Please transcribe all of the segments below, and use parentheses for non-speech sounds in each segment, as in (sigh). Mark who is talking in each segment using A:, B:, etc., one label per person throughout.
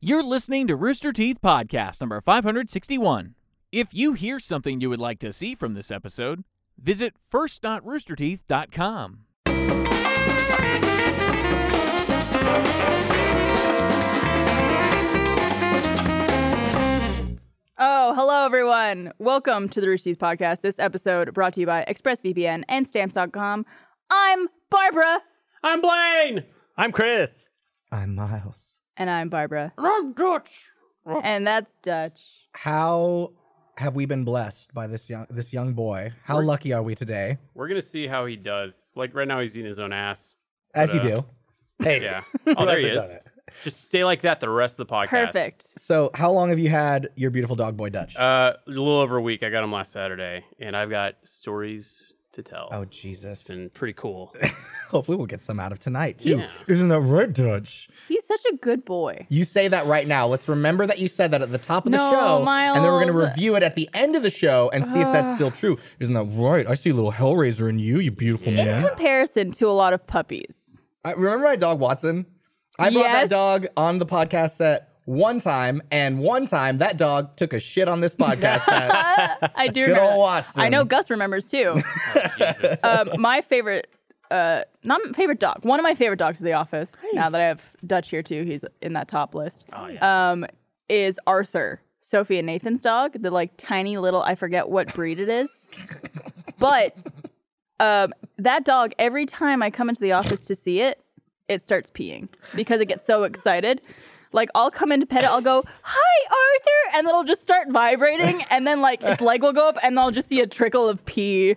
A: You're listening to Rooster Teeth Podcast number 561. If you hear something you would like to see from this episode, visit first.roosterteeth.com.
B: Oh, hello everyone. Welcome to the Rooster Teeth Podcast. This episode brought to you by ExpressVPN and stamps.com. I'm Barbara.
C: I'm Blaine. I'm Chris.
D: I'm Miles.
B: And I'm Barbara.
C: I'm Dutch. Oh.
B: And that's Dutch.
D: How have we been blessed by this young this young boy? How
C: We're-
D: lucky are we today?
C: We're gonna see how he does. Like right now, he's eating his own ass.
D: As you
C: But, uh,
D: do. (laughs) Hey,
C: Yeah.
D: you
C: Oh, there
D: guys
C: he
D: have
C: is.
D: done it.
C: Just stay like that the rest of the podcast.
B: Perfect.
D: So, how long have you had your beautiful dog boy Dutch?
C: Uh, a little over a week. I got him last Saturday, and I've got stories to tell.
D: oh
C: it's
D: Jesus!
C: been pretty
D: (laughs)
C: cool.
D: Hopefully, we'll get some out of tonight.
C: Yeah.
D: too. Isn't that right, Dutch?
B: He's such a good boy.
D: You say that right now. Let's remember that you said that at the top of the
B: No,
D: show, and then we're
B: Miles.
D: gonna review it at the end of the show and see if that's still true. Isn't that right? I see a little Hellraiser in you, you beautiful
C: Yeah.
D: man.
B: Comparison to a lot of puppies.
D: I, remember my dog Watson? I brought
B: Yes.
D: that dog on the podcast set one time, and one time that dog took a shit on
B: (laughs)
D: this podcast set.
B: I do
D: (laughs) Good
B: remember.
D: old
B: that.
D: Watson.
B: I know Gus remembers
D: (laughs)
B: too.
C: Oh,
B: (laughs)
C: Jesus.
B: um, my favorite, uh, not my favorite dog, one of my favorite dogs of the office, now that I have Dutch here too, he's in that top list,
D: Oh,
B: um, is Arthur, Sophie and Nathan's dog, the like tiny little, I forget what breed it
D: (laughs)
B: is. but um, that dog, every time I come into the office to see it, it starts peeing because it gets so excited. Like I'll come in to pet it, I'll go, "Hi, Arthur," and it'll just start vibrating, and then like its leg will go up, and I'll just see a trickle of pee.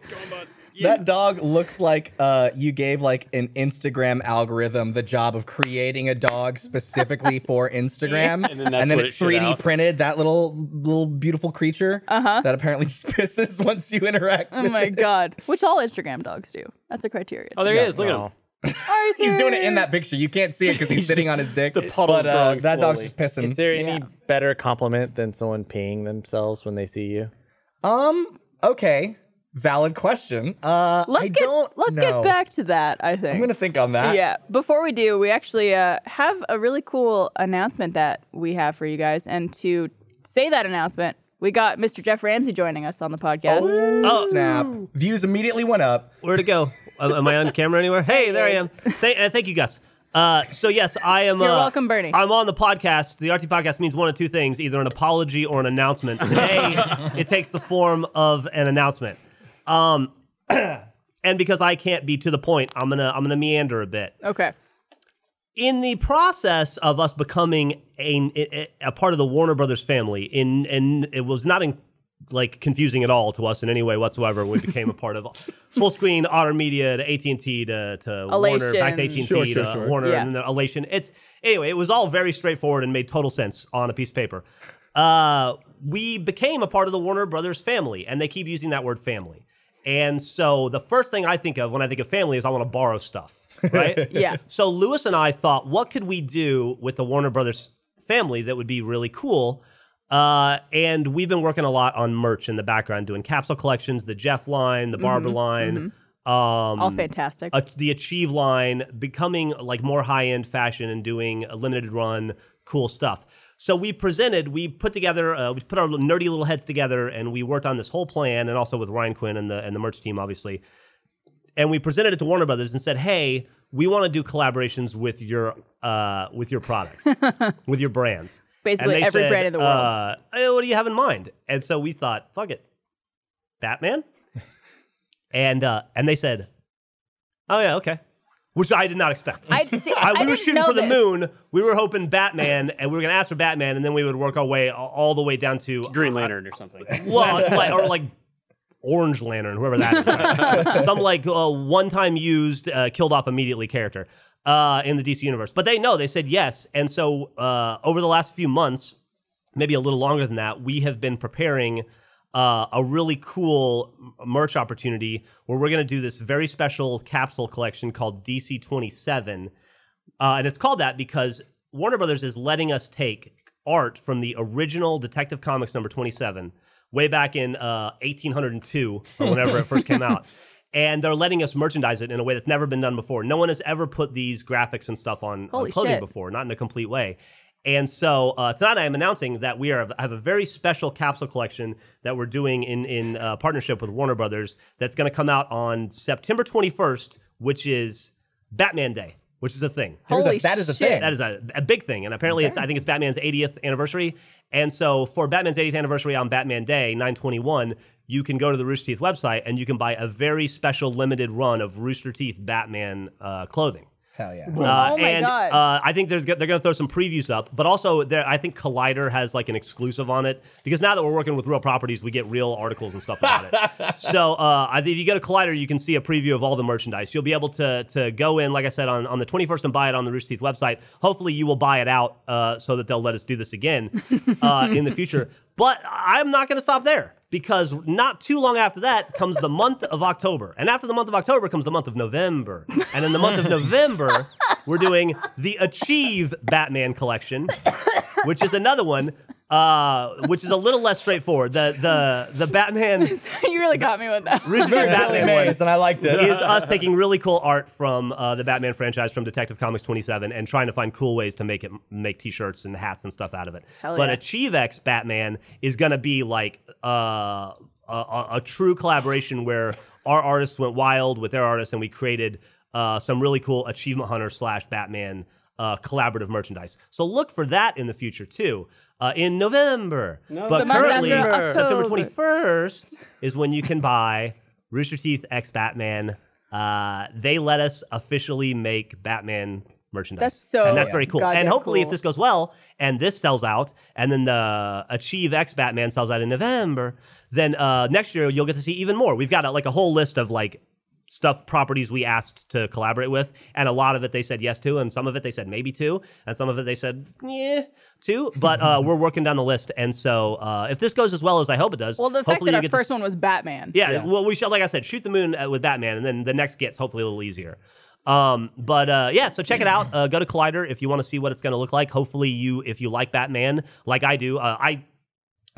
D: That dog looks like uh, you gave like an Instagram algorithm the job of creating a dog specifically for Instagram,
C: (laughs) And then that's what
D: it
C: it shit
D: 3D
C: out.
D: printed that little little beautiful creature that apparently (laughs) just pisses once you interact.
B: Uh-huh. Oh
D: with
B: my
D: it.
B: god, which all Instagram dogs do. That's a criteria.
C: oh, there he is. Look at
D: Oh.
C: him.
B: Arthur.
D: He's doing it in that picture. You can't see it because he's sitting on his dick.
C: the puddle's
D: but, uh,
C: growing
D: That dog's
C: slowly.
D: just pissing.
E: Is there any better compliment than someone peeing themselves when they see you?
D: Um. Okay. Valid question. Uh,
B: Let's
D: I
B: get
D: don't
B: let's
D: know.
B: get back to that. I think.
D: I'm gonna think on that.
B: yeah. Before we do, we actually uh, have a really cool announcement that we have for you guys. And to say that announcement, we got Mr. Jeff Ramsey joining us on the podcast.
D: Oh snap! Views immediately went up.
F: Where to go? am, am I on camera anywhere? Hey, there I am. Thank, uh, thank you, Gus. Uh, so yes, I am.
B: You're
F: uh,
B: welcome, Bernie.
F: I'm on the podcast. The RT podcast means one of two things: either an apology or
B: (laughs)
F: an announcement. Today, it takes the form of an announcement. Um, (clears throat) and because I can't be to the point, I'm gonna I'm gonna meander a bit
D: Oh.
B: Okay.
F: in the process of us becoming a, a, a part of the Warner Brothers family, in and it was not in, like confusing at all to us in any way whatsoever. We became a part of (laughs) full screen, Otter Media to AT and T to, to Warner, back to AT
B: Elation.
F: and T
D: Sure, sure,
F: to
D: sure.
F: Warner,
B: Yeah.
F: and then the Elation. It's anyway, it was all very straightforward and made total sense on a piece of paper. Uh, we became a part of the Warner Brothers family, and they keep using that word family. And so the first thing I think of when I think of family is I want to borrow stuff, right?
B: (laughs) Yeah.
F: So Lewis and I thought, what could we do with the Warner Brothers family that would be really cool? Uh, and we've been working a lot on merch in the background, doing capsule collections, the Jeff line, the Barbara line, Um,
B: All fantastic.
F: a- the Achieve line, becoming like more high end fashion and doing a limited run cool stuff. So we presented, we put together, uh, we put our little nerdy little heads together, and we worked on this whole plan, and also with Ryan Quinn and the and the merch team, obviously. And we presented it to Warner Brothers and said, "Hey, we want to do collaborations with your uh, with your products, with your brands."
B: Basically,
F: And they
B: every
F: said,
B: brand in the world.
F: Uh, "Hey, what do you have in mind? And so we thought, fuck it, Batman. and uh, and they said, oh yeah, okay, which I did not expect.
B: I, see,
F: (laughs) I- we
B: I
F: were
B: didn't
F: shooting
B: know
F: for the
B: this.
F: moon. We were hoping Batman, (laughs) and we were gonna ask for Batman, and then we would work our way a- all the way down to
C: Green Lantern or
D: (laughs)
C: something.
F: (laughs)
C: (laughs)
F: well, like, or like Orange Lantern, whoever
B: (laughs)
F: that is. Some like uh, one time used, uh, killed off immediately character uh, in the DC universe. But they know, they said yes. And so uh, over the last few months, maybe a little longer than that, we have been preparing uh, a really cool m- merch opportunity where we're going to do this very special capsule collection called DC 27. Uh, and it's called that because Warner Brothers is letting us take art from the original Detective Comics number 27 way back in uh, 1802
B: (laughs)
F: or whenever it first came out. And they're letting us merchandise it in a way that's never been done before. No one has ever put these graphics and stuff on, on
B: Holy
F: clothing
B: shit.
F: before, not in a complete way. And so uh, tonight I am announcing that we are have a very special capsule collection that we're doing in in uh, partnership with Warner Brothers that's going to come out on September 21st, which is Batman Day, which is a thing.
D: There's a-
B: Holy
D: that is a
B: shit.
D: thing.
F: That is a, a big thing, and apparently it's I think it's Batman's 80th anniversary. And so for Batman's 80th anniversary on Batman Day 921, you can go to the Rooster Teeth website and you can buy a very special limited run of Rooster Teeth Batman uh, clothing.
D: Hell yeah.
F: Uh,
B: Oh my
F: and,
B: God.
F: Uh, I think there's, go- they're going to throw some previews up, but also there, I think Collider has like an exclusive on it because now that we're working with real properties, we get real articles and stuff about it. So uh, I think if you go to Collider, you can see a preview of all the merchandise. You'll be able to to go in, like I said, on, on the 21st and buy it on the Rooster Teeth website. Hopefully, you will buy it out uh, so that they'll let us do this again uh, in the future. But I'm not going to stop there because not too long after that comes the month of October. And after the month of October comes the month of November. And in the month of November, we're doing the Achieve Batman collection, which is another one uh, which is a little less straightforward. The the the Batman
B: (laughs) you really got me with that.
F: Rooster Teeth
D: Really
F: Batman one
D: amazed, and I liked it. (laughs)
F: is us taking really cool art from uh, the Batman franchise from Detective Comics 27 and trying to find cool ways to make it make t-shirts and hats and stuff out of it.
B: Hell
F: but
B: yeah.
F: Achieve X Batman is going to be like uh, a, a, a true collaboration where our artists went wild with their artists and we created uh, some really cool Achievement Hunter slash Batman uh, collaborative merchandise. So look for that in the future too. Uh, in November, but
B: The month after
F: currently September
B: October.
F: 21st first is when you can buy Rooster Teeth X Batman. Uh, they let us officially make Batman merchandise.
B: That's so
F: and that's very cool.
B: goddamn
F: And hopefully, if
B: cool.
F: this goes well, and this sells out, and then the Achieve X Batman sells out in November, then uh, next year you'll get to see even more. We've got uh, like a whole list of like stuff properties we asked to collaborate with, and a lot of it they said yes to, and some of it they said maybe to, and some of it they said yeah to. But uh, we're working down the list, and so uh, if this goes as well as I hope it does,
B: Well, the fact
F: hopefully
B: that
F: you
B: our
F: get to
B: first
F: s-
B: one was Batman.
F: yeah, well, we shall, like I said, shoot the moon uh, with Batman, and then the next gets hopefully a little easier. Um, but uh, yeah, so check it out. Uh, go to Collider if you want to see what it's going to look like. Hopefully, you if you like Batman, like I do, uh, I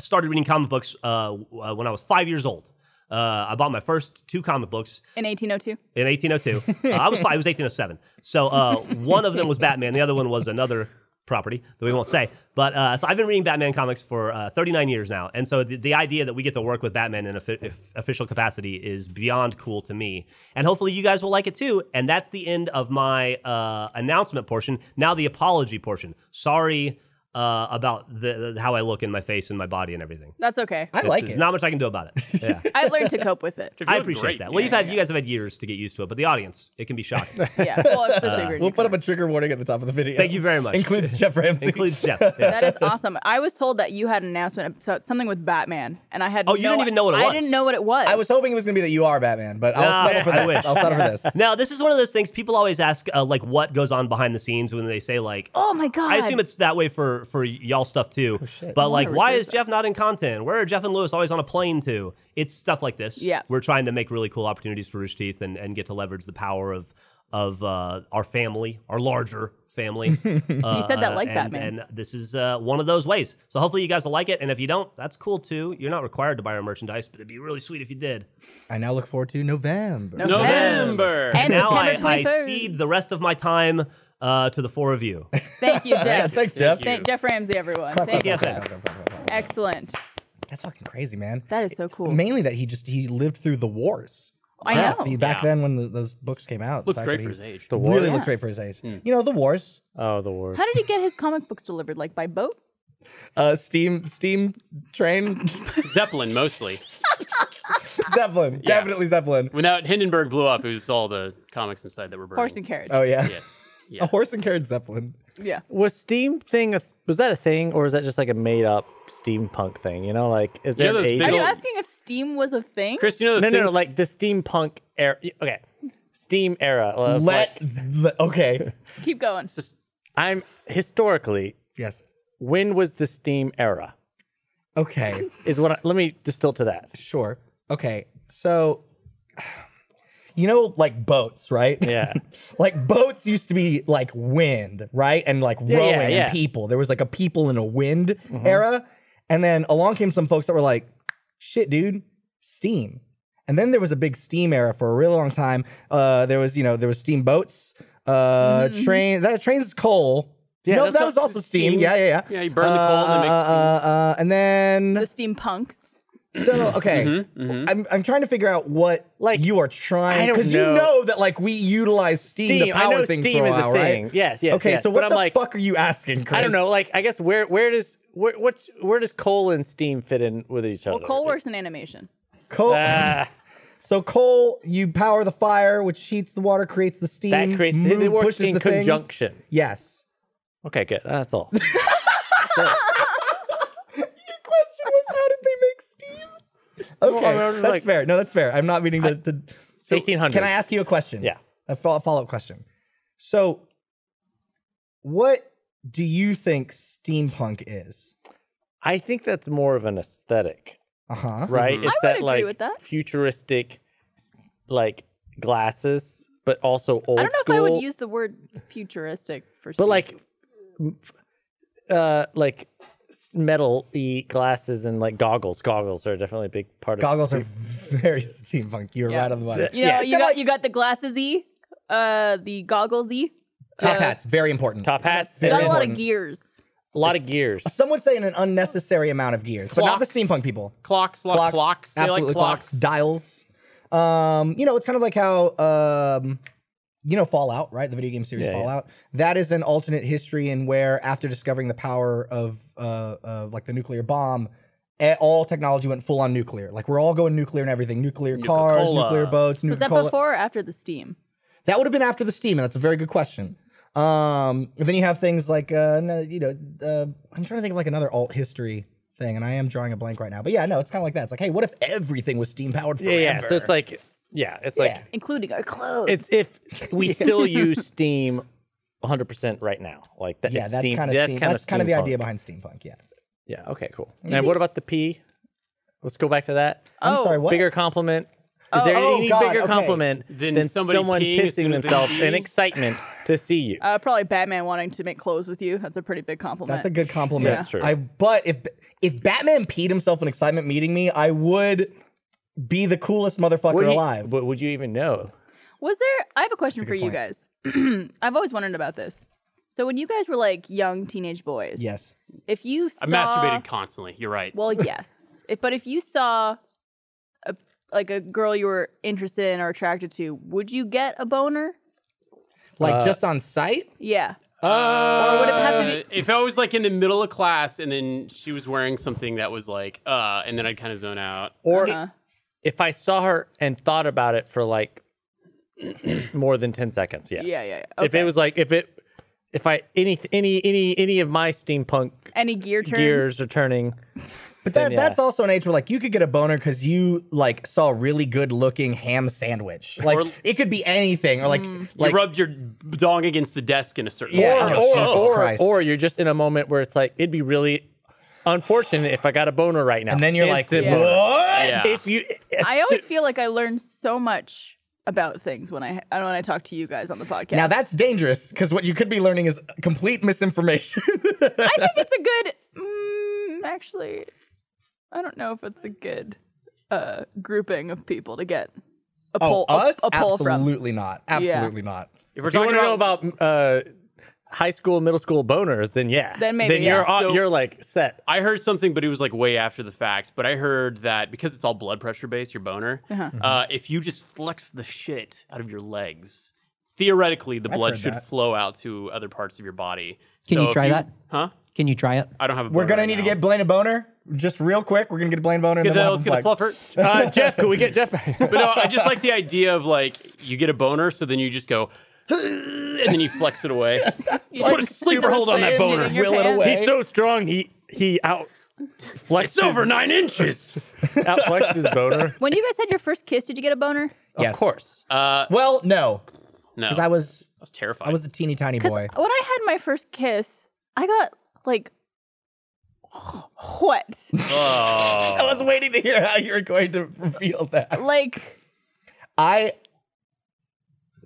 F: started reading comic books uh, w- uh, when I was five years old. Uh, I bought my first two comic books
B: In 1802.
F: in 1802. Uh, I was five. It was 1807. So uh, one of them was Batman. The other one was another property that we won't say. But uh, so I've been reading Batman comics for uh, 39 years now, and so the, the idea that we get to work with Batman in a fi- if- official capacity is beyond cool to me. And hopefully you guys will like it too. And that's the end of my uh, announcement portion. Now the apology portion. Sorry. Uh, about the, the- how I look in my face and my body and everything.
B: That's okay.
D: I like
F: There's
D: it.
F: Not much I can do about it. Yeah.
B: I've learned to cope with it.
F: (laughs)
C: If you
F: I
C: look
F: appreciate
C: great,
F: that. Well,
C: yeah.
F: you've had you guys have had years to get used to it, but the audience it can be shocking.
D: (laughs)
B: Yeah. Well, it's
F: Uh,
B: such a great
D: We'll put up a trigger warning at the top of the video.
F: Thank you very much.
D: Includes Jeff Ramsey.
F: includes Jeff. Yeah.
B: That is
D: (laughs)
B: awesome. I was told that you had an announcement about something with Batman, and I had
F: Oh, you
B: no-
F: didn't even know what it
B: I
F: was.
B: didn't know what it was.
D: I was hoping it was gonna be that you are Batman, but I'll
F: Nah,
D: settle for this.
F: I wish.
D: I'll settle for this.
F: Now, this is one of those things people always ask, uh, like what goes on behind the scenes when they say like.
B: Oh my god! Oh,
F: I assume it's that way for for y'all stuff too. But like, why is Jeff not in content? Where are Jeff and Lewis always on a plane to? It's stuff like this.
B: Yeah.
F: we're trying to make really cool opportunities for Rooster Teeth and, and get to leverage the power of of uh, our family, our larger
B: (laughs)
F: family. you
B: said that like Batman.
F: And this is uh, one of those ways. So hopefully you guys will like it. And if you don't, that's cool too. You're not required to buy our merchandise, but it'd be really sweet if you did.
D: I now look forward to November.
B: No.
C: November.
B: And
F: now I,
B: September
F: I
B: 23rd.
F: cede the rest of my time uh, to the four of
C: (laughs)
F: you.
B: Thank
F: (laughs)
B: you, Jeff.
D: Thanks, Jeff.
B: Thank Jeff Ramsey, everyone. Thank you.
F: clap, clap,
B: Excellent.
D: That's fucking crazy, man.
B: That is so cool.
D: Mainly that he just he lived through the wars.
B: I
D: Yeah,
B: know.
D: he- back then when the, those books came out. the
C: Looks
D: fact
C: great
D: that
C: for
D: he
C: his age.
E: The war.
D: Really looks great for his age. You know the wars.
E: Oh, the war.
B: How did he get his comic books delivered? Like by boat?
D: Uh, steam steam train (laughs)
C: Zeppelin mostly.
D: Zeppelin.
C: Yeah.
D: Definitely Zeppelin.
C: When that Hindenburg blew up, it was all the comics inside that were burning.
B: Horse and carriage.
D: Oh yeah.
C: Yes.
D: A
C: Yeah.
D: horse and carriage Zeppelin.
B: Yeah.
E: Was Steam thing? A, was that a thing, or is that just like a made up steampunk thing? You know, like is
C: You know
E: there an
C: those
E: age?
C: big
B: Are you
C: old-
B: asking if Steam was a thing?
C: Chris, you know those
E: no, no,
C: things.
E: no, like the steampunk era. Okay, Steam era. of,
D: Let
E: like,
D: the, okay.
B: Keep going.
E: I'm historically.
D: yes.
E: When was the Steam era?
D: Okay.
E: Is what. I, let me distill to that.
D: Sure. Okay. So, (sighs) you know, like boats, right?
E: Yeah.
D: (laughs) like boats used to be like wind, right? And like
E: yeah,
D: rowing
E: yeah.
D: and people. There was like a people in a wind era. And then along came some folks that were like, shit, dude, steam. And then there was a big steam era for a really long time. Uh, there was, you know, there was steam boats, uh, train. That trains is coal.
E: Yeah,
D: no,
E: that's
D: that
E: not-
D: was also Steam. Yeah, yeah, yeah.
C: Yeah, you burn the coal and it
D: Uh,
C: makes
D: uh, uh, and
B: The
D: then
B: steampunks.
D: (clears throat) so okay, I'm I'm trying to figure out what like you are trying
E: I don't
D: because you
E: know.
D: know that like we utilize Steam, to
E: Steam. I
D: power
E: know
D: things
E: Steam
D: for a
E: is a
D: while,
E: thing.
D: right?
E: Yes, yes,
D: Okay,
E: yes.
D: so
E: But
D: what
E: I'm
D: the
E: like-
D: fuck are you asking, Chris?
E: (laughs) I don't know. Like, I guess where where does where what's where does coal and steam fit in with each other?
B: Well, Cole works in animation.
D: Coal.
E: (laughs) Ah,
D: so coal, you power the fire, which heats the water, creates the steam.
E: that creates it- it
D: move
E: works
D: pushes
E: in
D: the things.
E: conjunction.
D: Yes. (laughs)
E: Okay, good. That's all.
D: Your question was how did they make Steam? Okay,
E: I mean, I was
D: that's
E: like-
D: fair. No, that's fair. I'm not meaning to. to (laughs) so
E: 1800s.
D: Can I ask you a question?
E: Yeah.
D: A follow up question. So, what do you think steampunk is?
E: I think that's more of an aesthetic,
D: Uh huh.
E: right? It's
B: Mm-hmm. I
E: that
B: would agree
E: like
B: with that.
E: futuristic, like glasses, but also old
B: I don't know
E: school.
B: if I would use the word futuristic for.
E: but
B: steam.
E: like, uh, like metal-y glasses and like goggles. Goggles are definitely a big part of
D: Goggles
E: steam-
D: are very steampunk. You were
B: Yeah.
D: right on the money.
B: you know,
E: yeah.
B: you got you got the glasses e, uh, the goggles e.
D: Top hats, very important.
E: top hats.
D: Very
B: Got a lot of
D: important.
B: gears.
E: a lot of gears.
D: Some would say in an unnecessary amount of gears, but not the
C: Clocks.
D: steampunk people.
C: clocks, lot of clocks. They
D: absolutely
C: like clocks.
D: dials. Um, you know, it's kind of like how um, you know Fallout, right? The video game series
E: Yeah, yeah.
D: Fallout. That is an alternate history in where after discovering the power of uh, of like the nuclear bomb, eh, all technology went full on nuclear. Like we're all going nuclear and everything. Nuclear cars,
C: Nuka-Cola.
D: nuclear boats,
B: Was that
D: nuclear.
B: before or after the steam?
D: That would have been after the steam, and that's a very good question. Um, and then you have things like, uh, no- you know, uh, I'm trying to think of like another alt history thing, and I am drawing a blank right now. But yeah, no, it's kind of like that. It's like, hey, what if everything was steam powered
E: Yeah,
D: forever?
E: yeah. So it's like, yeah, it's like
D: Yeah.
B: including our clothes.
D: (laughs)
E: it's if we still use Steam 100% right now. Like that,
D: yeah,
E: it's
D: that's
E: Steam-
D: kind of
E: that's
D: steam.
E: kinda
D: that's kind of the
E: steampunk.
D: idea behind steampunk. Yeah.
E: Yeah. Okay. Cool. And what about the P? Let's go back to that.
D: I'm
B: Oh.
D: sorry. What?
E: Bigger compliment. Is there
D: Oh,
E: any
D: God,
E: bigger
D: okay.
E: compliment
C: Than
E: than
C: somebody
E: someone
C: peeing as
E: pissing
C: soon as they
E: themselves
C: pee?
E: in excitement to see you?
B: uh, probably Batman wanting to make clothes with you. That's a pretty big compliment.
D: That's a good compliment.
E: That's true.
D: I but if if Batman peed himself in excitement meeting me, I would be the coolest motherfucker
E: Would you-
D: alive.
E: But would you even know?
B: Was there? I have a question for you
D: point.
B: guys. (clears throat) I've always wondered about this. So when you guys were like young teenage boys,
D: yes.
B: if you saw,
C: I masturbated constantly. You're right.
B: Well, yes, if, but if you saw a like a girl you were interested in or attracted to, would you get a boner?
D: Like
E: Uh,
D: just on sight?
B: Yeah.
C: Uh,
B: or would it have to be?
C: if I was like in the middle of class and then she was wearing something that was like, uh, and then I'd kind of zone out.
E: Or
B: Uh-huh.
E: if I saw her and thought about it for like (clears throat) more than 10 seconds, yes.
B: Yeah, yeah, yeah.
E: If it
B: Okay.
E: was like, if it, if I, any, any, any, any of my steampunk
B: Any gear turns?
E: Uh, gears are turning,
D: But that,
E: yeah.
D: that's also an age where like you could get a boner because you like saw a really good looking ham sandwich. Like
C: Or-
D: it could be anything, or like like
C: you rubbed your dong against the desk in a certain
D: Yeah.
C: way.
D: Oh,
E: or,
D: Jesus
E: or,
D: Christ.
E: or you're just in a moment where it's like it'd be really unfortunate if I got a boner right now.
D: and then you're like,
E: Instant
D: what?
B: Yeah.
E: boner.
C: Yeah.
E: If you,
B: I always feel like I learn so much about things when I when I talk to you guys on the podcast.
D: Now that's dangerous because what you could be learning is complete misinformation.
B: I think it's a good. Mm, actually, I don't know if it's a good uh, grouping of people to get a
D: (laughs)
B: poll.
D: oh,
B: a-
D: us?
B: a, poll from.
D: Absolutely not. Absolutely not.
C: If we're
E: if you
C: talking
E: want to know
C: about,
E: about uh, high school, middle school boners, then yeah,
B: Then maybe,
E: then
B: yeah.
E: you're on-
C: So-
E: you're like set.
C: I heard something, but it was like way after the fact. But I heard that because it's all blood pressure based, your boner. uh if you just flex the shit out of your legs, theoretically, the blood
D: heard
C: should
D: that.
C: flow out to other parts of your body.
G: Can
C: So
G: you
C: if
G: try that?
C: Huh?
G: Can you try it?
C: I don't have a.
D: We're
C: boner
D: gonna
C: right
D: need to
C: now.
D: get Blaine a boner just real quick. We're gonna get a Blaine a boner.
C: Let's get
D: and then
C: the,
D: we'll
C: let's
D: have
C: get
D: him
C: the
D: flex.
C: fluffer.
E: (laughs) Uh, Jeff, could we get Jeff? back?
C: But no, I just like the idea of like you get a boner, so then you just go, and then you flex it away.
B: You
C: Put a
B: just
C: sleeper hold on that
B: shit
C: boner.
B: in your
D: Will it
B: pants.
D: away.
E: He's so strong. He he out flexes
C: It's over nine inches.
E: out flexes his boner.
B: When you guys had your first kiss, did you get a boner?
D: Yes.
E: Of course.
C: Uh,
D: Well, no,
C: no,
D: because I was
C: was terrified.
D: I was a teeny tiny
B: Because
D: boy.
B: when I had my first kiss, I got like
D: (laughs)
B: wet.
D: (laughs) I was waiting to hear how you were going to reveal that.
B: like,
D: I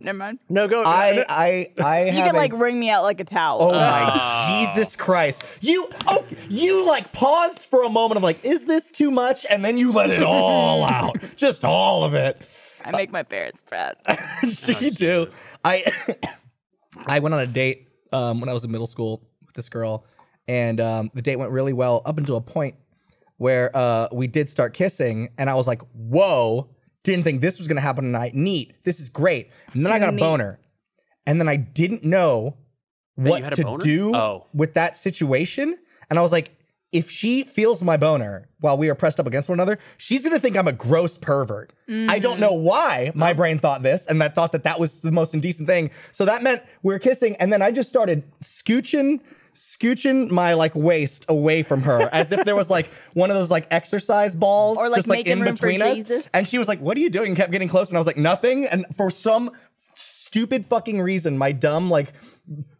B: never mind.
E: No go.
D: I I I
B: (laughs) You
D: have
B: can
D: a-
B: like Ah. wring me out like a towel.
D: Oh my Jesus Christ! You oh you like paused for a moment of like, is this too much? And then you let
B: (laughs)
D: it all out, just all of it. Oh,
B: I make my parents proud.
D: (coughs) so you do. I I went on a date um, when I was in middle school this girl, and um, the date went really well up until a point where uh, we did start kissing, and I was like, "Whoa!" Didn't think this was gonna happen tonight. Neat. This is great. And then I got a boner, and then I didn't know
C: you
D: what
C: had a
D: to
C: boner?
D: do
C: Oh.
D: with that situation. And I was like, if she feels my boner while we are pressed up against one another, she's gonna think I'm a gross pervert. I
B: Mm.
D: don't know why my brain thought this, and I thought that that was the most indecent thing. So that meant we were kissing, and then I just started scooching, scooching my like waist away from her, as if there was like one of those like exercise balls,
B: Or, like,
D: just, like
B: making
D: in
B: room for
D: between us.
B: Jesus.
D: And she was like, "What are you doing?" And kept getting close, and I was like, "Nothing." And for some stupid fucking reason, my dumb like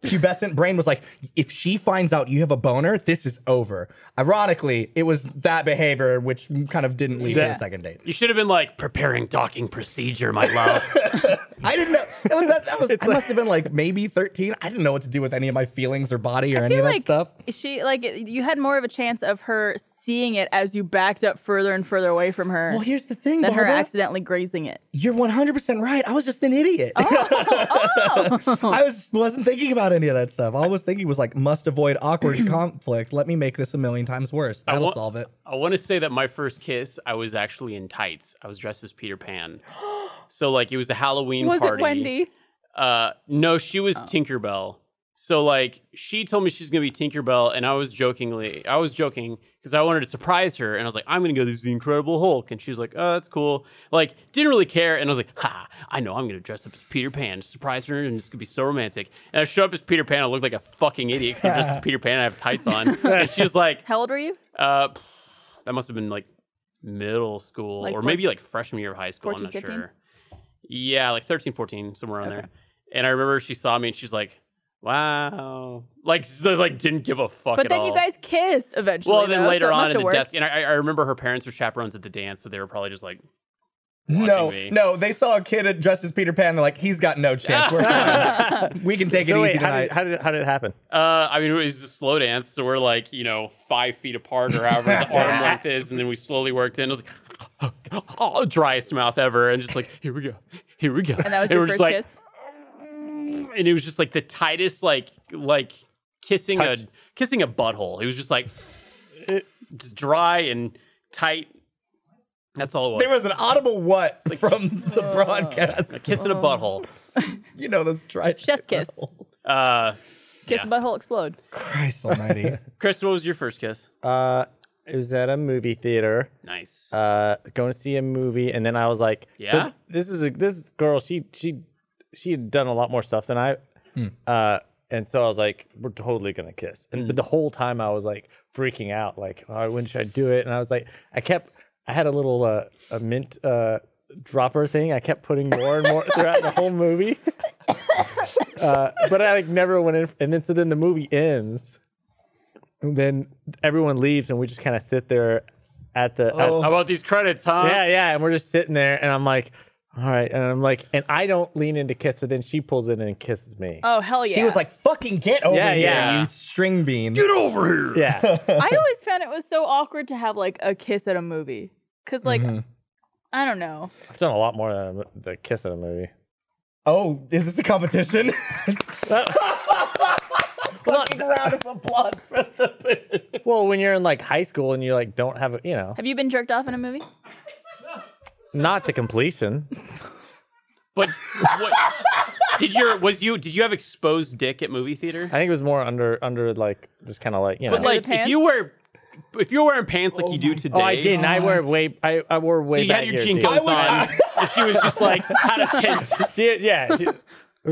D: pubescent brain was like, "If she finds out you have a boner, this is over." Ironically, it was that behavior which kind of didn't lead to the second date.
C: You should have been like preparing docking procedure, my love.
D: (laughs) I didn't know that was that, that was. I must have been like maybe thirteen. I didn't know what to do with any of my feelings or body or
B: I
D: any
B: feel
D: of that
B: like
D: stuff.
B: she like you had more of a chance of her seeing it as you backed up further and further away from her
D: Well, here's the thing,
B: than her
D: Barbara.
B: accidentally grazing it.
D: You're 100% right. I was just an idiot.
B: Oh,
D: (laughs) I was wasn't thinking about any of that stuff. All I was thinking was like must avoid
B: (clears throat)
D: awkward conflict. Let me make this a million times worse. That'll
C: wa-
D: solve it.
C: I want to say that my first kiss, I was actually in tights. I was dressed as Peter
D: (gasps)
C: Pan. So like it was a Halloween
B: Was
C: party.
B: it Wendy?
C: Uh, no, she was Tinkerbell. So like she told me she's gonna be Tinkerbell, and I was jokingly, I was joking because I wanted to surprise her, and I was like, I'm gonna go as the Incredible Hulk, and she was like, Oh, that's cool. Like didn't really care, and I was like, Ha! I know I'm gonna dress up as Peter Pan, surprise her, and it's gonna be so romantic. And I show up as Peter Pan, I look like a fucking idiot because I'm just Peter Pan, I have tights on, and she was like,
B: How old were you?
C: uh, pff, that must have been like middle school
B: Like
C: or
B: four-
C: maybe like freshman year of high school.
B: 14,
C: I'm not
B: 15?
C: sure. Yeah, like 13, 14, somewhere around there. And I remember she saw me and she's like, "Wow!" Like, s- like didn't give a fuck.
B: But
C: at
B: then you
C: all.
B: guys kissed eventually.
C: Well, then
B: though,
C: later
B: so it
C: on
B: must
C: at
B: have
C: the
B: worked.
C: desk, and I, I remember her parents were chaperones at the dance, so they were probably just like,
D: No,
C: me.
D: no, they saw a kid dressed as Peter Pan. They're like, he's got no chance.
B: (laughs)
D: We're fine. we can take it
E: So wait,
D: easy
E: how
D: tonight.
E: did, how did how did it happen?
C: uh, "I mean, it was a slow dance, so we're like, you know, five feet apart or however the arm length is," and then we slowly worked in. I was like, (laughs) oh, driest mouth ever, and just like, here we go, here we go,
B: and that was your
C: we're
B: first
C: just like,
B: kiss.
C: and it was just like the tightest, like like kissing a
E: Touch.
C: kissing a butthole. It was just like just dry and tight. That's all it was.
D: there was an audible what
E: (laughs)
D: from the
E: uh,
D: broadcast.
C: kissing a butthole.
D: You know those dry
B: Chef's kiss.
C: (laughs) Uh,
B: Kiss the butthole explode. (laughs)
D: Christ Almighty.
C: Chris, what was your first kiss?
E: Uh, it was at a movie theater.
C: Nice.
E: uh, going to see a movie, and then I was like, so
C: Yeah?
E: th- this is a this girl. She she she had done a lot more stuff than I, uh, and so I was like, we're totally gonna kiss. And but the whole time I was like freaking out, like, oh, when should I do it? And I was like, I kept I had a little uh, a mint uh, dropper thing. I kept putting more and more throughout the whole movie. (laughs) Uh, but I like never went in, and then so then the movie ends, and then everyone leaves, and we just kind of sit there at the at-
C: How about these credits,
D: Uh,
C: huh?
E: oh. yeah, yeah. And we're just sitting there, and I'm like, all right. And I'm like, and I don't lean in to kiss her. Then she pulls in and kisses me.
D: Uh,
B: Oh hell yeah!
D: She was like, fucking get over
E: Yeah,
D: here,
E: yeah.
D: you string bean.
E: Yeah.
D: (laughs)
B: I always found it was so awkward to have like a kiss at a movie because like I don't know.
E: I've done a lot more than a- the kiss in a movie.
D: Oh, is this a competition? (laughs) Fucking round of applause for the.
E: Well, when you're in like high school and you like don't have, a, you know,
B: Have you been jerked off in a movie?
E: not to completion.
C: But
E: (laughs)
C: what, did your was you did you have exposed dick at movie theater?
E: I think it was more under under like just kind of like you know.
C: But like,
B: pants?
C: if you were if you're wearing pants like you do today,
E: oh, I didn't. I wear way. I, I wore
C: So
E: way.
C: you had
E: back
C: your
E: here,
C: jinkos
E: dude.
C: on,
E: (laughs)
C: and she was just like out of tense.
E: She- yeah. she-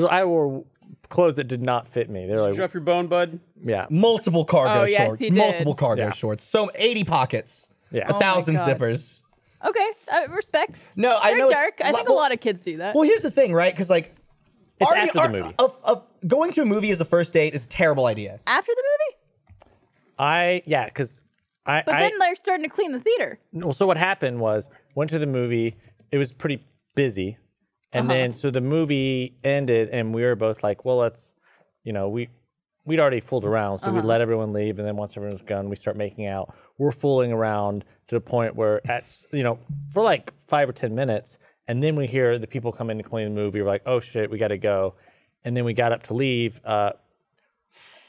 E: I wore clothes that did not fit me. They're like,
C: Drop your bone, bud.
E: yeah.
D: Multiple cargo
B: Oh, yes,
D: shorts.
B: he did.
D: Multiple cargo
E: Yeah.
D: shorts. So 80 pockets.
E: Yeah.
D: A
E: Oh my
D: thousand
B: God.
D: zippers.
B: Okay, I respect.
D: No, I
B: They're
D: know.
B: dark. I think a lot of kids do that.
D: Well, here's the thing, right? Because, like,
E: It's
D: are you-
E: after
D: are-
E: the movie.
D: of- of- going to a movie as a first date is a terrible idea.
B: After the movie,
E: I yeah, because I.
B: but
E: I,
B: then they're starting to clean the theater.
E: Well, so what happened was went to the movie. It was pretty busy, and
B: Uh-huh.
E: then so the movie ended, and we were both like, "Well, let's," you know, we we'd already fooled around, so we let everyone leave, and then once everyone's gone, we start making out. We're fooling around to the point where at s- you know for like five or ten minutes, and then we hear the people come in to clean the movie. We're like, "Oh shit, we got to go," and then we got up to leave. Uh,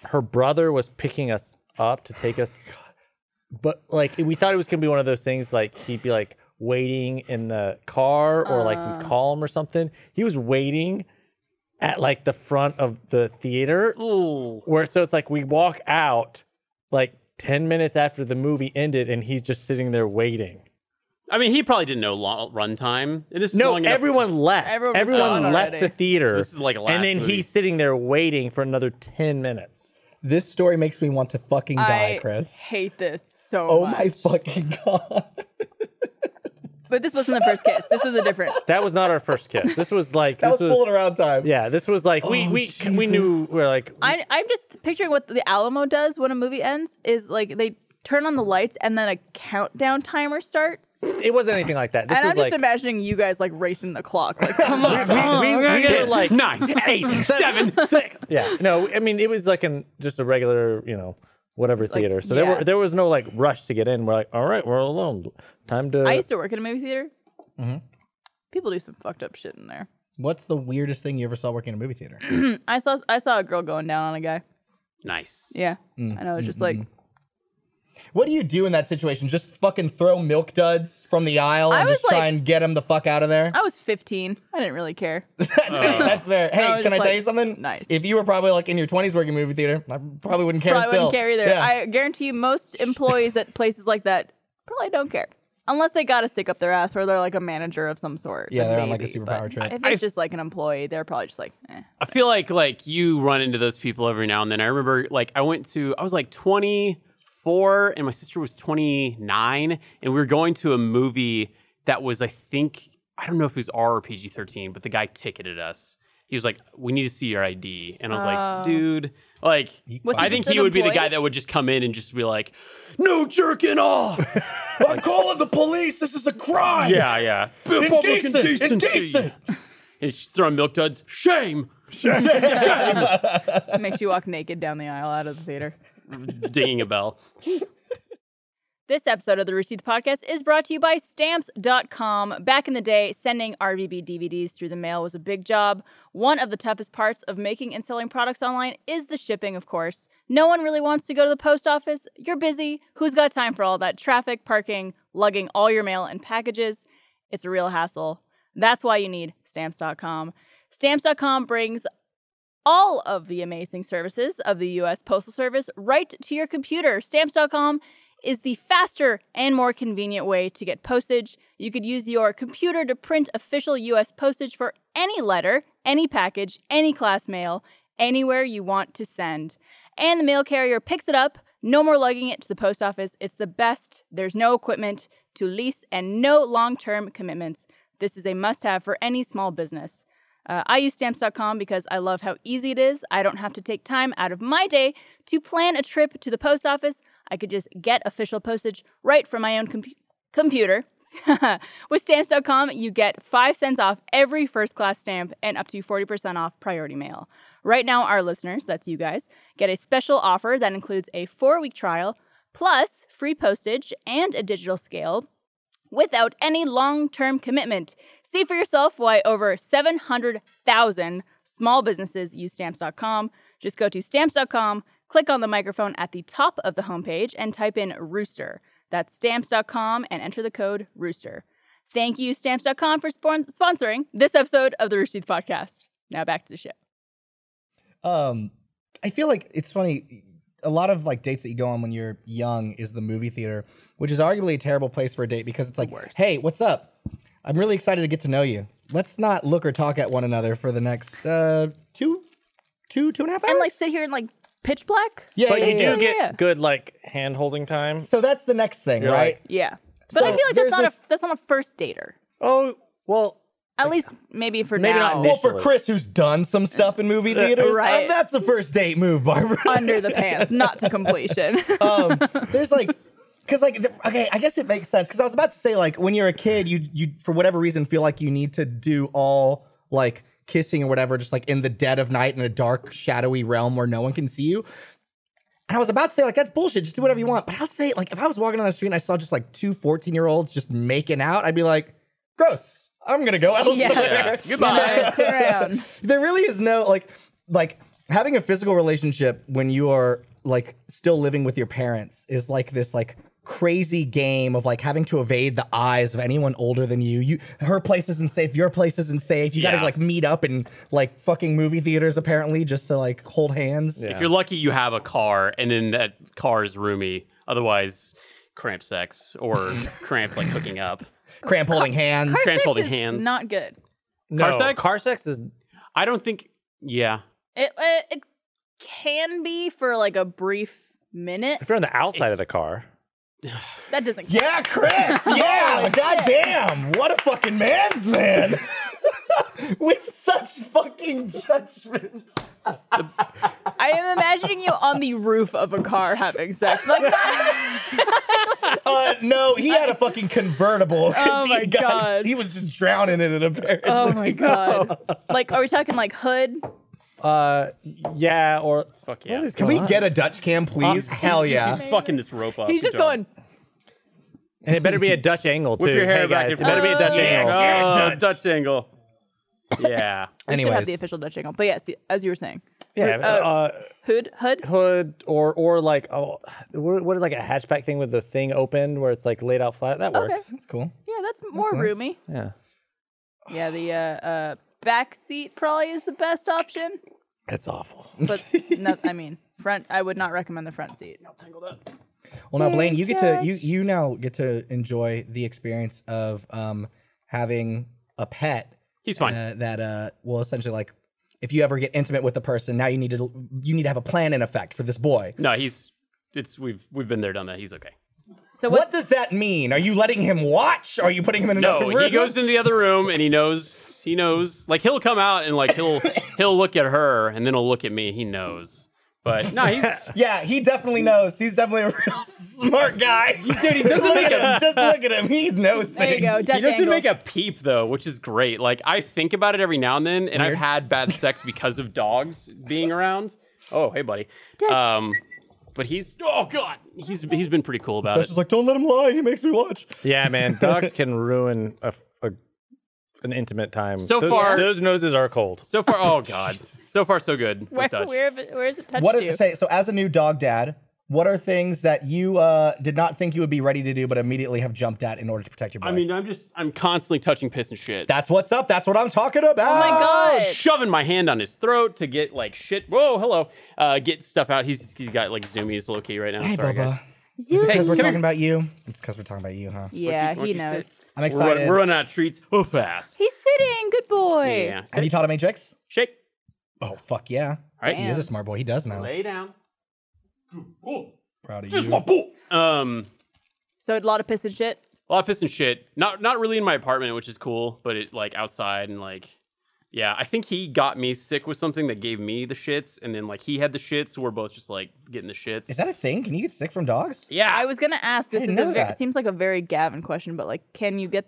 E: her brother was picking us up to take us, but like we thought it was gonna be one of those things like he'd be like waiting in the car or like we call him or something. He was waiting at like the front of the theater where so it's like we walk out like 10 minutes after the movie ended and he's just sitting there waiting.
C: I mean, he probably didn't know long, run time. And this is
E: No,
C: long enough-
E: everyone left.
B: Everyone
E: Everyone,
B: was gone
E: left
B: already.
E: the theater.
C: This is like a last
E: And then
C: movie.
E: he's sitting there waiting for another 10 minutes.
D: This story makes me want to fucking die,
B: I
D: Chris.
B: hate this so
D: Oh
B: much.
D: my fucking god. (laughs)
B: But this wasn't the first kiss. This was a different.
E: That was not our
D: (laughs)
E: first kiss. This was like
D: That was,
E: this was,
D: fooling around time.
E: (laughs) Yeah, this was like we
D: Oh,
E: we we knew
D: Jesus.
E: we are like
B: I, I'm just picturing what the Alamo does when a movie ends is like they turn on the lights and then a countdown timer starts.
E: it wasn't anything like that. This
B: and I'm
E: was
B: just
E: like
B: imagining you guys like racing the clock. Like, come on.
E: we, we,
C: (laughs)
E: we were like
C: nine, (laughs) eight, seven, six.
E: yeah. No, I mean it was like an just a regular, you know, whatever theater. so there
B: yeah.
E: were there was no like rush to get in. We're like, all right, we're alone. Time to
B: I used to work in a movie theater.
D: Mm-hmm.
B: People do some fucked up shit in there.
D: What's the weirdest thing you ever saw working in a movie theater? (clears throat)
B: I saw I saw a girl going down on a guy.
C: Nice.
B: Yeah,
D: Mm.
B: I know. It's just
D: Mm-hmm.
B: like
D: what do you do in that situation? Just fucking throw milk duds from the aisle
B: I
D: and
B: was
D: just try
B: like-
D: and get them the fuck out of there?
B: I was 15. I didn't really
D: (laughs)
B: care.
D: That's fair. Hey,
B: I was
D: can I
B: Oh. just
D: tell
B: like,
D: you something?
B: Nice.
D: If you were probably like in your 20s working in a movie theater, I probably wouldn't care
B: Probably
D: still.
B: wouldn't care either.
D: Yeah.
B: I guarantee you, most employees at places like that probably don't care. Unless they got to stick up their ass or they're like a manager of some sort.
D: Yeah,
B: then
D: they're on, like, a
B: maybe.
D: superpower
B: But
D: trip.
B: If it's just like an employee, they're probably just like, eh.
C: I feel like like you run into those people every now and then. I remember like I went to I was like 24 and my sister was 29 and we were going to a movie that was I think I don't know if it was R or PG-13, but the guy ticketed us. He was like, "We need to see your ID," and I was like, "Dude, like."
B: Oh. Was
C: I
B: he
C: think
B: just
C: he
B: an
C: would be the
B: employee?
C: guy that would just come in and just be like, "No jerking off."
D: I'm calling the police. This is a crime.
C: yeah, yeah.
D: Indecent, indecent.
C: It's just throwing milk duds. Shame.
B: It makes you walk (laughs) naked down the aisle out of the theater.
C: Dinging a bell.
B: This episode of the Rooster Teeth Podcast is brought to you by Stamps.com. Back in the day, sending RVB DVDs through the mail was a big job. One of the toughest parts of making and selling products online is the shipping, of course. No one really wants to go to the post office. You're busy. Who's got time for all that traffic, parking, lugging all your mail and packages? It's a real hassle. That's why you need Stamps.com. Stamps.com brings all of the amazing services of the U.S. Postal Service right to your computer. Stamps.com is the faster and more convenient way to get postage. You could use your computer to print official U.S. postage for any letter, any package, any class mail, anywhere you want to send. And the mail carrier picks it up. No more lugging it to the post office. It's the best. There's no equipment to lease and no long term commitments. This is a must have for any small business. Uh, I use stamps.com because I love how easy it is. I don't have to take time out of my day to plan a trip to the post office. I could just get official postage right from my own compu computer. (laughs) With stamps.com, you get 5 cents off every first class stamp and up to 40% off priority mail. Right now, our listeners, that's you guys, get a special offer that includes a four week trial plus free postage and a digital scale without any long term commitment. See for yourself why over 700,000 small businesses use stamps.com. Just go to stamps.com, click on the microphone at the top of the homepage, and type in rooster. That's stamps.com and enter the code rooster. Thank you, stamps.com, for spon- sponsoring this episode of the Rooster Teeth Podcast. Now back to the show.
D: Um, I feel like it's funny. A lot of like dates that you go on when you're young is the movie theater, which is arguably a terrible place for a date because it's like, hey, what's up? I'm really excited to get to know you. Let's not look or talk at one another for the next uh, two, two, two and a half hours.
B: And like sit here in like pitch black?
D: yeah,
E: But
D: yeah,
E: you
D: yeah,
E: do
D: yeah.
E: get
B: yeah.
E: good like hand holding time.
D: So that's the next thing, right?
B: Yeah. But I
D: So
B: feel like that's
D: there's
B: not
D: this-
B: a that's not a first dater.
E: Oh well
B: At least maybe for
E: Maybe not
B: now.
D: well, for Chris, who's done some stuff in movie theaters,
B: (laughs)
D: uh,
B: Right.
D: that's a first date move, Barbara.
B: under the pants, not to completion.
D: um, there's like because like the, okay i guess it makes sense because i was about to say like when you're a kid you you for whatever reason feel like you need to do all like kissing or whatever just like in the dead of night in a dark shadowy realm where no one can see you and i was about to say like that's bullshit just do whatever you want but i'll say like if i was walking on the street and i saw just like two 14 year olds just making out i'd be like gross i'm gonna go elsewhere
B: Yeah. Goodbye. Turn around.
D: there really is no like like having a physical relationship when you are like still living with your parents is like this like crazy game of like having to evade the eyes of anyone older than you. You her place isn't safe, your place isn't safe. You
C: Yeah.
D: gotta like meet up in like fucking movie theaters apparently just to like hold hands.
E: Yeah.
C: If you're lucky, you have a car, and then that car is roomy. Otherwise, cramp sex (laughs) or cramp like hooking up.
D: Cramp holding hands.
B: Car
C: Trans
B: sex
C: holding
B: is
C: hands.
B: not good.
E: No,
C: Car sex?
E: Car sex is
C: I don't think. Yeah,
B: It, it it can be for like a brief minute.
E: if you're on the outside
C: It's-
E: of the car.
B: That doesn't. count.
D: Yeah, Chris. Yeah, goddamn. What a fucking man's man. (laughs) With such fucking judgment.
B: I am imagining you on the roof of a car having sex. Like (laughs)
D: Uh, no, he had a fucking convertible. 'cause
B: Oh
D: he
B: my
D: got-
B: God.
D: He was just drowning in it apparently.
B: Oh my god. Like, are we talking like hood?
E: Uh, yeah, or
C: fuck yeah.
D: Can we get a Dutch cam, please?
B: (laughs)
D: Hell yeah.
C: He's fucking this rope up.
B: He's just
C: Good job.
B: going.
E: And it better be a Dutch angle too.
C: Whip your hair
E: hey
C: back
E: guys,
C: if
E: it
C: you
E: better be a Dutch
C: want. Yeah,
E: angle.
C: oh,
D: Get it, Dutch.
C: Dutch angle. Yeah.
B: We should have the
D: Anyways,
B: official Dutch angle. But yes, as you were saying,
E: Yeah, uh,
B: hood, hood.
E: hood or or like oh, what, what like a hatchback thing with the thing opened where it's like laid out flat. That works.
B: Okay.
D: that's cool.
B: Yeah, that's more roomy.
E: Yeah.
B: Yeah, the uh, uh, back seat probably is the best option.
E: That's awful.
B: But no, I mean, front. I would not recommend the front seat.
D: Well, now Blaine, you get to you you now get to enjoy the experience of um having a pet
C: He's fine.
D: uh, that uh will essentially like if you ever get intimate with a person, now you need to you need to have a plan in effect for this boy.
C: No, he's. It's we've we've been there, done that. He's okay.
B: So
D: What
B: what's
D: does that mean? Are you letting him watch? Are you putting him in another (laughs)
C: No,
D: room?
C: he goes into the other room and he knows. He knows. Like he'll come out and like he'll he'll look at her and then he'll look at me. He knows. But no, he's
D: Yeah, he definitely knows. He's definitely a real (laughs) smart guy. Dude, he doesn't look at him. Just look at him. He knows things.
B: there? You go. Dutch
C: he doesn't
B: angle.
C: make a peep though, which is great. Like I think about it every now and then, and I've
D: Weird.
C: had bad sex because of dogs being around. Oh, hey, buddy. Um, but he's oh god, he's he's been pretty cool about
D: Josh
C: it.
D: is like, don't let him lie. He makes me watch.
E: Yeah, man, dogs can ruin a, a- an intimate time.
C: So
E: those,
C: far-
E: those noses are cold.
C: so far, oh god, so far so good.
B: where,
C: With Dutch.
B: where, have it- where has it touched
D: What
B: you?
D: are, say so? As a new dog dad, what are things that you uh, did not think you would be ready to do, but immediately have jumped at in order to protect your boy?
C: I mean, I'm just I'm constantly touching piss and shit.
D: that's what's up. That's what I'm talking about.
B: oh my god.
C: shoving my hand on his throat to get like shit. Whoa, hello. Uh, get stuff out. He's he's got like zoomies low key right now.
D: Hey,
C: Sorry, guys.
D: Bubba. Is it because we're
C: come
D: talking
C: here.
D: about you? It's because we're talking about you, huh?
B: yeah,
C: where'd
B: he
C: you sit?
B: knows.
D: I'm
C: We're, run-
D: excited.
C: we're running out of treats so fast.
B: He's sitting. Good boy.
C: Yeah.
D: have you taught him any tricks?
C: Shake.
D: Oh fuck yeah!
C: All right.
D: He is a smart boy. He does know.
C: Lay down. Oh,
D: Proud of
C: just
D: you.
C: my boo. Um,
B: So a lot of piss and shit.
C: a lot of piss and shit. Not not really in my apartment, which is cool, but it like outside and like. Yeah, I think he got me sick with something that gave me the shits, and then like he had the shits. So we're both just like getting the shits.
D: Is that a thing? Can you get sick from dogs?
C: yeah,
B: I was gonna ask. This
D: didn't
B: is a
D: Ah, know
B: ver-
D: that.
B: seems like a very Gavin question, but like, can you get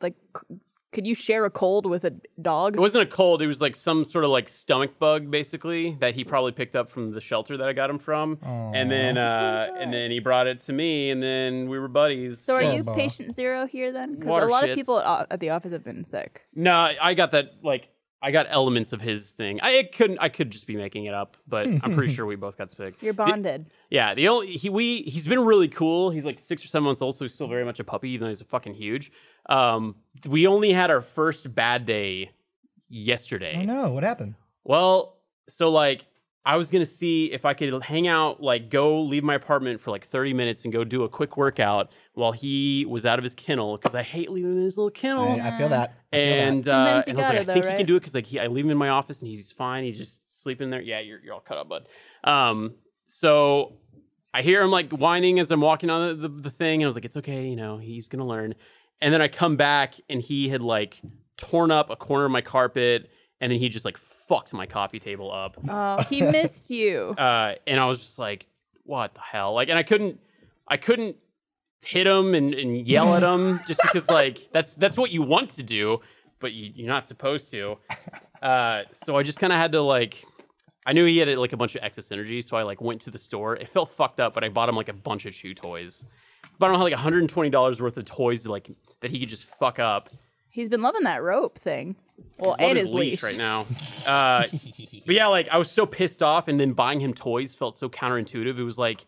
B: like, c- could you share a cold with a dog?
C: It wasn't a cold. It was like some sort of like stomach bug, basically, that he probably picked up from the shelter that I got him from, and then uh, and then he brought it to me, and then we were buddies.
B: So are you
D: Bubba.
B: patient zero here then? Because
C: Water
B: a lot
C: shits.
B: of people at, o- at the office have been sick.
C: no, I got that like I got elements of his thing. I it couldn't. I could just be making it up, but I'm pretty sure we both
B: (laughs)
C: got sick.
B: You're
D: (laughs)
B: bonded.
C: Yeah, the only he we he's been really cool. He's like six or seven months old, so he's still very much a puppy, even though he's a fucking huge. Um, we only had our first bad day yesterday.
D: Oh no! What happened?
C: Well, so like I was gonna see if I could hang out, like go leave my apartment for like 30 minutes and go do a quick workout while he was out of his kennel because I hate leaving him in his little kennel.
D: I,
B: Oh,
D: I feel that. I feel that.
C: and uh,
B: Sometimes you
C: and I was like,
B: gotta,
C: I
B: though,
C: think he can
B: right?
C: do it because like he, I leave him in my office and he's fine. He's just sleeping there. Yeah, you're, you're all cut up, bud. Um, so I hear him like whining as I'm walking on the, the, the thing, and I was like, it's okay, you know, he's gonna learn. And then I come back and he had like torn up a corner of my carpet, and then he just like fucked my coffee table up.
B: Oh, he missed you.
C: (laughs) Uh, and I was just like, what the hell? Like, and I couldn't, I couldn't hit him and, and yell at him just because like that's that's what you want to do, but you, you're not supposed to. Uh, so I just kind of had to like. I knew he had like a bunch of excess energy, so I like went to the store. It felt fucked up, but I bought him like a bunch of chew toys. Bought him like $120 worth of toys to like that he could just fuck up.
B: He's been loving that rope thing. Well,
C: love
B: and his leash.
C: right now. Uh, (laughs) but yeah, like I was so pissed off, and then buying him toys felt so counterintuitive. It was like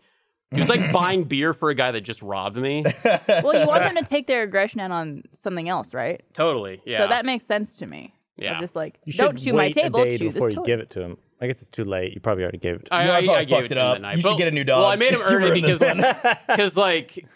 C: it was
D: (clears throat)
C: like buying beer for a guy that just robbed me.
D: (laughs)
B: well,
C: (laughs)
B: you want them to take their aggression out on something else, right?
C: totally. Yeah.
B: So that makes sense to me.
C: Yeah.
B: I'm just like,
E: You
B: don't
E: should
B: chew my
E: wait a
B: table,
E: day
B: chew
E: before
B: this toy.
E: you give it to him. I guess it's too late. You probably already gave it. To him.
C: I,
D: You
C: I,
D: probably
C: I gave
D: fucked
C: it
D: it
C: to him
D: up.
C: that night.
D: You should
C: But-
D: get a new
C: Well,
D: dog.
C: I made
D: (laughs)
C: him
D: You
C: earn it
D: ruined
C: because
D: this one.
C: (laughs) because like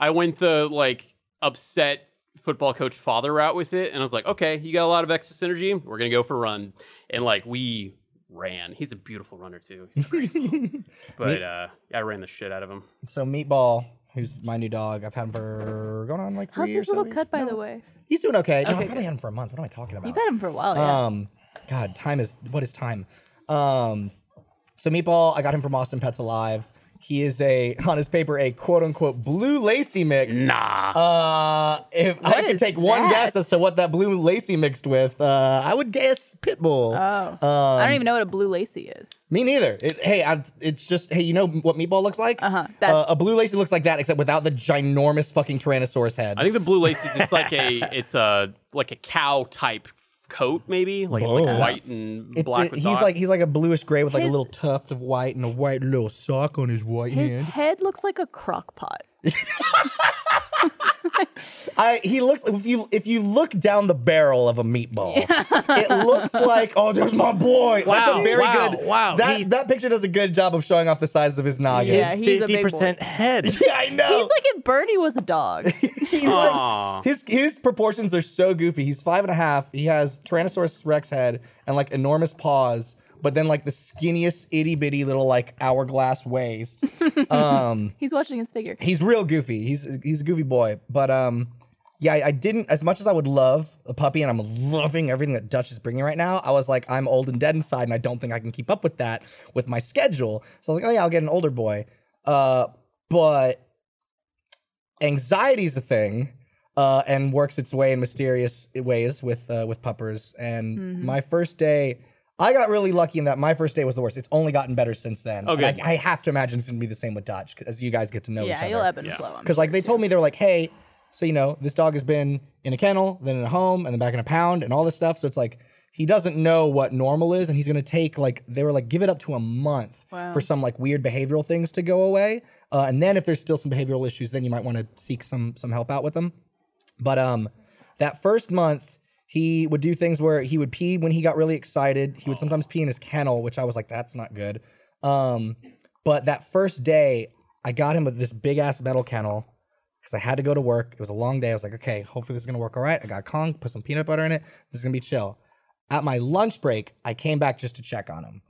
C: I went the like upset football coach father route with it, and I was like, okay, you got a lot of excess energy. We're gonna go for a run, and like we ran. He's a beautiful runner too. He's graceful.
D: (laughs)
C: but uh, I ran the shit out of him.
D: So Meatball, who's my new dog, I've had him for going on like three
B: How's
D: years.
B: his little
D: I think.
B: cut, by the way?
D: He's doing okay. No, I've only had him for a month. What am I talking about?
B: You've had him for a while, yeah.
D: Um, God, time is what is time? Um, so Meatball, I got him from Austin Pets Alive. He is a (laughs) on his paper a quote unquote blue lacy mix.
C: Nah.
D: Uh, if I
B: What
D: could
B: is
D: take one
B: that?
D: guess as to what that blue lacy mixed with, uh, I would guess Pitbull.
E: Um,
B: oh. I don't even know what a blue lacy is.
D: Me neither. It, hey, I, it's just hey, you know what meatball looks like?
B: Uh-huh,
D: Uh,
B: that's-
D: a blue lacy looks like that, except without the ginormous fucking tyrannosaurus head.
C: I think the blue laces. It's like (laughs) a it's a like a cow type coat, maybe like it's like white and
D: It-
C: black
D: it-
C: with
D: he's
C: dots.
D: like he's like a bluish gray with like a
B: His-
D: little tuft of white and a white little sock on his white
B: His
D: hand.
B: head looks like a crock pot.
D: I he looks if you if you look down the barrel of
B: (laughs)
D: a meatball, it looks like oh there's my boy. That's a
E: Wow,
D: very
E: wow,
D: good
E: wow,
D: That
E: he's-
D: that picture does a good job of showing off the size of his noggin.
B: Yeah, he's a big boy.
E: percent head.
D: Yeah, (laughs) I know.
B: He's like if Bernie was a
E: (laughs)
B: dog.
D: He's like-
C: Aw.
D: his his proportions are so goofy. He's five and a half. He has Tyrannosaurus Rex head and like enormous paws, but then like the skinniest itty bitty little like hourglass waist. (laughs)
B: He's watching his figure.
E: Oh,
D: he's real goofy. He's he's a goofy boy. But um, yeah, I, I didn't as much as I would love a puppy, and I'm loving everything that Dutch is bringing right now. I was like, I'm old and dead inside, and I don't think I can keep up with that with my schedule. So I was like, oh yeah, I'll get an older boy. Uh, but anxiety's a thing. Uh, and works its way in mysterious ways with uh, with puppers. And
B: Mm-hmm.
D: my first day, I got really lucky in that my first day was the worst. It's only gotten better since then.
C: Oh,
D: And I-
C: good.
D: I have to imagine it's gonna be the same with Dutch 'cause as you guys get to know each
B: Yeah,
D: other.
B: you'll ebb and flow. I'm
D: Because like they told me, they're like, hey, so you know, this dog has been in a kennel, then in a home, and then back in a pound, and all this stuff. So it's like he doesn't know what normal is, and he's gonna take like they were like give it up to a month
B: Wow.
D: for some like weird behavioral things to go away, uh, and then if there's still some behavioral issues, then you might want to seek some some help out with them. But um, that first month. He would do things where he would pee when he got really excited. He would sometimes pee in his kennel, which I was like, that's not good. Um, but that first day, I got him with this big ass metal kennel because I had to go to work. It was a long day. I was like, okay, hopefully this is gonna work all right. I got Kong, put some peanut butter in it. This is gonna be chill. At my lunch break, I came back just to check on him,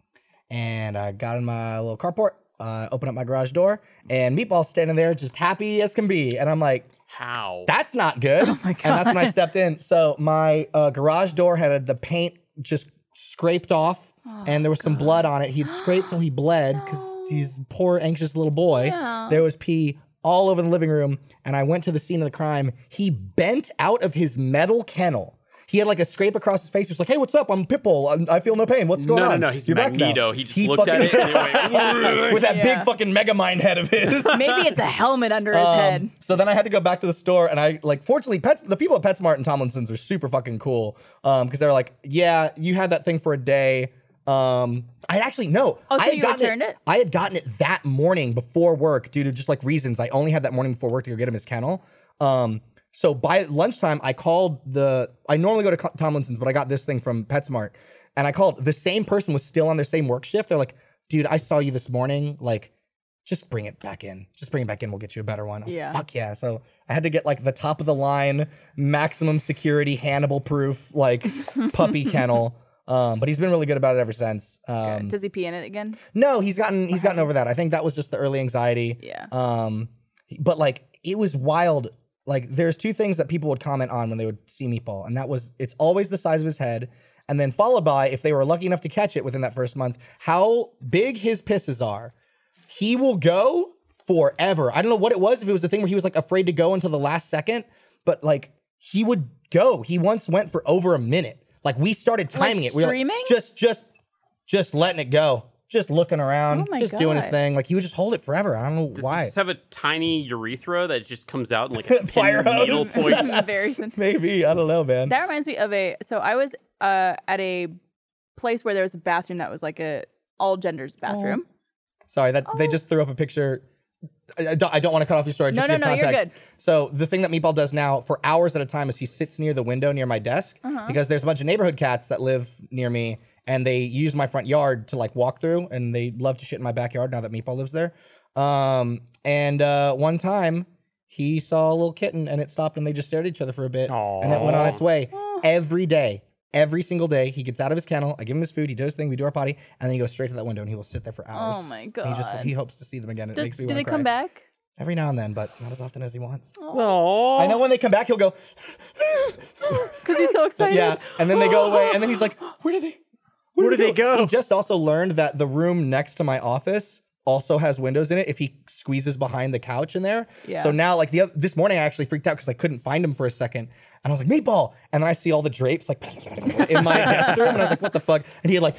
D: and I got in my little carport. Uh, opened up my garage door, and Meatball's standing there, just happy as can be. And I'm like,
C: how?
D: that's not good. And that's when I stepped in. So my uh, garage door had the paint just scraped off, and there was some blood on it. He'd scraped till he bled because he's a poor, anxious little boy. There was pee all over the living room, and I went to the scene of the crime. He bent out of his metal kennel. He had like a scrape across his face. He was like, "Hey, what's up? I'm Pitbull. i I feel no pain. What's
C: no,
D: going
C: no,
D: on?"
C: no. He's
D: You're back now."
C: Magneto. He just
D: He
C: looked at it (laughs)
D: fucking-
C: and he went.
D: (laughs) with that
B: Yeah.
D: big fucking mega mind head of his.
B: Maybe it's a helmet under
E: (laughs)
B: his head.
D: Um, so then I had to go back to the store, and I like, fortunately, Pets, the people at PetSmart and Tomlinson's are super fucking cool because they were like, "Yeah, you had that thing for a day." Um, I actually no.
B: Oh, so
D: I had
B: you
D: gotten
B: returned it?
D: I had gotten it that morning before work due to just like reasons. I only had that morning before work to go get him his kennel. Um, so by lunchtime, I called the. I normally go to Co- Tomlinson's, but I got this thing from PetSmart, and I called. The same person was still on their same work shift. They're like, "Dude, I saw you this morning. Like, just bring it back in. Just bring it back in. We'll get you a better one." I was
B: Yeah.
D: like, "Fuck yeah!" So I had to get like the top of the line, maximum security, Hannibal proof, like puppy kennel. Um, but he's been really good about it ever since. Um,
B: Does he pee in it again?
D: no, he's gotten he's gotten over that. I think that was just the early anxiety.
B: Yeah.
D: Um, but like it was wild. Like there's two things that people would comment on when they would see Meatball, and that was it's always the size of his head, and then followed by if they were lucky enough to catch it within that first month, how big his pisses are. He will go forever. I don't know what it was if it was the thing where he was like afraid to go until the last second, but like he would go. He once went for over a minute. Like we started timing it. We were like,
B: streaming?
D: just just just letting it go. just looking around,
B: Oh my
D: just doing his
B: God.
D: thing. Like he would just hold it forever. I don't know
C: Does
D: why.
C: it just have a tiny urethra that just comes out in
D: (laughs)
C: like a
D: Fire
C: pin
B: (laughs)
D: hose.
C: needle
D: (laughs)
C: point?
B: Very thin.
D: (laughs) Maybe I don't know, man.
B: That reminds me of a. So I was uh, at a place where there was a bathroom that was like a all genders bathroom.
D: Sorry, that they just threw up a picture. I, I don't, I don't want to cut off your story. Just
B: Oh. No,
D: to
B: no,
D: give
B: no, you're
D: context.
B: good.
D: So the thing that Meatball does now for hours at a time is he sits near the window near my desk
B: Uh-huh.
D: because there's a bunch of neighborhood cats that live near me and they use my front yard to like walk through and they love to shit in my backyard now that Meatball lives there. Um, and uh, one time he saw a little kitten and it stopped and they just stared at each other for a bit and then went on its way every day. Every single day, he gets out of his kennel. I give him his food. He does his thing. We do our potty, and then he goes straight to that window, and he will sit there for hours.
B: Oh my
D: He just
B: God.
D: he hopes to see them again. It
B: Does,
D: makes me
B: do
D: wanna
B: they
D: cry.
B: come back? (laughs)
D: every now and then, but not as often as he wants.
E: Oh.
D: I know when they come back, he'll go,
B: Because he's so excited.
D: yeah, and then they go away, and then
B: (gasps)
D: he's like, where did they? Where, did
B: (laughs)
D: they go? He just also learned that the room next to my office also has windows in it. If he squeezes behind the couch in there,
B: Yeah.
D: So now, like the other, this morning, I actually freaked out because I couldn't find him for a second, and I was like, meatball, and then I see all the drapes like in
B: (laughs)
D: my guest room, and I was like, what the fuck? And he had like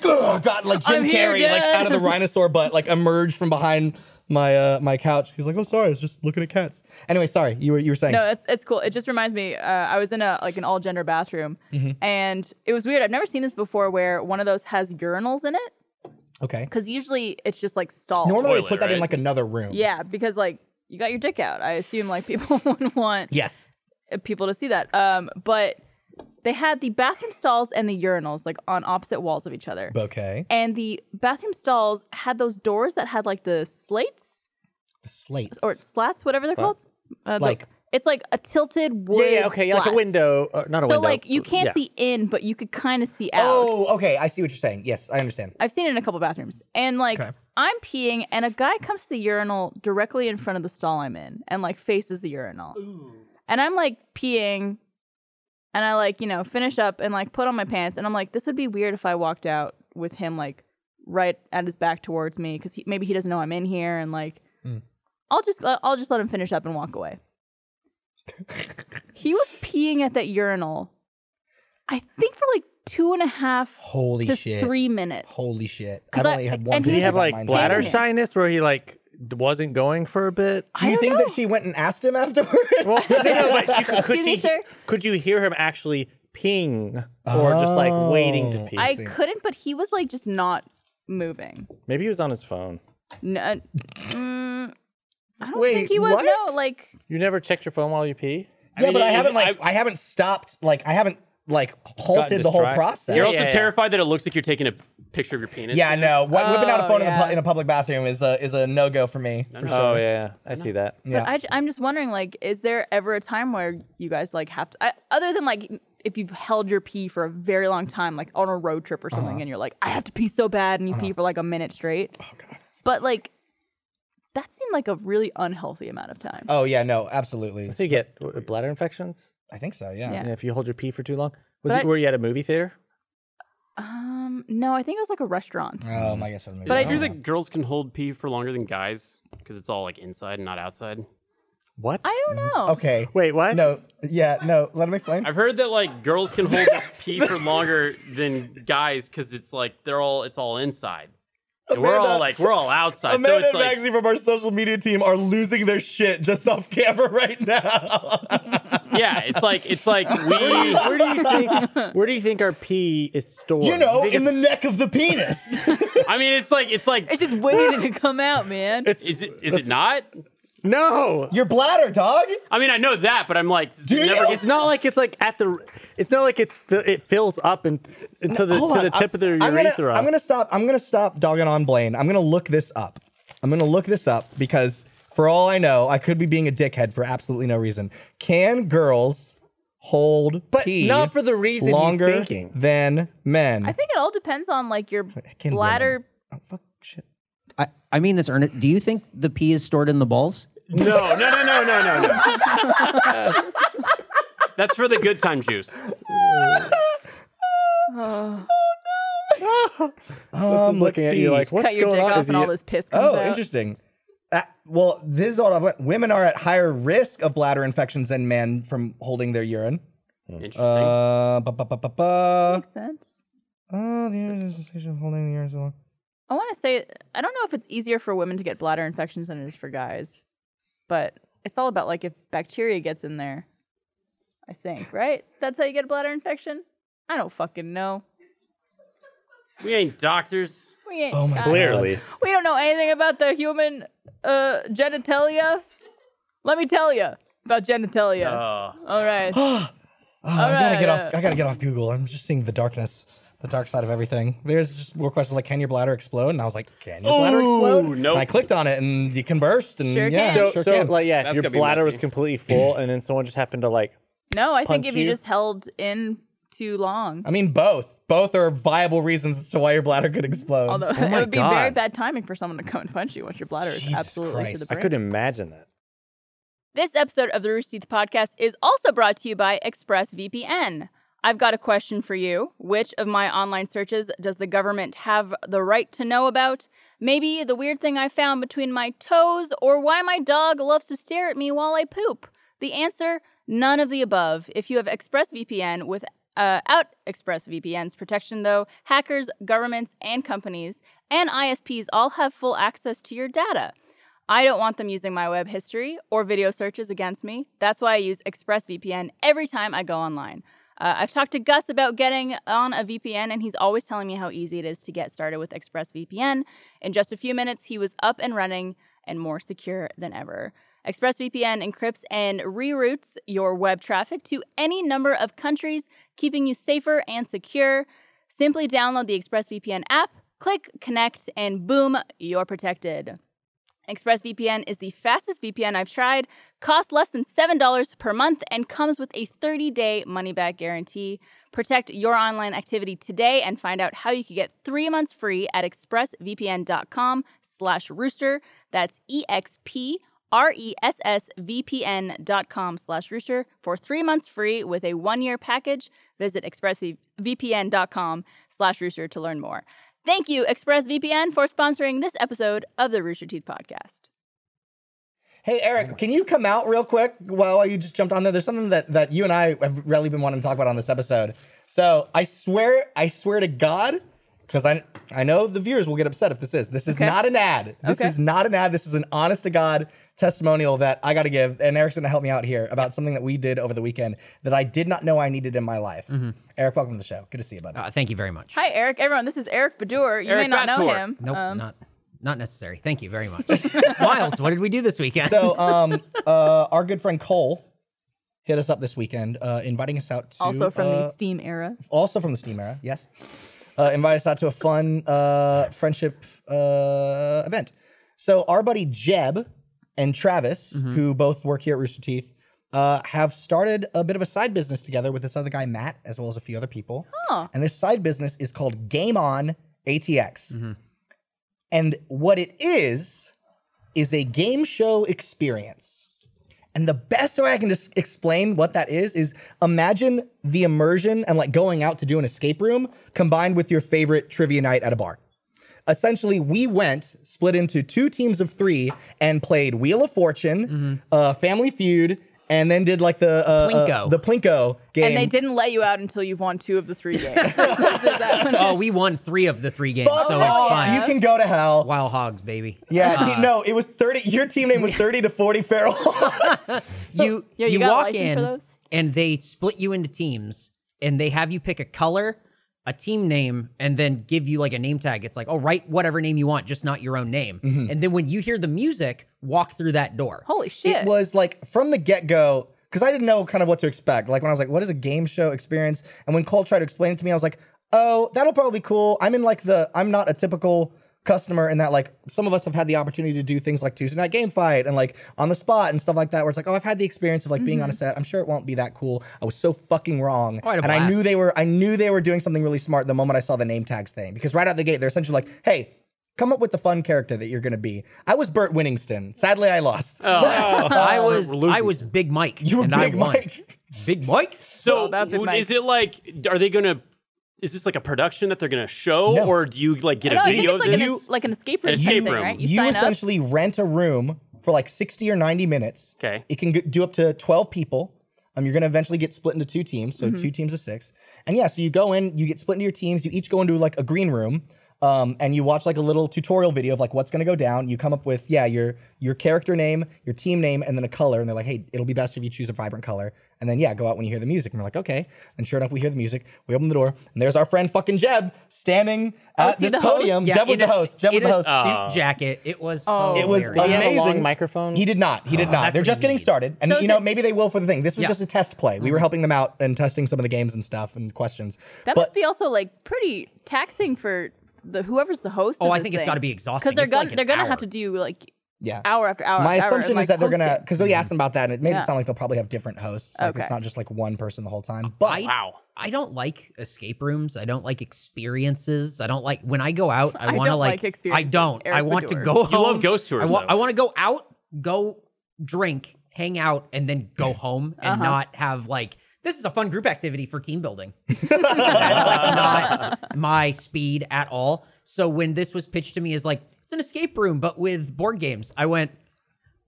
D: got like Jim
B: I'm here,
D: Carrey like
B: Dad.
D: out of the rhinosaur butt, like emerged from behind my uh, my couch. He's like, oh sorry, I was just looking at cats. Anyway, sorry, you were you were saying.
B: No, it's it's cool. It just reminds me. Uh, I was in a like an all gender bathroom,
D: Mm-hmm.
B: and it was weird. I've never seen this before, where one of those has urinals in it.
D: okay.
B: Because usually it's just like stalls.
D: Normally, they
C: Toilet,
D: put that in
C: right?
D: like another room.
B: Yeah, because like you got your dick out. I assume like (laughs) people would want
D: Yes.
B: people to see that. Um, but they had the bathroom stalls and the urinals like on opposite walls of each other.
D: Bouquet.
B: and the bathroom stalls had those doors that had like the slates
D: The slates.
B: or slats, whatever they're called. Uh, the-
D: Like-
B: it's like a tilted wood.
E: Yeah, yeah, okay, yeah, like a
B: slats.
E: window, uh, not a
B: So
E: window.
B: like you can't
E: yeah.
B: see in, but you could kind of see out.
D: Oh, okay. I see what you're saying. Yes, I understand.
B: I've seen it in a couple bathrooms. And like
D: Okay.
B: I'm peeing and a guy comes to the urinal directly in front of the stall I'm in and like faces the urinal. And I'm like peeing and I like, you know, finish up and like put on my pants and I'm like this would be weird if I walked out with him like right at his back towards me cuz he, maybe he doesn't know I'm in here and like I'll just I'll just let him finish up and walk away. he was peeing at that urinal. I think for like two and a half
D: Holy
B: to
D: shit.
B: three minutes.
D: Holy shit.
B: 'Cause
D: I've
B: I-
D: only had
B: and
D: one.
B: he
E: Did he
D: piece
E: have
D: of
E: like
D: mind
E: bladder
D: thing.
B: standing there.
E: shyness where he like d- wasn't going for a bit?
D: Do you
B: don't
D: think
B: know.
D: that she went and asked him (laughs) afterwards?
E: (laughs) Well, no, no, but you, could,
B: Excuse me,
E: you,
B: sir?
E: could you hear him actually ping or just like waiting to
D: Oh.
E: pee?
B: I couldn't, but he was like just not moving.
E: Maybe he was on his phone.
B: No, mm, I don't
D: Wait,
B: think he was.
D: what?
B: No, like
E: You never checked your phone while you pee?
D: yeah,
C: mean,
D: but I
C: it-
D: haven't
C: it-
D: like I, haven't stopped like I haven't like halted the whole
E: distracted.
D: process.
C: You're
E: Yeah,
C: also
E: yeah, yeah.
C: terrified that it looks like you're taking a picture of your penis.
D: yeah, no. Wh- whipping out a
B: Oh,
D: phone in, the
B: yeah.
D: pu- in a public bathroom is a is a no go for me. For sure.
E: Oh yeah, I see that.
D: Yeah.
B: But I, j- I'm just wondering, like, is there ever a time where you guys like have to, I, other than like if you've held your pee for a very long time, like on a road trip or
D: Uh-huh.
B: something, and you're like, I have to pee so bad, and you pee for like a minute straight. Oh god. But like, that seemed like a really unhealthy amount of time.
D: Oh yeah, no, absolutely.
E: So you get uh, bladder infections
D: I think so. Yeah.
B: Yeah.
E: and if you hold your pee for too long. Was
B: But
E: it
B: I-
E: were you at a movie theater?
B: Um, no, I think it was like a restaurant.
D: Oh my guess.
B: But I
C: Is it true
B: do
C: that girls can hold pee for longer than guys because it's all like inside and not outside?
E: What?
B: I don't know.
D: mm, Okay.
E: Wait, what?
D: No. Yeah. No. Let him explain.
C: I've heard that like girls can hold
D: (laughs)
C: pee for longer than guys because it's like they're all it's all inside. And we're all
D: Amanda-
C: like we're all outside, so
D: Amanda
C: it's
D: and
C: like
D: Maxie from our social media team are losing their shit just off camera (laughs) right now.
C: yeah, it's like it's
D: (laughs)
C: like we
E: Where do
B: (laughs)
E: you think where do you think our pee is stored?
D: you know, in the neck of the penis. (laughs)
C: I mean, it's like it's like
B: It's just waiting to come out, man.
C: is it is it not?
E: No.
D: Your bladder, dog.
C: I mean, I know that, but I'm like, does it
D: you?
C: never
E: It's not like it's like at the it's not like it's fi- it fills up and and to the
D: Hold
E: to
D: on,
E: the tip
D: I'm-
E: of the
D: I'm
E: urethra.
D: Gonna, I'm gonna stop. I'm gonna stop dogging on Blaine. I'm gonna look this up. I'm gonna look this up because for all I know, I could be being a dickhead for absolutely no reason. Can girls hold
E: But
D: pee
E: not for the reason he's
D: longer
E: thinking.
D: than men?
B: I think it all depends on like
D: (laughs)
B: your
D: Can
B: bladder.
D: women- Oh, fuck shit.
G: I, I mean this earnest. Do you think the pee is stored in the balls?
C: No, no, no, no, no, no,
E: (laughs)
C: no. That's for the good time juice.
H: Hmm.
D: Um, let's
E: looking at you
D: see.
E: like what's
B: Cut your
E: going
B: dick
E: on?
B: off
E: Is
B: and
E: he-
B: all this piss comes
D: Oh,
B: out.
D: interesting. That- well, this is all I've learned. Women are at higher risk of bladder infections than men from holding their urine.
C: Interesting.
D: Uh, ba Uh, ba ba ba ba.
B: Makes sense.
D: Oh, the urine is the sensation of holding the urine so long.
B: I want to say I don't know if it's easier for women to get bladder infections than it is for guys, but it's all about like if bacteria gets in there. I
E: (laughs)
B: think right. That's how you get a bladder infection. I don't fucking know.
C: We ain't doctors.
B: We ain't. uh,
D: Oh my
E: Clearly.
B: We don't know anything about the human uh, genitalia. Let me tell you about genitalia.
C: Uh,
B: All right.
E: (gasps)
D: Oh, I gotta
B: right,
D: get
B: uh,
D: off. I gotta get off Google. I'm just seeing the darkness, the dark side of everything. There's just more questions like, can your bladder explode? And I was like, can your bladder explode?
C: nope.
D: And I clicked on it, and you can burst. And
B: Sure
D: yeah,
B: can.
E: So,
D: it sure
E: so
D: can.
E: like, yeah,
C: That's
E: if your
C: gonna be
E: bladder was
C: messy.
E: completely full and then someone just happened to like,
B: no, I think
E: Punch
B: if you
E: you?
B: just held in too long,
D: I mean, both. Both are viable reasons as to why your bladder could explode.
B: although (laughs)
E: Oh
B: it would be very bad timing for someone to come and punch you once your bladder is
D: Oh Jesus
B: absolutely
D: Christ.
B: to the
E: I
B: brim.
E: could imagine that.
B: This episode of the Rooster Teeth Podcast is also brought to you by ExpressVPN. I've got a question for you. Which of my online searches does the government have the right to know about? Maybe the weird thing I found between my toes, or why my dog loves to stare at me while I poop? The answer none of the above. If you have ExpressVPN with uh, out ExpressVPN's protection, though, hackers, governments, and companies and ISPs all have full access to your data. I don't want them using my web history or video searches against me. That's why I use ExpressVPN every time I go online. Uh, I've talked to Gus about getting on a VPN, and he's always telling me how easy it is to get started with ExpressVPN. In just a few minutes, he was up and running and more secure than ever. ExpressVPN encrypts and reroutes your web traffic to any number of countries, keeping you safer and secure. Simply download the ExpressVPN app, click connect, and boom, you're protected. ExpressVPN is the fastest VPN I've tried, costs less than $7 per month, and comes with a 30 day money back guarantee. Protect your online activity today and find out how you can get three months free at expressvpn.com slash rooster. That's E X P R E S S V P N dot com slash rooster for three months free with a one year package. Visit expressvpn.com slash rooster to learn more. Thank you, ExpressVPN, for sponsoring this episode of the Rooster Teeth Podcast.
D: Hey Eric, can you come out real quick while you just jumped on there? There's something that, that you and I have really been wanting to talk about on this episode. So I swear, I swear to God, because I I know the viewers will get upset if this is. This is
B: Okay.
D: not an ad. This
B: Okay.
D: is not an ad. This is an honest to God testimonial that I gotta give. And Eric's gonna help me out here about something that we did over the weekend that I did not know I needed in my life. Eric, welcome to the show. Good to see you, buddy.
H: Uh, thank you very much.
B: Hi, Eric. Everyone, this is Eric Badur. You may
C: Eric
B: not know
C: Bator.
B: him.
H: Nope,
B: Um,
H: not not necessary. Thank you very much. (laughs) Miles, what did we do this weekend?
D: So um uh our good friend Cole hit us up this weekend, uh inviting us out to
B: also from
D: uh,
B: the Steam era.
D: also from the Steam era, yes, uh, invite us out to a fun uh, friendship uh, event. So our buddy Jeb and Travis, who both work here at Rooster Teeth, uh, have started a bit of a side business together with this other guy Matt, as well as a few other people. And this side business is called Game On ATX, and what it is is a game show experience. And the best way I can just explain what that is is imagine the immersion and like going out to do an escape room combined with your favorite trivia night at a bar. Essentially, we went split into two teams of three and played Wheel of Fortune,
H: Mm-hmm.
D: uh, Family Feud, and then did like the uh,
H: Plinko.
D: uh, the Plinko game.
B: And they didn't let you out until you've won two of the
C: (laughs)
B: three games. This is that one.
H: (laughs) oh, we won three of the three games,
D: Fuck
H: so
D: off.
H: it's fun.
D: You can go to hell.
H: Wild hogs, baby. Uh,
D: Yeah, te- no, it was thirty. Your team name was thirty to forty feral.
H: (laughs) you
B: Yeah, you
H: you
B: got a
H: walk
B: license for
H: in
B: those?
H: and they split you into teams and they have you pick a color, a team name, and then give you like a name tag. It's like, oh, write whatever name you want, just not your own name.
D: Mm-hmm.
H: And then when you hear the music, walk through that door.
B: Holy shit.
D: It was like from the get go, because I didn't know kind of what to expect. Like when I was like, what is a game show experience? And when Cole tried to explain it to me, I was like, oh, that'll probably be cool. I'm in like the, I'm not a typical customer in that like some of us have had the opportunity to do things like Tuesday night game fight and like on the spot and stuff like that where it's like oh I've had the experience of like being on a set I'm sure it won't be that cool I was so fucking wrong
H: Quite a
D: and I knew
H: blast.
D: they were I knew they were doing something really smart the moment I saw the name tags thing because right out the gate they're essentially like hey come up with the fun character that you're going to be I was Burt Winningston sadly I lost (laughs)
H: I was I was Big Mike.
D: Uh, you were
H: and
D: Big
H: I won.
D: Mike. (laughs)
H: Big Mike?
C: So
B: about Big
C: w-
B: Mike.
C: is it like are they gonna is this like a production that they're gonna show
D: No.
C: or do you like get
B: no,
C: a
B: I guess
C: video
B: it's
C: of
B: like, an,
C: this?
B: es- like an escape room
C: An
B: type
C: escape
B: thing,
C: room.
B: right? You,
D: You,
B: sign up.
D: essentially rent a room for like 60 or 90 minutes.
C: Okay.
D: It can g- do up to 12 people. Um, you're going to eventually get split into
B: Mm-hmm.
D: two teams, so two teams of six. And yeah, so you go in, you get split into your teams, you each go into like a green room. um, and you watch like a little tutorial video of like what's gonna go down. You come up with yeah your your character name, your team name, and then a color. And they're like, hey, it'll be best if you choose a vibrant color. And then yeah, go out when you hear the music. And we're like, okay. And sure enough, we hear the music. We open the door, and there's our friend fucking Jeb standing at
B: Oh, is he
D: this
B: the host?
D: podium.
H: Yeah,
D: Jeb was
H: in
D: the
H: a s-
D: host. Jeb was the
H: in a
D: host.
H: suit jacket. It was.
B: Oh.
D: It was
H: hilarious.
E: Did he have a
D: amazing.
E: long microphone?
D: He did not. He did not.
H: Oh, that's
D: They're
H: what
D: just
H: he
D: getting
H: needs. Uh-huh.
D: started, and
B: So is
D: you know
B: it-
D: maybe they will for the thing. This was
H: Yeah.
D: just a test play. We were helping them out and testing some of the games and stuff and questions.
B: That
D: But-
B: must be also like pretty taxing for the whoever's the host.
H: Oh, I think it's gotta be exhausting.
B: because they're
H: It's
B: gonna
H: like an
B: they're gonna
H: hour.
B: have to do like
D: yeah.
B: hour after hour.
D: My
B: after hour,
D: assumption
B: like,
D: is that they're gonna
B: hosting.
D: because we asked them about that, and it made
B: Yeah.
D: it sound like they'll probably have different hosts. Like
B: Okay.
D: it's not just like one person the whole time. But
H: I,
C: Wow.
H: I don't like escape rooms. I don't like experiences. I don't like when I go out.
B: I
H: I, want to
B: don't like
H: like. I
B: experiences,
H: don't.
B: Eric
H: I want to
B: Bedour.
H: go. Home.
C: You love ghost
H: I,
C: tours,
H: wa-
C: though.
H: I want to go out, go drink, hang out, and then go home and not have like this is a fun group activity for team building. That's like not my speed at all. So when this was pitched to me as like it's an escape room but with board games, I went,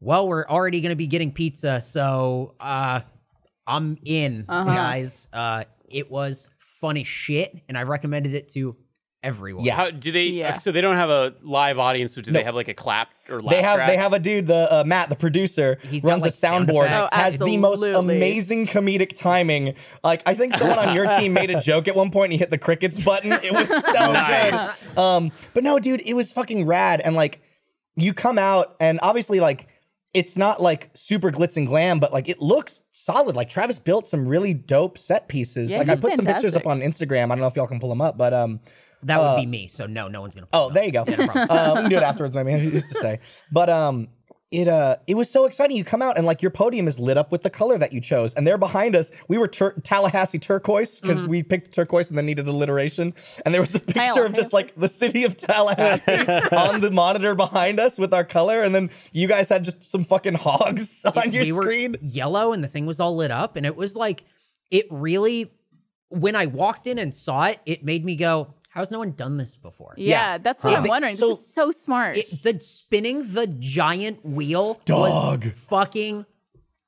H: well, we're already going to be getting pizza, so uh, I'm in, guys. Uh, it was fun as shit, and I recommended it to everyone.
D: Yeah.
C: How do they? uh,
B: Yeah.
C: So they don't have a live audience, but do they have like a clap or laugh
D: they have
C: track?
D: they have a dude, the uh, Matt, the producer,
H: He's got,
D: runs
H: like,
D: a
H: sound
D: soundboard,
H: effects.
B: Oh,
D: has the most
B: absolutely.
D: amazing comedic timing. Like I think someone on your
B: (laughs)
D: team made a joke at one point and he hit the crickets button. It was
H: (laughs)
D: so good. Um, but no, dude, it was fucking rad. And like you come out and obviously like it's not like super glitz and glam, but like it looks solid. Like Travis built some really dope set pieces.
B: Yeah,
D: like I
B: he's
D: put some pictures up
B: fantastic.
D: on Instagram. I don't know if y'all can pull them up, but um,
H: That would be me. So no, no one's gonna.
D: Oh, there you go. uh, we can do it afterwards, my man. Who used to say? But um, it uh, it was so exciting. You come out and like your podium is lit up with the color that you chose, and they're behind us. We were tur- Tallahassee turquoise because
H: Mm-hmm.
D: we picked turquoise and then needed alliteration, and there was a picture of just like the city of
H: (laughs)
D: Tallahassee on the monitor behind us with our color, and then you guys had just some fucking hogs on your
H: we were
D: screen.
H: yellow and the thing was all lit up and it was like it really when i walked in and saw it it made me go how's no one done this before
B: Yeah, that's what
D: Yeah.
B: I'm
D: They-
B: wondering.
D: so-
B: this is so smart.
H: it, the spinning the giant wheel
D: Dog.
H: was fucking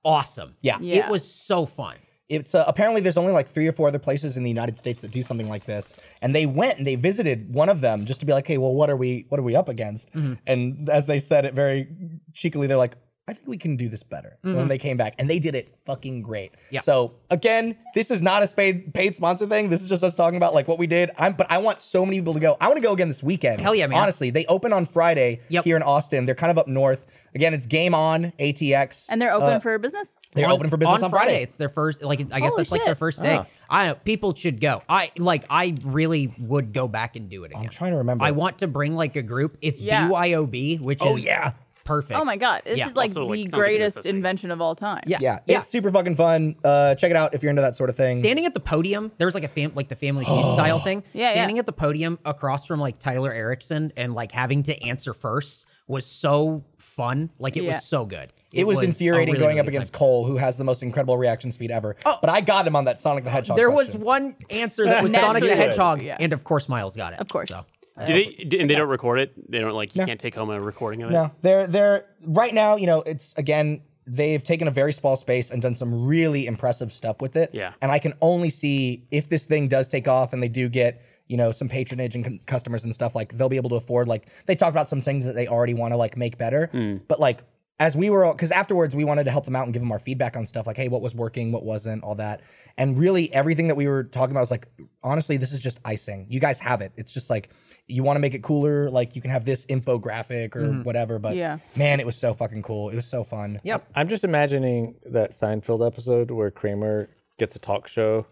H: awesome
D: Yeah.
B: Yeah.
H: it was so fun
D: it's uh, apparently there's only like three or four other places in the United States that do something like this, and they went and they visited one of them just to be like, hey, well, what are we, what are we up against?
H: Mm-hmm.
D: And as they said it very cheekily, they're like, I think we can do this better. And When they came back, and they did it fucking great.
H: Mm-hmm. Yeah.
D: So again, this is not a paid paid sponsor thing. This is just us talking about like what we did. I'm, but I want so many people to go. I want to go again this weekend.
H: Hell yeah, man.
D: Honestly, they open on Friday
H: Yep.
D: here in Austin. They're kind of up north. Again, it's game on ATX,
B: and they're open
H: Uh,
B: for business.
D: they're open for business on,
H: Friday. It's their first, like I guess
B: Holy
H: that's like their
B: shit.
H: first day. I people should go. I like I really would go back and do it again. I'm
D: trying to remember.
H: I want to bring like a group. It's
B: Yeah.
H: BYOB, which
D: Oh,
H: is
D: yeah.
H: perfect.
B: Oh my god, this
H: Yeah.
B: is like
C: Also, like,
B: the
C: sounds like a
B: greatest
C: necessity.
B: invention of all time.
H: yeah
D: Yeah,
H: yeah.
D: it's super fucking fun. Uh, check it out if you're into that sort of thing.
H: standing at the podium there was like a fam like the
D: (gasps)
H: family feud style thing
B: Yeah, yeah.
H: standing at the podium across from like tyler erickson and like having to answer first was so fun like it
B: Yeah.
H: was so good
D: it was,
H: a
D: infuriating
H: really,
D: going up
H: really good
D: against
H: time.
D: Cole, who has the most incredible reaction speed ever. But I got him on that Sonic the Hedgehog.
H: Oh. there was
D: question.
H: one answer
B: (laughs)
H: that was
B: Naturally
H: sonic the
B: good.
H: hedgehog
B: Yeah.
H: and of course miles got it
B: Of course.
H: so
C: Do they? do- And they don't record it. They don't like. You can't take home a recording of it.
D: No, they're they're right now. You know, it's again they've taken a very small space and done some really impressive stuff with it.
C: Yeah.
D: and I can only see if this thing does take off and they do get you know some patronage and c- customers and stuff like they'll be able to afford. Like they talked about some things that they already want to like make better, but like. As we were, because afterwards we wanted to help them out and give them our feedback on stuff like, hey, what was working, what wasn't, all that. And really, everything that we were talking about was like, honestly, this is just icing. You guys have it. It's just like, you want to make it cooler, like you can have this infographic or whatever. But
B: Yeah.
D: man, it was so fucking cool. It was so fun.
H: yep
E: I'm just imagining that Seinfeld episode where Kramer gets a talk show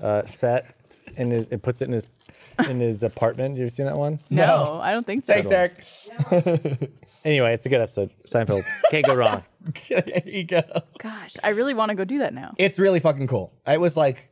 E: uh, set and is, it puts it in his in his apartment. You ever seen that one?
B: No, I don't think so.
D: Thanks, Eric.
E: Anyway, it's a good episode. Seinfeld can't go wrong.
D: (laughs) there you go.
B: Gosh, I really want to go do that now.
D: It's really fucking cool. It was like,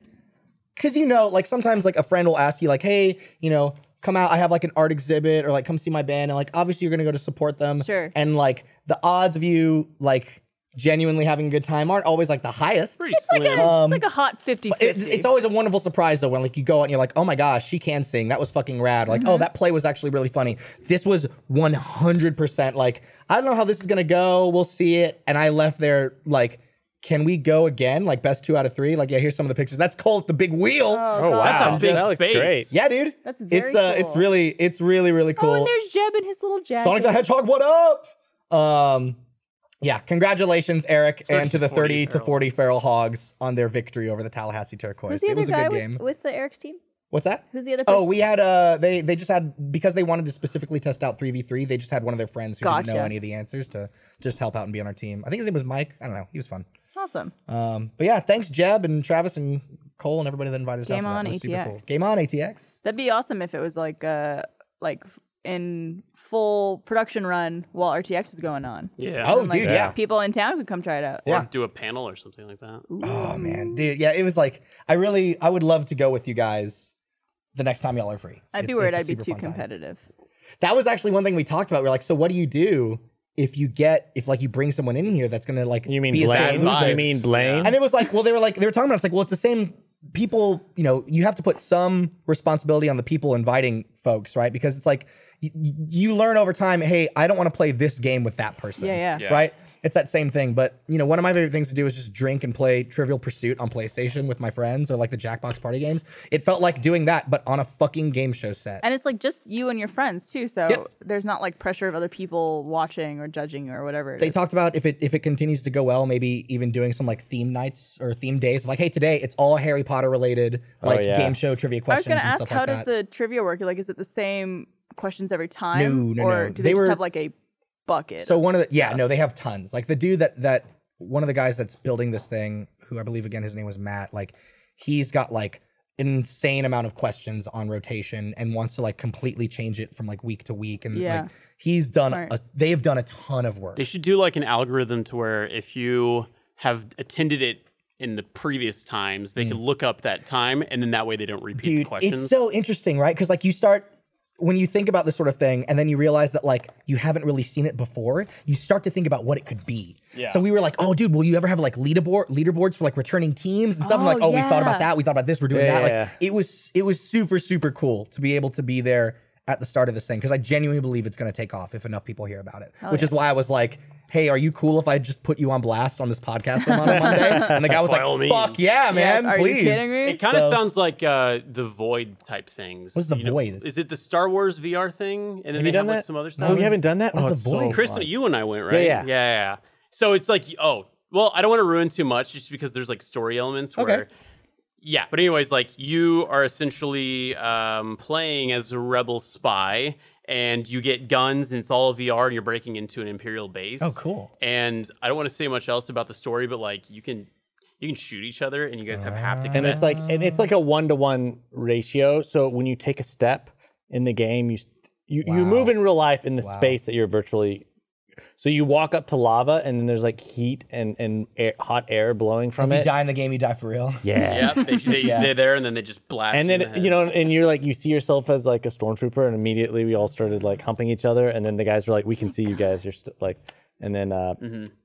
D: cause you know, like sometimes like a friend will ask you like, hey, you know, come out. I have like an art exhibit or like come see my band, and like obviously you're gonna go to support them.
B: Sure.
D: And like the odds of you like genuinely having a good time aren't always like the highest.
C: Pretty slim.
B: it's like a hot 50
D: Um, It's, it's always a wonderful surprise though when like you go out and you're like, oh my gosh, she can sing. That was fucking rad. Like,
B: Mm-hmm.
D: oh, that play was actually really funny. This was 100% like, I don't know how this is gonna go. We'll see it. And I left there like can we go again? Like best two out of three. Like yeah, here's some of the pictures. That's called the big wheel.
E: Oh wow,
C: That's a big
E: that looks
C: space.
E: great.
D: Yeah, dude.
B: That's very
D: it's uh,
B: cool.
D: it's really it's really really cool.
B: Oh, and there's Jeb and his little jacket.
D: Sonic the Hedgehog, what up? Um, yeah, congratulations, Eric, and to the 30 to 40 feral hogs on their victory over the Tallahassee Turquoise.
B: Who's the
D: It
B: other
D: was a
B: guy
D: good
B: with,
D: game.
B: with the Eric's team?
D: What's that?
B: Who's the other
D: Oh,
B: person?
D: we had uh they they just had because they wanted to specifically test out 3v3, they just had one of their friends who didn't know
B: Gotcha.
D: any of the answers to just help out and be on our team. I think his name was Mike. I don't know. He was fun.
B: Awesome.
D: Um, but yeah, thanks Jeb and Travis and Cole and everybody that invited us out
B: Game
D: to that.
B: on
D: It was super cool.
B: ATX.
D: Game on ATX.
B: That'd be awesome if it was like uh like f- in full production run while RTX was going on.
C: Yeah.
D: Oh,
B: And, like
D: dude, yeah.
B: people in town could come try it out.
C: Or
D: Yeah.
C: do a panel or something like that.
D: Oh man, dude, yeah, it was like I really, I would love to go with you guys the next time y'all are free.
B: I'd be
D: It's-
B: worried
D: it's a
B: I'd be
D: super
B: too
D: fun time.
B: competitive.
D: That was actually one thing we talked about. We are like, so what do you do if you get if like you bring someone in here that's gonna like
E: You mean
D: be a sore
E: Blaine?
D: loser?
E: You mean Blaine?
D: And it was like, well, they were like, they were talking about it. it's like, well, it's the same people, you know, you have to put some responsibility on the people inviting folks, right? Because it's like you, you learn over time, hey, I don't want to play this game with that person.
B: Yeah, yeah. Yeah.
D: Right? It's that same thing. But you know, one of my favorite things to do is just drink and play Trivial Pursuit on PlayStation with my friends or like the Jackbox party games. It felt like doing that, but on a fucking game show set.
B: And it's like just you and your friends too, so there's not like pressure of other people watching or judging or whatever. it
D: they
B: is.
D: talked about if it if it continues to go well, maybe even doing some like theme nights or theme days. Like, hey, today it's all Harry Potter related, like
E: yeah.
D: game show trivia
B: I was
D: questions.
B: gonna
D: and
B: ask,
D: stuff
B: how
D: like
B: does
D: that.
B: the trivia work? Like, is it the same questions every time,
D: No, no,
B: or
D: no.
B: do they,
D: They
B: just
D: were-
B: have like a bucket?
D: So
B: of
D: one of the yeah,
B: stuff?
D: no, they have tons. Like the dude that that one of the guys that's building this thing, who I believe again his name was Matt, like he's got like an insane amount of questions on rotation and wants to like completely change it from like week to week and
B: Yeah.
D: like he's done
B: Smart.
D: a, they've done a ton of work.
C: They should do like an algorithm to where if you have attended it in the previous times, they can look up that time, and then that way they don't repeat the
D: Hmm. Dude,
C: questions.
D: it's so interesting, right? Because like you start when you think about this sort of thing, and then you realize that like you haven't really seen it before, you start to think about what it could be. Yeah. So we were like, oh, dude, will you ever have like leaderboard leaderboards for like returning teams and stuff? I'm
B: Oh,
D: like, oh, we thought
B: yeah.
D: about that. We thought about this. We're doing
E: Yeah,
D: that. Like
E: yeah,
D: it was it was super super cool to be able to be there at the start of this thing because I genuinely believe it's going to take off if enough people hear about it, which is why I was like. Hey, are you cool if I just put you on blast on this podcast I'm on on Monday?
C: (laughs)
D: And the guy was
C: By
D: like,
C: all means.
D: "Fuck yeah,
B: Yes,
D: man!
B: are
D: please."
B: you kidding me?
C: It kind of
D: So-
C: sounds like uh, the Void type things.
D: What's the
C: You know,
D: Void?
C: is it the Star Wars VR thing? And then
E: Have
C: they
E: you done
C: have
E: that?
C: like some other stuff.
E: No, we haven't done that.
D: What's
E: Oh,
D: the
E: it's
D: void?
E: so
D: Crystal,
E: fun.
C: Kristen, you and I went right.
E: yeah.
C: yeah, yeah. So it's like oh well, I don't want to ruin too much just because there's like story elements where. Yeah, but anyways, like you are essentially um, playing as a rebel spy, and you get guns, and it's all VR, and you're breaking into an imperial base.
D: Oh, cool.
C: And I don't want to say much else about the story, but like you can, you can shoot each other, and you guys have haptic.
E: and it's like and it's like a one to one ratio. So when you take a step in the game, you s- you, you move in real life in the space that you're virtually. So you walk up to lava, and then there's like heat and and air, hot air blowing from
D: If you
E: it.
D: die in the game, you die for real.
E: (laughs) yeah.
C: Yep, they, they, they're there, and then they just blast.
E: And
C: you in
E: then
C: the head.
E: you know, and you're like, you see yourself as like a stormtrooper, and immediately we all started like humping each other, and then the guys were like, "We can see you guys." You're st-, like, and then uh,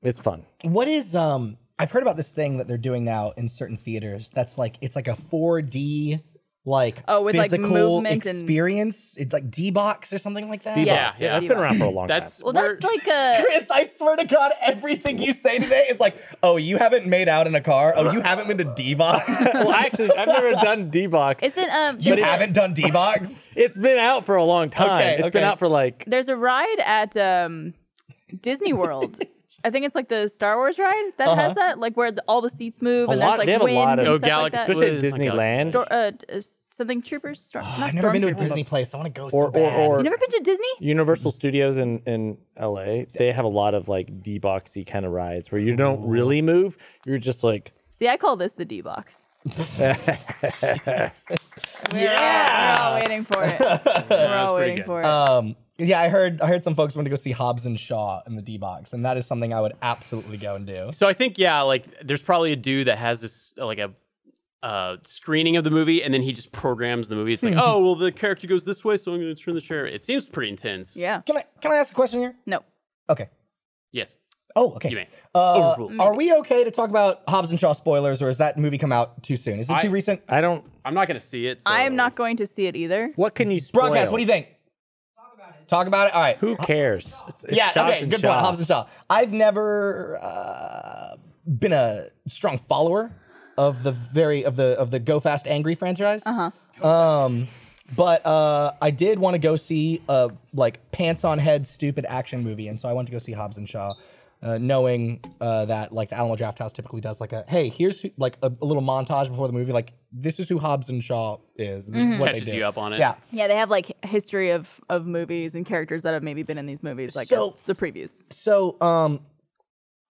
E: it's fun.
D: What is um? I've heard about this thing that they're doing now in certain theaters. That's like it's like a 4D like
B: Oh, with, like,
D: physical
B: movement and-
D: experience. It's like D box or something like that.
C: Yeah,
E: Box.
C: yeah.
E: that's been around for a long
C: that's
E: time.
B: well,
C: where-
B: that's like uh, a
D: (laughs) Chris, I swear to God, everything you say today is like, oh, you haven't made out in a car. Oh, you haven't been to
B: (laughs)
D: D
C: (laughs)
D: box.
E: Well, actually, I've never done D box.
B: isn't um.
D: you
B: there's a-
D: haven't done
B: (laughs)
D: D box.
E: It's been out for a long time.
D: Okay,
E: It's
D: okay.
E: been out for like
B: there's a ride at um, Disney
D: (laughs)
B: World. I think it's like the Star Wars ride that has that, like where the, all the seats move
E: Uh-huh.
B: and
E: A lot-
B: there's
E: they
B: like
E: have a
B: wind
E: lot
B: and
E: of-
C: Oh,
B: stuff like
C: Galaxy
B: that.
E: especially at
C: It's not
E: Disneyland
B: Stor- uh, d- uh, something troopers. Stor- not
D: Oh, I've never been to a
B: stormtroopers.
D: Disney place. I want to go. so
E: or or,
D: bad.
E: or
B: You never been to Disney?
E: Universal Studios in in L.A. They have a lot of like D boxy kind of rides where you don't really move. You're just like
B: See, I call this the D
D: (laughs)
B: box. We're all waiting for
D: (laughs)
B: it. We're all waiting for it.
E: Uh,
D: Um, yeah, I heard. I heard some folks want to go see Hobbs and Shaw in the D box, and that is something I would absolutely go and do.
C: So I think yeah, like there's probably a dude that has this uh, like a uh, screening of the movie, and then he just programs the movie. It's like, oh well, the character goes this way, so I'm going to turn the chair. It seems pretty intense.
B: yeah.
D: Can I can I ask a question here?
B: No.
D: Okay.
C: Yes.
D: Oh, okay.
C: You may.
D: Uh,
C: Overruled.
D: Are we okay to talk about Hobbs and Shaw spoilers, or has that movie come out too soon? Is it too recent?
E: I don't.
C: I'm not going to see it. So.
B: I am not going to see it either.
E: What can you spoil?
D: Broadcast, what do you think? Talk about it. All right.
E: Who cares? It's, it's
D: yeah.
E: shots
D: Okay.
E: and
D: Good point.
E: shots.
D: Hobbs and Shaw. I've never. Uh, been a strong follower of the very of the of the Go Fast Angry franchise. Uh-huh. Um, but uh, I did want to go see a like pants on head stupid action movie, and so I went to go see Hobbs and Shaw. Uh, knowing uh, that like the Alamo Draft House typically does like a hey here's who, like a, a little montage before the movie like this is who Hobbs and Shaw is this is what
C: Catches
D: they do
C: you up on it.
D: yeah
B: Yeah, they have like history of of movies and characters that have maybe been in these movies, like
D: So-
B: as the previews.
D: so um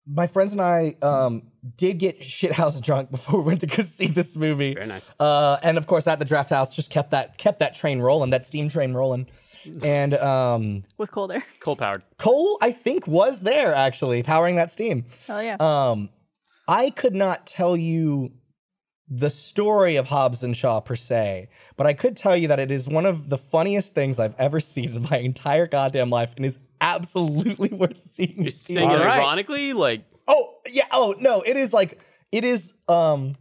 D: my friends and I um did get shithouse (laughs) drunk before we went to go see this movie. Very
C: nice.
D: Uh, and of course, at the draft house, just kept that kept that train rolling, that steam
C: (laughs)
D: train rolling. And um,
B: Was cool there.
C: Coal powered.
D: Cole, I think, was there actually powering that steam.
B: (laughs) Hell yeah.
D: Um, I could not tell you the story of Hobbs and Shaw per se, but I could tell you that it is one of the funniest things I've ever seen in my entire goddamn life, and is absolutely (laughs) worth seeing.
C: You're saying it
E: All right.
C: ironically, like
D: Oh yeah. Oh no. It is like it is. Um,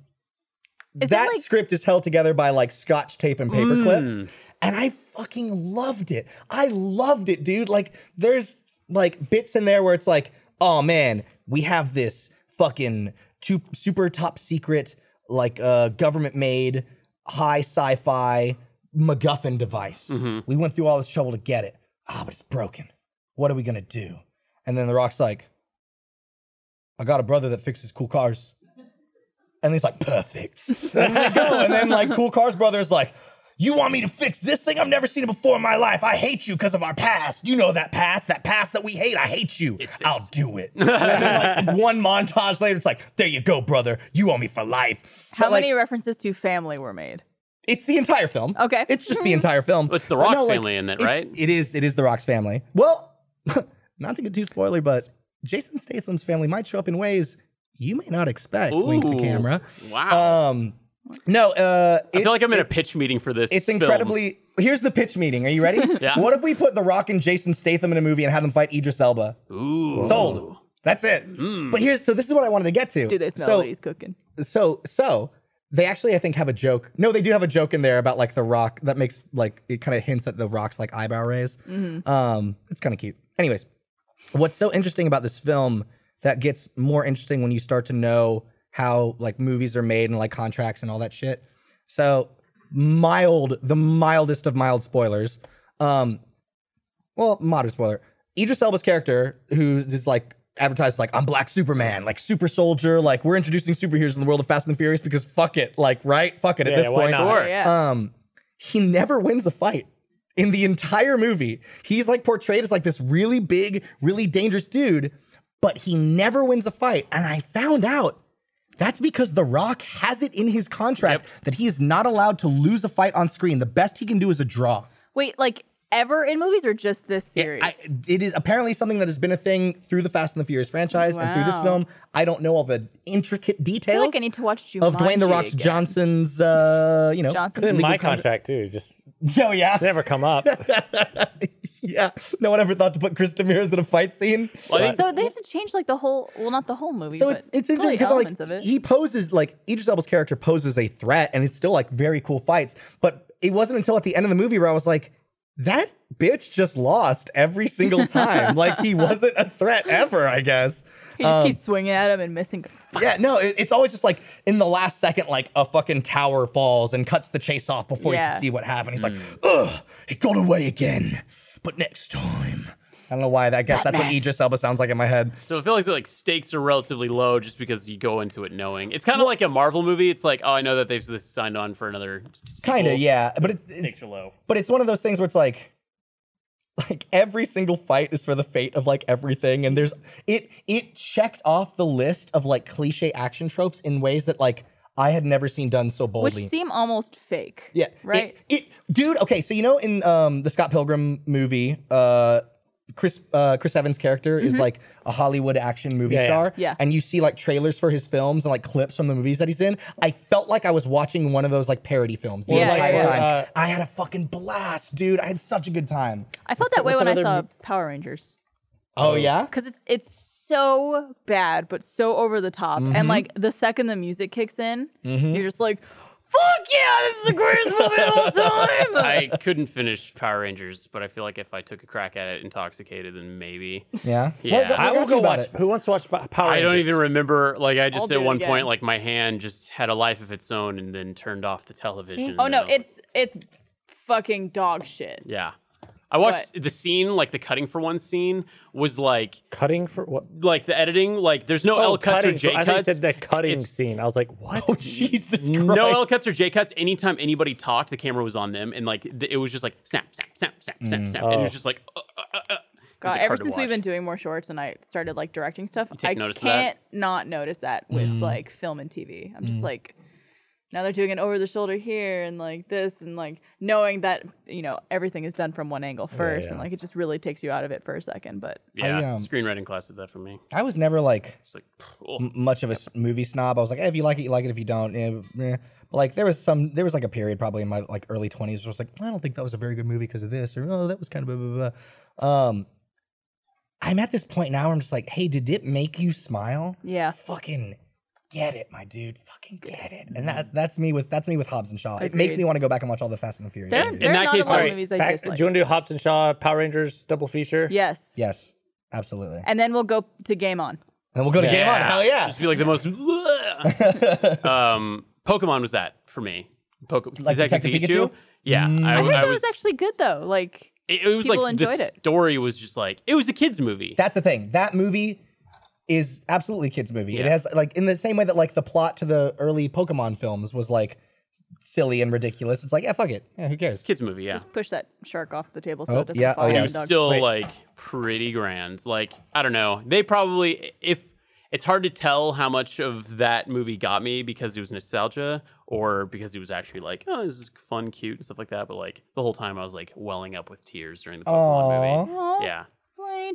B: Is it
D: that
B: like- Mm.
D: script is held together by like scotch tape and paper clips, and I fucking loved it. I loved it, dude. Like there's like bits in there where it's like, oh man, we have this fucking tu- super top secret like uh, government made high sci-fi MacGuffin device.
B: Mm-hmm.
D: We went through all this trouble to get it. Ah, but it's broken. What are we gonna do? And then The Rock's like, I got a brother that fixes cool cars. And he's like, perfect. (laughs) and, they go, and then like cool cars brother's like, you want me to fix this thing? I've never seen it before in my life. I hate you because of our past. You know that past, that past that we hate. I hate you. I'll do it. and then, like, one montage later, it's like, there you go, brother. You owe me for life.
B: How
D: But, like,
B: many references to family were made?
D: It's the entire film.
B: Okay. Mm-hmm.
D: It's just the entire film.
C: It's the
D: But
C: Rock's family in it,
D: it's-
C: right?
D: It is. It is the Rock's family. Well, (laughs) not to get too spoiler, but Jason Statham's family might show up in ways you may not expect. Wink to
C: Ooh.
D: camera.
C: Wow.
D: Um, no. Uh,
C: I feel like I'm in a pitch meeting for this.
D: It's
C: film.
D: incredibly. Here's the pitch meeting. Are you ready?
C: (laughs) Yeah.
D: What if we put The Rock and Jason Statham in a movie and have them fight Idris Elba?
C: Ooh. Hmm.
D: Sold. That's it. But here's so this is what I wanted to get to.
B: Do they smell
D: so,
B: what he's cooking?
D: so so they actually I think have a joke. No, they do have a joke in there about like the rock that makes like it kind of hints at the rock's like eyebrow raise. Um, it's kind of cute. Anyways, what's so interesting about this film that gets more interesting when you start to know how like movies are made and like contracts and all that shit. So mild, the mildest of mild spoilers. Um, well, moderate spoiler. Idris Elba's character, who is like advertised like I'm Black Superman, like super soldier, like we're introducing superheroes in the world of Fast and the Furious because fuck it, like right, fuck it at
E: Yeah,
D: this
E: why
D: point.
E: not?
B: Oh, yeah.
D: Um, he never wins a fight in the entire movie. He's like portrayed as like this really big, really dangerous dude, but he never wins a fight. And I found out that's because The Rock has it in his contract that he is not allowed to lose a fight on screen. The best he can do is a draw.
B: Wait, like ever in movies or just this series?
D: It, I, it is apparently something that has been a thing through the Fast and the Furious franchise and through this
B: Wow.
D: film. I don't know all the intricate details.
B: like I need to watch
D: of Dwayne the
B: Jumanji
D: Rock
B: again.
D: Johnson's, uh, you know,
B: Johnson.
E: in
D: legal
E: my contract too. Just
D: (laughs) Oh yeah,
E: never
D: (laughs)
E: come up.
D: yeah. No one ever thought to put Chris Demirs in a fight scene.
C: Well, I think
B: So they have to change like the whole, well, not the whole movie.
D: So
B: but
D: it's it's
B: probably
D: interesting because
B: elements of
D: like
B: it.
D: he poses like Idris Elba's character poses a threat, and it's still like very cool fights. But it wasn't until at the end of the movie where I was like, that bitch just lost every
B: (laughs)
D: single time. like he wasn't a threat ever, I guess.
B: he
D: um,
B: just keeps swinging at him and missing.
D: Yeah, no, it, it's always just like in the last second, like a fucking tower falls and cuts the chase off before you
B: Yeah.
D: can see what happened. He's
C: Hmm.
D: like, ugh, he got away again, but next time. I don't know why that guess that's what Idris Elba sounds like in my head.
C: So I feel like the, like stakes are relatively low just because you go into it knowing. It's kind of like a Marvel movie. It's like, oh, I know that they've s- signed on for another.
D: Kind of, yeah, but it, it's
E: Stakes are low.
D: but it's one of those things where it's like (laughs) like every single fight is for the fate of like everything and there's it it checked off the list of like cliche action tropes in ways that like i had never seen done so
B: Which
D: boldly
B: seem almost fake.
D: yeah.
B: Right?
D: It, it- dude, okay, so you know in um the Scott Pilgrim movie, uh Chris uh Chris Evans' character is like a Hollywood action movie
E: Yeah, yeah.
D: star.
B: Mm-hmm. Yeah.
D: And you see like trailers for his films and like clips from the movies that he's in. I felt like I was watching one of those like parody films the
B: Yeah,
D: entire
B: yeah, yeah.
D: time.
E: Uh,
D: I had a fucking blast, dude. I had such a good time.
B: I felt that way when I
D: another
B: saw
D: mo-
B: Power Rangers.
D: Oh yeah?
B: because it's it's so
D: Mm-hmm.
B: bad but so over the top and like the second the music kicks in you're just like Fuck yeah, this is the greatest movie of all time.
C: I couldn't finish Power Rangers, but I feel like if I took a crack at it intoxicated, then maybe.
D: Yeah.
C: Yeah.
D: What- what
E: I
D: got
E: will
D: you
E: go
D: about
E: watch.
D: it?
E: Who wants to watch Pa- Power?
C: I don't
E: Rangers?
C: even remember. Like I just
B: I'll do
C: at
B: it
C: one
B: again.
C: point, like my hand just had a life of its own, and then turned off the television.
B: oh
C: and
B: no,
C: then I was-
B: it's it's fucking dog shit.
C: yeah. I watched the scene, like the cutting for one scene was like
E: cutting for what?
C: like the editing, like there's no Oh, L cuts or
E: Oh, cutting.
C: J
E: I thought you
C: cuts.
E: said (laughs) the cutting scene. I was like, what? Oh
C: Jesus No L cuts or J cuts. Anytime anybody talked, the camera was on them, and like th- it was just like snap, snap, snap, snap,
E: Mm,
C: snap, snap, and it
E: oh.
C: was just like uh, uh, uh, uh. It was,
B: God,
C: like,
B: ever
C: hard to
B: since we've
C: watch.
B: been doing more shorts and I started like directing stuff,
C: take
B: I
C: notice of that? Mm.
B: can't not notice that with like film and TV. I'm just like, now they're doing an over the shoulder here and like this and like knowing that you know everything is done from one angle first and like it just really takes you out of it for a second. But
C: yeah,
D: I, um,
C: screenwriting class did that for me.
D: I was never like
C: It's like oh.
D: m- much of a s- movie snob. I was like, eh, if you like it, you like it. If you don't, eh, eh. But like there was some, there was like a period probably in my like early twenties where I was like, I don't think that was a very good movie because of this, or oh, that was kind of blah, blah, blah. Um, I'm at this point now. Where I'm just like, hey, did it make you smile?
B: Yeah.
D: fucking get it, my dude. Fucking get it. And that's that's me with that's me with Hobbs and Shaw. It makes
B: Agreed.
D: me want to go back and watch all the Fast and the Furious.
B: there,
D: movies.
B: there
C: that
B: are not
C: case,
B: a lot
C: sorry,
B: of movies I
E: Back- do
B: dislike.
E: you want to do Hobbs and Shaw Power Rangers double feature?
B: yes.
D: Yes, absolutely. And
B: And then we'll go to Game On.
D: then we'll go to Game On. Hell yeah.
C: Just be like the
D: (laughs)
C: most. um, Pokemon was that for me. Poke-
D: Like Detective Pikachu? Mm.
C: Yeah, I,
B: I, heard
C: I
B: that was actually good though. Like
C: It, it was
B: people
C: like
B: enjoyed
C: the
B: it.
C: story was just like it was a kids movie.
D: That's the thing. That movie is absolutely a kids movie. It
C: Yeah.
D: has like in the same way that like the plot to the early Pokemon films was like silly and ridiculous. It's like yeah, fuck it. Yeah, who cares?
C: kids movie, yeah.
B: push that shark off the table so
D: Oh,
B: it doesn't
D: yeah,
B: fall
D: oh,
B: on
D: yeah.
B: the
C: It was
B: dog.
C: still like pretty grand. Like I don't know. They probably if it's hard to tell how much of that movie got me because it was nostalgia or because it was actually like oh this is fun, cute and stuff like that. But like the whole time I was like welling up with tears during the Pokemon movie.
B: Aw,
C: Yeah.
B: Blaine,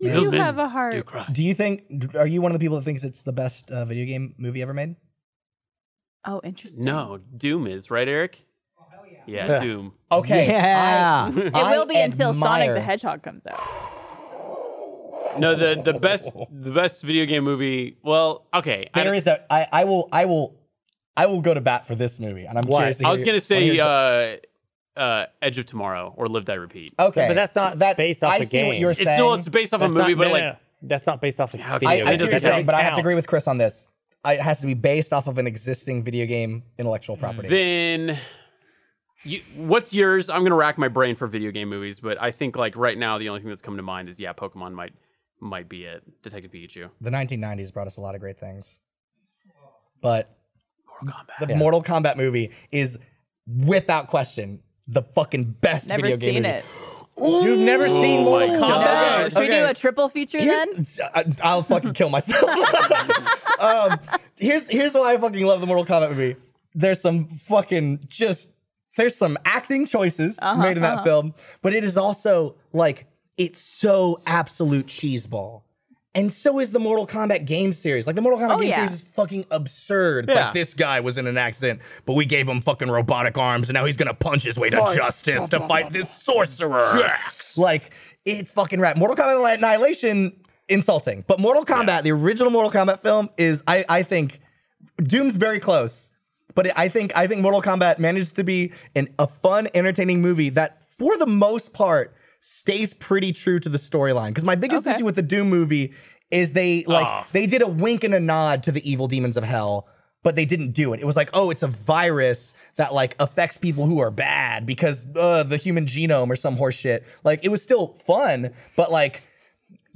B: you
C: Little
B: do
C: bit
B: have a heart.
C: Do cry.
D: Do you think? Are you one of the people that thinks it's the best uh, video game movie ever made?
B: Oh, interesting.
C: No, Doom is right, Eric.
B: Oh,
C: yeah.
E: Yeah.
C: Doom.
D: Okay.
G: Yeah.
D: I-
B: It
D: I
B: will be until Sonic
D: admire-
B: the Hedgehog comes
D: (sighs)
B: out.
C: No, the the best the best video game movie. Well, okay. I,
D: There is a. I, I will. I will. I will go to bat for this movie, and I'm
E: Why?
D: curious. To
C: I was
D: hear-
C: gonna
D: wanna
C: say
D: hear-
C: uh, uh, Edge of Tomorrow or Live Die Repeat.
D: okay,
E: But that's not based off
D: I
E: the
D: see what
E: game.
D: you're
E: It's
D: saying.
C: It's no, it's based off a
E: That's
C: movie,
E: not-
C: but
E: no,
C: like
E: no, no. that's not based off a
C: Yeah, okay,
E: video
C: I-
D: I,
C: It
E: game.
D: I see
C: doesn't
D: what you're saying,
E: count.
D: but I have to agree with Chris on this. I, it has to be based off of an existing video game intellectual property.
C: then you, what's yours? I'm gonna rack my brain for video game movies, but I think like right now the only thing that's come to mind is yeah, Pokemon might might be it. Detective Pikachu,
D: the 1990s brought us a lot of great things, but
C: Mortal Kombat.
D: the Mortal Kombat movie is without question the fucking best
B: Never
D: video game
B: seen
D: movie.
B: it.
E: You've never seen Mortal
C: Oh my
B: No,
E: Kombat?
D: God.
B: should we do
D: Okay.
B: a triple feature then?
D: Here's- (laughs) I, I'll fucking kill myself. (laughs) um, here's here's why I fucking love the Mortal Kombat movie. There's some fucking just there's some acting choices made in that film, but it is also like it's so absolute cheeseball. And so is the Mortal Kombat game series. Like the Mortal Kombat
B: Oh,
D: game
B: yeah.
D: series is fucking absurd. It's
C: Yeah.
D: like this guy was in an accident, but we gave him fucking robotic arms, and now he's gonna punch his way to justice to fight this sorcerer. Like, it's fucking rad. Mortal Kombat Annihilation, insulting. But Mortal Kombat, the original Mortal Kombat film, is I I think Doom's very close. But I think I think Mortal Kombat manages to be an, a fun, entertaining movie that, for the most part, stays pretty true to the storyline. Because my biggest
B: Okay.
D: issue with the Doom movie is they like they did a wink and a nod to the evil demons of hell, but they didn't do it. It was like, oh, it's a virus that like affects people who are bad because uh, the human genome or some horse shit. Like it was still fun, but like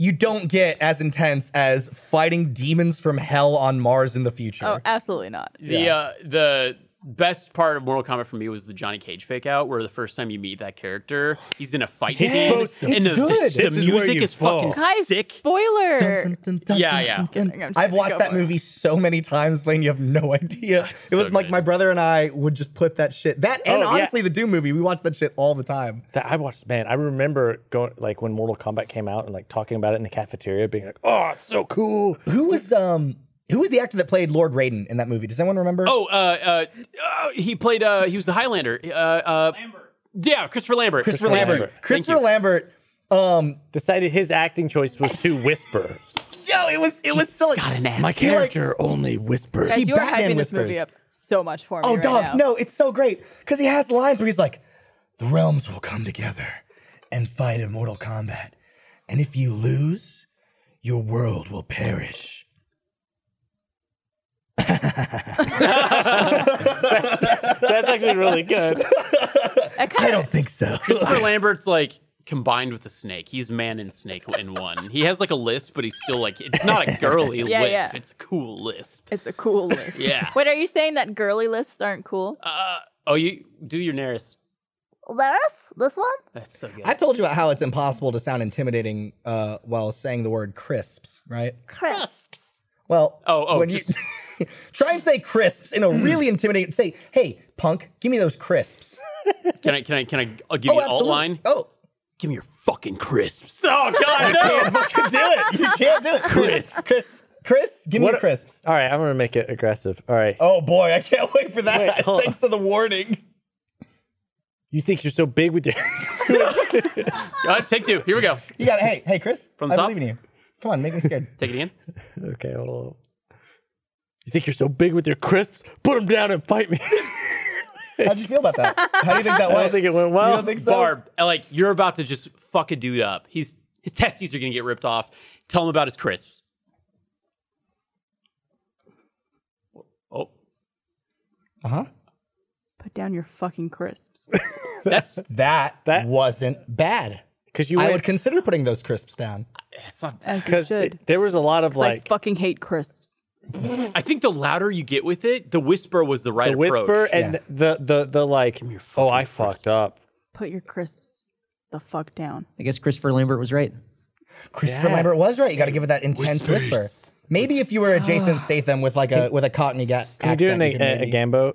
D: you don't get as intense as fighting demons from hell on Mars in the future.
B: Oh, absolutely not.
C: The uh, the best part of Mortal Kombat for me was the Johnny Cage fake out, where the first time you meet that character, he's in a fight
D: Yes,
C: scene, and the,
D: it's good.
C: the, the
E: This is where
C: music
E: you
C: is fucking
E: fall.
B: Guys,
C: sick.
B: spoiler.
C: Yeah, yeah.
B: I'm just
D: I've
B: gonna
D: watched
B: go
D: that
B: for it.
D: movie so many times, Blaine. You have no (laughs) idea. it was
C: so
D: like
C: good.
D: my brother and I would just put that shit. That and
E: Oh, yeah.
D: honestly, the Doom movie. We watched that shit all the time.
E: That I watched, man. I remember going like when Mortal Kombat came out and like talking about it in the cafeteria, being like, "Oh, it's so cool."
D: Who was um? Who was the actor that played Lord Raiden in that movie? Does anyone remember?
C: Oh, uh, uh, uh, he played. Uh, he was the Highlander. Uh, uh, Lambert. Yeah, Christopher Lambert.
D: Christopher Lambert.
E: Lambert.
D: Christopher Lambert. Um,
E: Decided his acting choice was to whisper.
D: yo, it was it was silly.
E: My
D: He, like-
E: character only whispers.
B: Guys,
D: He
B: you are
D: Batman
B: hyping this movie
D: whispers.
B: up so much for me.
D: Oh,
B: right
D: dog,
B: now.
D: no, it's so great because he has lines where he's like, "The realms will come together and fight in mortal combat, and if you lose, your world will perish."
E: That's actually really good.
B: That
D: I
B: kind of (laughs)
D: don't think (laughs) so.
C: Christopher Lambert's like combined with the snake. He's man and snake in one. He has like a lisp, but he's still like it's not a girly
B: (laughs) Yeah,
C: lisp.
B: yeah.
C: It's a cool lisp.
B: it's a
D: (laughs)
B: cool list.
C: Yeah.
B: Wait, are you saying that girly lists aren't cool?
C: Uh, oh, you do your nearest.
B: this? This one?
C: That's so good.
D: I've told you about how it's impossible to sound intimidating uh, while saying the word crisps, right?
B: Crisps.
D: Well,
C: Oh, oh,
D: when
C: just-
D: you (laughs) Hmm. try and say crisps in a really intimidating. Say, hey, punk, give me those crisps.
C: Can I? Can I? Can I? I'll
B: Oh,
C: give you an alt
D: absolutely.
C: line.
D: Oh,
C: Give me your fucking crisps. (laughs) Oh God,
D: (laughs) can't fucking do it. You can't (laughs) do it. Chris, Chris, Chris, give me
E: What-
D: the crisps.
E: All right, I'm gonna make it aggressive. All right.
D: Oh boy, I can't wait for that. (laughs)
E: Wait, hold
D: Thanks for the warning.
E: You think you're so big with your? (laughs)
C: Uh, take two. Here we go.
D: You got it. Hey, hey, Chris.
C: From
D: I
C: top?
D: believe in you. Come on, make me (laughs) scared.
C: Take it again.
E: okay, hold on. You think you're so big with your crisps? Put them down and fight me. (laughs)
D: How'd you feel about that? How do you think that
E: I
D: went?
E: don't think it went well.
D: You don't think so?
C: Barb, uh, like you're about to just fuck a dude up. He's his testes are gonna get ripped off. Tell him about his crisps. Oh,
D: Uh huh.
B: Put down your fucking
D: (laughs)
B: crisps.
C: that's
D: That,
E: That-
D: wasn't bad.
E: Because you
D: I
E: went-
D: would consider putting those crisps down.
C: that's not.
B: As you
E: 'cause
B: should.
E: it- there was a lot of
B: 'Cause I
E: like
B: fucking hate crisps.
C: I think the louder you get with it, the whisper was the right
E: the whisper
C: approach.
E: and
D: Yeah.
E: the the the like. Oh, I fucked up.
B: Put your crisps the fuck down.
G: I guess Christopher Lambert was right.
D: Christopher Lambert was right. You got to give it that intense whisper. Maybe if you were a Jason Statham with like a with a cockney got
E: Ah. Can you
D: accent,
E: do
D: you
E: an,
D: could
E: a, a
D: maybe-
E: gambo?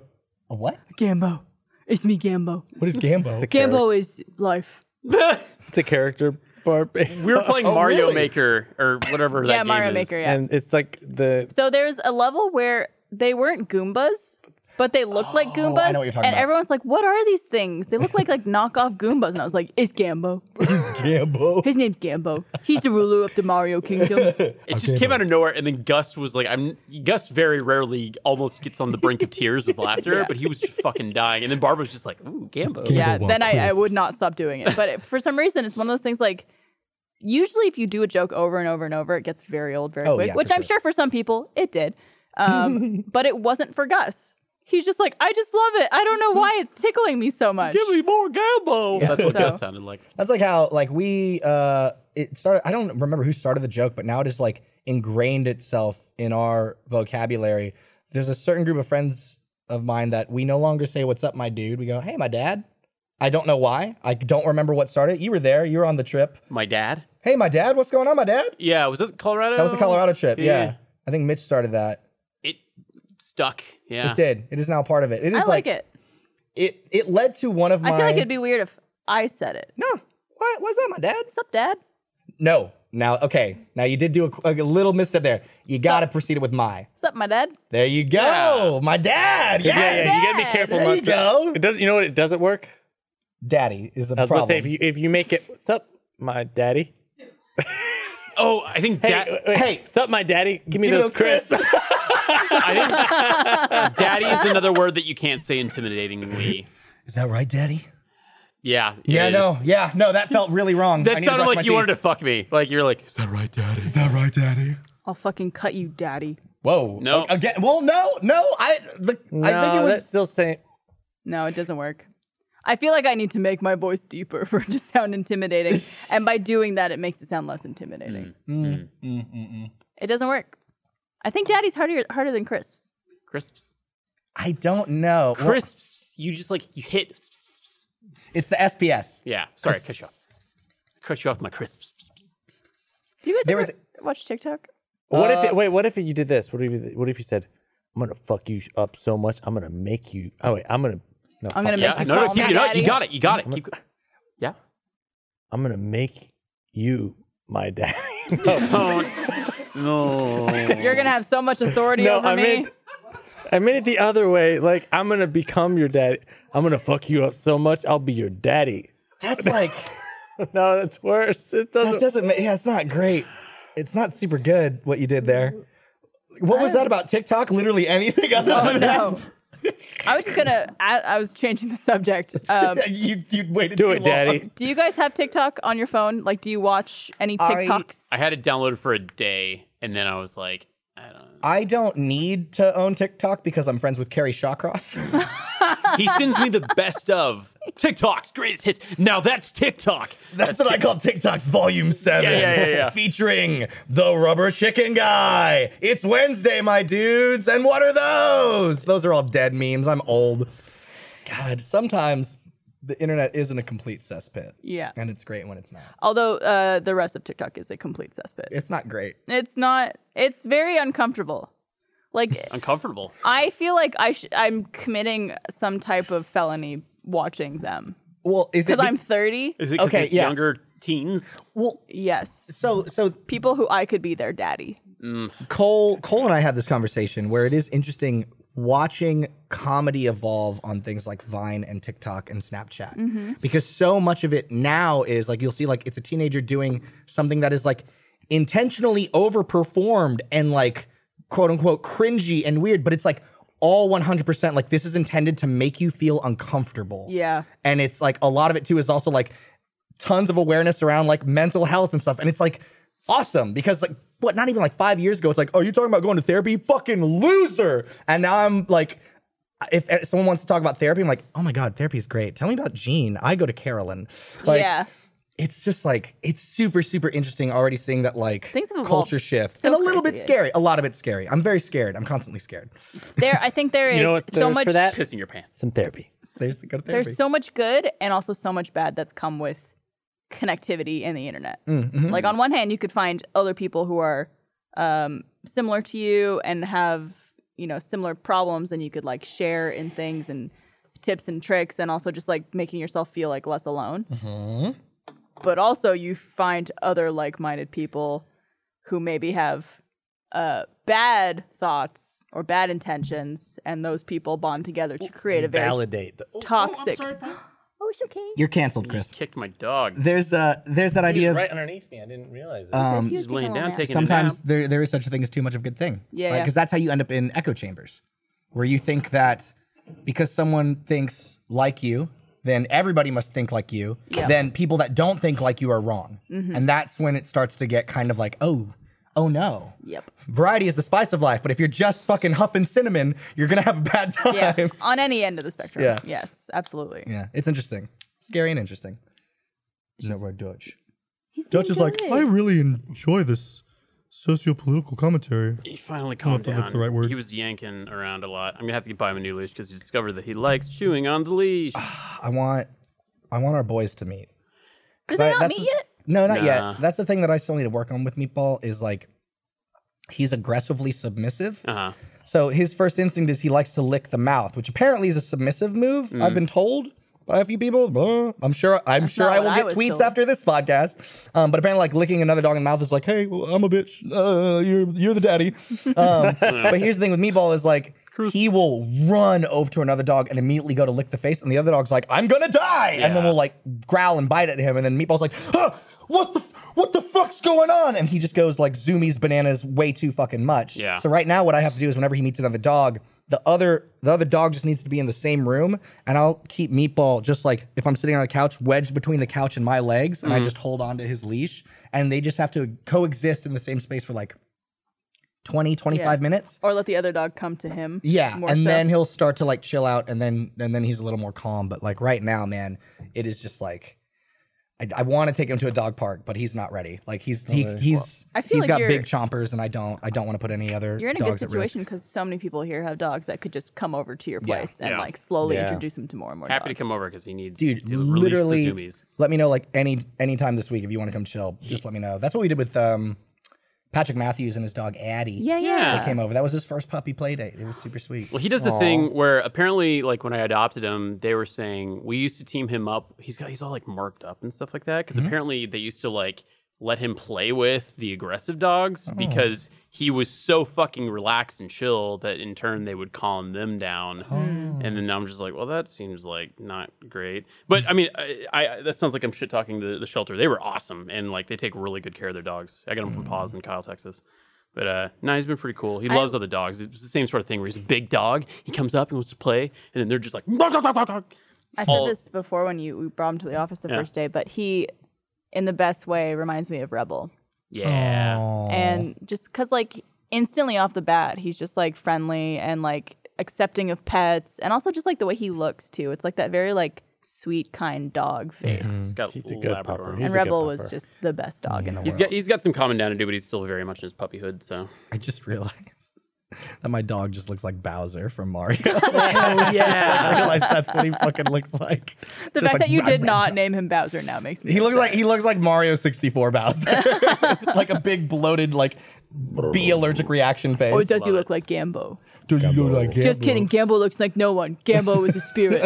D: A what?
B: Gambo. It's me, Gambo.
D: What is Gambo?
B: Gambo is life.
E: It's a character (laughs) Barb,
C: we were
B: (laughs)
C: playing Mario
D: really?
C: Maker or whatever that
B: Oh, Yeah,
C: game
B: Mario
C: is.
B: Maker, yeah.
E: and it's like the
B: So there's a level where they weren't Goombas, but they looked like Goombas.
D: know what you're talking
B: and
D: about.
B: everyone's like, what are these things? They look like like (laughs) knockoff Goombas. And I was like, it's Gambo.
D: Gambo.
B: His name's Gambo. He's the ruler of the Mario Kingdom.
C: It just came out of nowhere, and then Gus was like, "I'm." Gus very rarely almost gets on the brink of tears with laughter, but he was just fucking dying. And then Barb was just like, "Ooh, Gambo."
B: yeah, then I, I would not stop doing it. But it, for some reason, it's one of those things like, usually if you do a joke over and over and over, it gets very old very
D: Oh,
B: quick,
D: yeah, for
B: which I'm sure.
D: sure.
B: for some people it did. Um,
D: (laughs)
B: but it wasn't for Gus. He's just like, I just love it. I don't know why it's tickling me so much.
C: Give me more Gambo. That's what
B: So-
C: Gus sounded like.
D: That's like how like we uh it started I don't remember who started the joke, but now it is like ingrained itself in our vocabulary. There's a certain group of friends of mine that we no longer say what's up my dude. We go, "Hey, my dad." I don't know why. I don't remember what started. it. You were there. You were on the trip.
C: My dad.
D: Hey, my dad. What's going on, my dad?
C: Yeah, was it Colorado?
D: That was the Colorado trip.
C: Yeah.
D: Yeah. I think Mitch started that.
C: It stuck. Yeah.
D: It did. It is now part of it. It is
B: I like, it.
D: It it led to one of my
B: I feel like it'd be weird if I said it.
D: No. What? What's that, my dad?
B: What's up, Dad?
D: No. Now, okay. Now you did do a, a little misstep there. You got to proceed it with my.
B: What's up, my dad?
D: There you go. My dad. Yeah.
E: yeah yeah. You gotta be
B: Dad.
E: careful.
D: There
E: not
D: you
E: to-
D: go.
E: It doesn't. You know what? It doesn't work.
D: Daddy is the
E: I was
D: problem.
E: about to say if you if you make it. What's up, my daddy?
C: Oh, I think
E: Hey,
C: da-
E: wait,
D: hey.
E: what's up, my daddy? Give me
D: Give me
E: those,
D: those crisps.
E: crisps.
D: (laughs)
C: (laughs) daddy is another word that you can't say intimidatingly.
D: is that right, Daddy?
C: Yeah. it
D: Yeah.
C: is.
D: No. Yeah. No. That felt really wrong. I
C: That
D: need to
C: sounded
D: brush
C: like
D: my
C: you
D: teeth.
C: wanted to fuck me. Like you're like,
I: Is that right, Daddy?
D: Is that right, Daddy?
B: I'll fucking cut you, Daddy.
D: Whoa.
C: No.
D: A- Again. Well, no. No. I. The, I think it
E: No,
D: was.
E: Uh, that's still saying.
B: No, it doesn't work. I feel like I need to make my voice deeper (laughs) for it to sound intimidating. and by doing that, it makes it sound less intimidating.
C: Mm,
D: Mm,
B: It doesn't work. I think daddy's harder harder than crisps.
C: crisps.
D: I don't know. Well,
C: Crisps. You just like you hit.
D: it's the SPS.
C: Yeah. Sorry, cut you off. Cut you off my crisps.
B: Do you guys
D: There
B: ever
D: was
B: watch TikTok?
E: What if
D: Uh,
E: it, wait? What if you did this? What if you, what if you said, "I'm gonna fuck you up so much. I'm gonna make you. Oh wait, I'm gonna. No,
B: I'm
E: fuck
B: gonna
E: you.
B: make
C: Oh, Yeah.
B: you
C: No, no,
B: call
C: keep
B: me
C: it up. You
B: daddy.
C: got it. You got it. Keep. go- Yeah.
E: I'm gonna make you my (laughs) daddy.
C: No.
B: You're gonna have so much authority over
E: I
B: me.
E: meant, I meant it the other way. Like I'm gonna become your daddy. I'm gonna fuck you up so much. I'll be your daddy. (laughs)
D: That's like.
E: No, that's worse.
D: That
E: It doesn't.
D: doesn't make. Yeah, it's not great. It's not super good what you did there. What was that about TikTok? Literally anything other
B: Oh
C: (laughs)
D: than
B: no.
D: that?
B: I was just gonna. I, I was changing the subject.
C: (laughs)
B: Um,
D: (laughs) You you waited
E: Do
D: too long.
E: it,
B: (laughs)
E: Daddy.
B: do you guys have TikTok on your phone? Like, do you watch any
D: I-
B: TikToks?
C: I had it downloaded for a day, and then I was like, I don't know.
D: I don't need to own TikTok because I'm friends with Carrie Shawcross. (laughs)
C: He sends me the best of TikTok's greatest hits. Now that's TikTok.
D: That's what I call TikTok's Volume 7.
C: Yeah, yeah, yeah, yeah.
D: Featuring the rubber chicken guy. It's Wednesday, my dudes. And what are those? Those are all dead memes. I'm old. God, sometimes the internet isn't a complete cesspit.
B: Yeah.
D: And it's great when it's not.
B: Although uh, the rest of TikTok is a complete cesspit.
D: It's not great.
B: It's not. It's very uncomfortable. Like,
C: Uncomfortable.
B: I feel like I sh- I'm committing some type of felony watching them
D: Well, is it
B: because I'm 30.
C: Is it 'cause
D: Okay,
C: it's
D: yeah.
C: younger teens?
D: well
B: Yes,
D: so so
B: people who I could be their daddy.
D: Cole Cole and I had this conversation where it is interesting watching comedy evolve on things like Vine and TikTok and Snapchat
B: Mm-hmm.
D: because so much of it now is like you'll see like it's a teenager doing something that is like intentionally overperformed and like quote unquote cringy and weird but it's like all 100% like this is intended to make you feel uncomfortable
B: Yeah.
D: and it's like a lot of it too is also like tons of awareness around like mental health and stuff and it's like awesome because like what not even like five years ago it's like oh you're talking about going to therapy fucking loser and now i'm like if if someone wants to talk about therapy i'm like oh my god therapy is great tell me about gene i go to carolyn like
B: yeah,
D: it's just like it's super super interesting already seeing that like
B: Things have evolved
D: culture shift
B: so
D: and a little bit
B: crazy.
D: scary a lot of it scary i'm very scared i'm constantly scared
B: there. I think there is
E: know what
B: so
E: there's
B: much.
E: for that?
C: Pissing your pants.
E: Some therapy.
D: there's go to therapy
B: There's so much good and also so much bad that's come with connectivity and the internet. Like on one hand, you could find other people who are um, similar to you and have you know similar problems, and you could like share in things and tips and tricks, and also just like making yourself feel like less alone. But also, you find other like-minded people who maybe have uh, bad thoughts or bad intentions, and those people bond together to create a very
E: Validate. The,
B: toxic.
D: you're canceled chris
C: Kicked my dog.
D: there's uh there's that idea of
E: right underneath me. I didn't realize it.
D: Um,
C: He's laying down, taking
D: sometimes
C: a nap.
D: there there is such a thing as too much of a good thing.
B: Yeah,
D: Because
B: yeah.
D: that's how you end up in echo chambers, where you think that because someone thinks like you, then everybody must think like you. Then people that don't think like you are wrong,
B: Mm-hmm.
D: and that's when it starts to get kind of like oh. Oh no.
B: Yep.
D: Variety is the spice of life, but if you're just fucking huffing cinnamon, you're gonna have a bad time. (laughs)
B: Yeah. On any end of the spectrum.
D: Yeah.
B: Yes, absolutely.
D: Yeah, it's interesting. Scary and interesting. No, we're Dutch.
B: He's
I: Dutch
B: being
I: is like,
B: good.
I: I really enjoy this socio-political commentary.
C: He finally calmed
I: if that's
C: down.
I: the right word.
C: He was yanking around a lot. I'm gonna have to buy him a new leash because he discovered that he likes chewing on the leash.
D: I want, I want our boys to meet.
B: Did
D: 'Cause
B: they
D: I-
B: not
D: that's
B: meet
D: the-
B: yet?
D: No, not
C: Nah.
D: yet. That's the thing that I still need to work on with Meatball is like he's aggressively submissive.
C: Uh-huh.
D: So his first instinct is he likes to lick the mouth, which apparently is a submissive move. I've been told by a few people. Blah. I'm sure. I'm sure
B: not
D: I will
B: what I
D: get
B: was
D: tweets
B: told.
D: after this podcast. Um, but apparently, like licking another dog in the mouth is like, hey, well, I'm a bitch. Uh, you're you're the daddy.
C: (laughs)
D: Um, but here's the thing with Meatball is like. He will run over to another dog and immediately go to lick the face, and the other dog's like, "I'm gonna die," and then
C: Yeah.
D: we'll like growl and bite at him, and then Meatball's like, "Huh, "What the f- what the fuck's going on?" And he just goes like zoomies bananas way too fucking much.
C: Yeah.
D: So right now, what I have to do is whenever he meets another dog, the other the other dog just needs to be in the same room, and I'll keep Meatball just like if I'm sitting on the couch, wedged between the couch and my legs, and I just hold on to his leash, and they just have to coexist in the same space for like 20, 25
B: Yeah.
D: minutes.
B: Or let the other dog come to him.
D: Yeah,
B: more
D: and
B: so.
D: then he'll start to like chill out, and then and then he's a little more calm. But like right now, man, it is just like I, I want to take him to a dog park, but he's not ready. Like he's he, he's
B: I feel
D: he's
B: like
D: got
B: you're-
D: big chompers, and I don't I don't want to put any other
B: You're in a good
D: dogs at risk.
B: situation because so many people here have dogs that could just come over to your place and
C: Yeah.
B: like slowly
E: Yeah.
B: introduce them to more and more.
C: Happy to
B: dogs.
C: come over because he needs
D: Dude,
C: to release
D: literally,
C: the zoomies.
D: let me know like any any time this week if you want to come chill. Just let me know. That's what we did with um, Patrick Matthews and his dog Addie.
B: Yeah,
C: Yeah.
B: yeah.
D: came over. That was his first puppy play date. It was super sweet.
C: Well, he does the thing where apparently, like when I adopted him, they were saying we used to team him up. He's got he's all like marked up and stuff like that because apparently they used to like let him play with the aggressive dogs because he was so fucking relaxed and chill that in turn they would calm them down And then I'm just like, well, that seems like not great. But I mean, I, I that sounds like I'm shit talking the, the shelter. They were awesome, and like they take really good care of their dogs. I got them from Paws in Kyle, Texas. But uh, no, he's been pretty cool. He loves other dogs. It's the same sort of thing where he's a big dog. He comes up and wants to play, and then they're just like, "Dog, dog, dog, dog, dog."
B: I
C: All-
B: said this before when you we brought him to the office the
C: Yeah.
B: first day, but he, in the best way, reminds me of Rebel.
C: yeah.
B: and just because like instantly off the bat he's just like friendly and like accepting of pets and also just like the way he looks too it's like that very like sweet kind dog face
C: He's got
E: He's a good
C: Labrador.
E: pupper.
C: Mm-hmm. He's,
E: He's-
B: and
E: a good
B: rebel was
E: pupper.
B: just the best dog in the world
C: got he's got some common down to do, but he's still very much in his puppyhood. So
D: (laughs) I just realized (laughs) that my dog just looks like Bowser from (laughs) Mario. I
C: (laughs)
H: yeah.
D: realized that's what he fucking looks like.
B: the fact that you did not name him bowser now makes me
D: He looks
B: upset.
D: like he looks like Mario 64
C: (laughs)
D: Bowser. like a big bloated like bee allergic reaction face.
C: Oh,
B: or Oh, does he look like gambo
I: Do you look like
B: just kidding gambo looks like no one gambo is a (laughs) spirit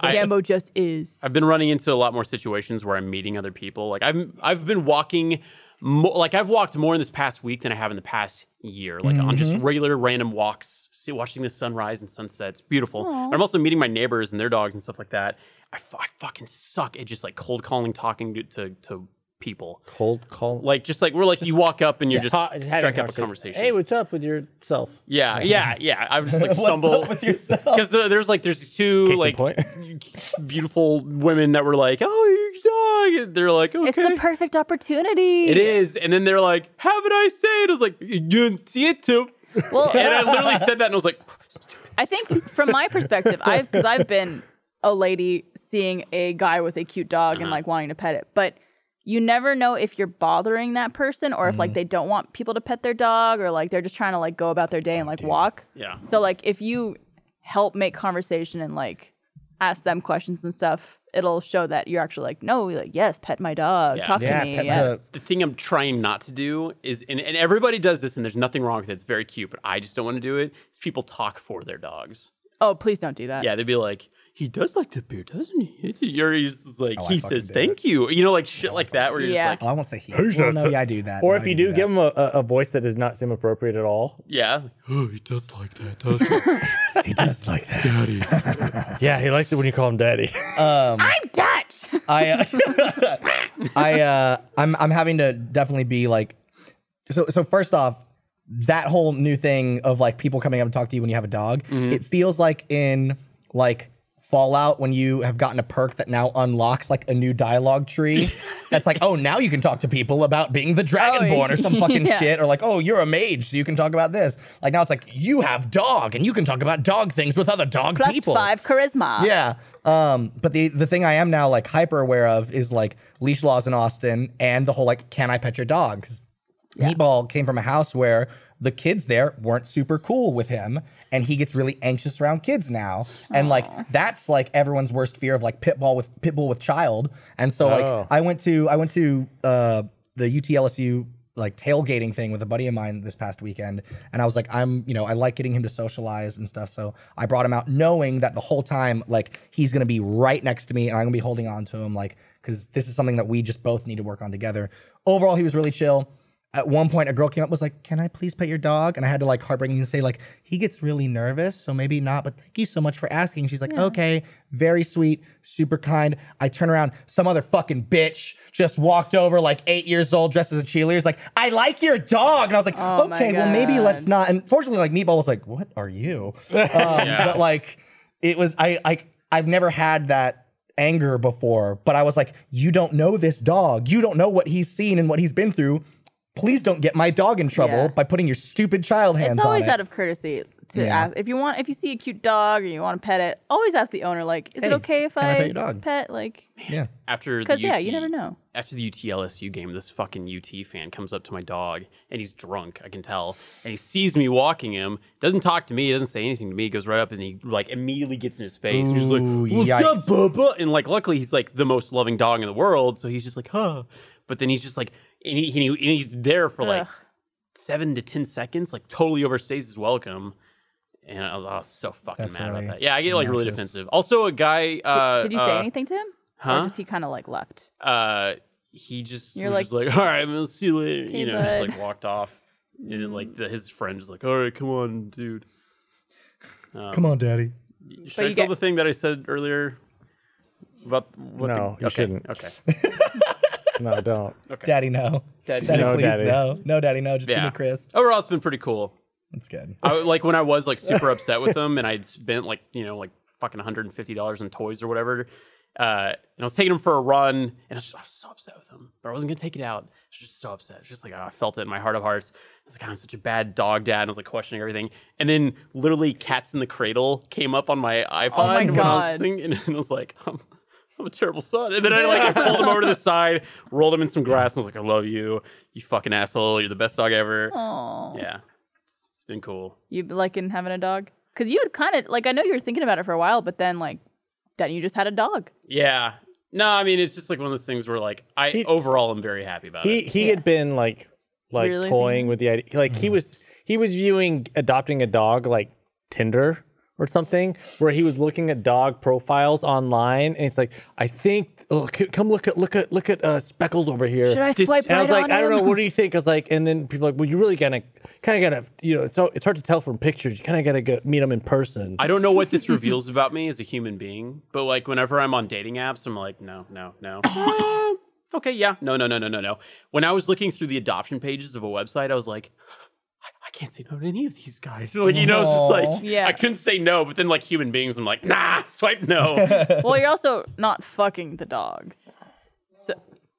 B: gambo just is
C: I've been running into a lot more situations where I'm meeting other people. Like I've I've been walking, mo- like I've walked more in this past week than I have in the past year. Like on just regular random walks, see, watching the sunrise and sunset. It's beautiful. And I'm also meeting my neighbors and their dogs and stuff like that. I, fu- I fucking suck at just like cold calling, talking to to, to people.
E: Cold call.
C: Like just like we're like you walk up and you're
E: Ta-
C: just
E: having
C: strike up a conversation.
E: Hey, what's up with yourself?
C: yeah, yeah, yeah. I would just like
D: What's
C: stumble
D: up with yourself?
C: because there's like there's these two
E: Case in
C: like
E: point.
C: (laughs) beautiful women that were like, "Oh, your dog," and they're like, "Okay."
B: it's the perfect opportunity
C: It is. And then they're like, have a nice day. And I was like, you can see it too.
B: well (laughs)
C: And I literally said that and I was like,
B: I think from my perspective, I've because I've been a lady seeing a guy with a cute dog
C: Uh-huh.
B: and like wanting to pet it, but you never know if you're bothering that person or if like
C: Mm-hmm.
B: they don't want people to pet their dog or like they're just trying to like go about their day and like walk.
C: Yeah.
B: So like if you help make conversation and like ask them questions and stuff, it'll show that you're actually like, no, like yes, pet my dog,
C: Yeah.
B: talk
E: Yeah,
B: to me,
E: pet my
B: yes.
C: the thing I'm trying not to do is, and, and everybody does this and there's nothing wrong with it. It's very cute, but I just don't want to do it. It's people talk for their dogs.
B: Oh, please don't do that.
C: Yeah. They'd be like, he does like the beer, doesn't he? You're just like,
D: I
C: he
D: fucking
C: says,
D: do
C: thank you. You know, like shit like that where you're
B: Yeah.
C: just
D: Oh,
C: like,
D: I won't say he.
E: Who's
D: Well,
E: that?
D: no, yeah, I do that.
E: Or
D: No,
E: if
D: I
E: you
D: do
E: do
D: that.
E: give him a, a, a voice that does not seem appropriate at all.
C: yeah.
I: Oh, he does like that, doesn't he?
D: he does like that.
I: Daddy.
E: Yeah, he likes it when you call him daddy.
B: I'm Dutch. (laughs)
D: I,
E: (laughs)
D: uh, (laughs) I, uh, I'm, I'm having to definitely be like, so, so first off, that whole new thing of like people coming up and talk to you when you have a dog, it feels like in like Fallout when you have gotten a perk that now unlocks like a new dialogue (laughs) tree. That's like, oh, now you can talk to people about being the Dragonborn or some (laughs) fucking
B: yeah.
D: shit, or like, oh, you're a mage, so you can talk about this. Like now it's like you have dog and you can talk about dog things with other dog
B: Plus
D: people.
B: five charisma.
D: Yeah. Um, but the the thing I am now like hyper aware of is like leash laws in Austin and the whole like can I pet your dog? 'Cause Meatball came from a house where the kids there weren't super cool with him and he gets really anxious around kids now. And like that's like everyone's worst fear of like pitbull with pitbull with child. And so like I went to I went to uh the UTLSU like tailgating thing with a buddy of mine this past weekend and I was like I'm you know I like getting him to socialize and stuff so I brought him out knowing that the whole time like he's going to be right next to me and I'm going to be holding on to him like cuz this is something that we just both need to work on together. Overall he was really chill. At one point a girl came up was like can I please pet your dog and I had to like heartbreakingly say like he gets really nervous so maybe not but thank you so much for asking. She's like okay, very sweet, super kind. I turn around some other fucking bitch just walked over like 8 years old dressed as a cheerleader is like I like your dog and I was like
B: Oh my
D: okay, well maybe
B: God.
D: let's not. And fortunately, like Meatball was like, "What are you?" Um, But like, it was I like I've never had that anger before. But I was like, "You don't know this dog. You don't know what he's seen and what he's been through. Please don't get my dog in trouble
B: Yeah.
D: by putting your stupid child hands
B: It's always
D: on it."
B: out of courtesy to
D: Yeah.
B: ask if you want if you see a cute dog or you want to pet it. Always ask the owner like, is it
D: Hey,
B: okay if
D: can I
B: I,
D: pet your dog?
B: pet like?
D: yeah.
C: After the
B: Because yeah,
C: UT
B: you never know.
C: After the UTLSU game, this fucking UT fan comes up to my dog and he's drunk, I can tell. And he sees me walking him, doesn't talk to me, doesn't say anything to me, goes right up and he like immediately gets in his face. and he's just like, What's up, Bubba? And like luckily he's like the most loving dog in the world, so he's just like, huh. But then he's just like and, he, and, he- and he's there for like
B: Ugh.
C: seven to ten seconds, like totally overstays his welcome. And I was, I was so fucking
D: That's
C: mad
D: really
C: about that. Yeah, I get like really
D: obnoxious.
C: defensive. Also, a guy. Uh,
B: Did you say
C: uh,
B: anything to him? Or
C: huh?
B: just he kind of like left.
C: uh, he just
B: You're
C: was just like, all right, I'm gonna see you later.
B: Okay,
C: you know, just
B: bud. Mm.
C: like walked off. And then, like the, his friend was like, all right, come on, dude. Um,
I: Come on, daddy.
C: Should
B: But
C: I
B: you
C: tell
B: get-
C: the thing that I said earlier? About what the,
E: No, you
C: okay,
E: shouldn't.
B: (laughs)
C: Okay.
E: (laughs) No, don't.
D: Daddy, no.
C: Daddy,
D: Daddy,
E: No,
D: please,
E: daddy.
D: no. No, daddy, no. Just give
C: yeah.
D: me crisps.
C: Overall, it's been pretty cool.
D: That's good.
B: (laughs)
C: I like when I was like super upset with them, and I'd spent like you know like fucking one hundred and fifty dollars on toys or whatever. Uh, and I was taking them for a run, and I was, just, I was so upset with them, but I wasn't gonna take it out. I was just so upset. It was just like I felt it in my heart of hearts. I was like, I'm such a bad dog dad. And I was like questioning everything, and then literally "Cats in the Cradle" came up on my iPod
B: Oh my
C: when I
B: God.
C: was singing, (laughs) and I was like. Um, I'm a terrible son. And then I like pulled him over to the side, rolled him in some grass, and was like, I love you. You fucking asshole. You're the best dog ever.
B: Aw.
C: Yeah. It's- it's been cool.
B: You liking having a dog? Because you had kind of like I know you were thinking about it for a while, but then like then you just had a dog.
C: Yeah. No, I mean it's just like one of those things where like I overall am very happy about
E: He
C: it.
E: he had been like like
B: Really
E: toying with the idea. Like he was he was viewing adopting a dog like Tinder or something, where he was looking at dog profiles online, and it's like, I think oh, c- come look at look at look at uh, Speckles over here.
G: Should I swipe
E: and I was
G: right
E: like,
G: on
E: I don't know,
G: him?
E: what do you think? I was like, and then people are like, well, you really gotta kind of gotta you know, it's all- it's hard to tell from pictures. You kind of gotta go meet them in person.
C: I don't know what this reveals about me as a human being, but like whenever I'm on dating apps, I'm like, no, no, no. Uh, okay, yeah. No, no, no, no, no, no. When I was looking through the adoption pages of a website, I was like, I, I can't say no to any of these guys. (laughs) Like, you know, it's just like
B: Yeah.
C: I couldn't say no, but then like human beings, I'm like, nah, swipe no.
B: well, you're also not fucking the
D: (laughs)
B: dogs.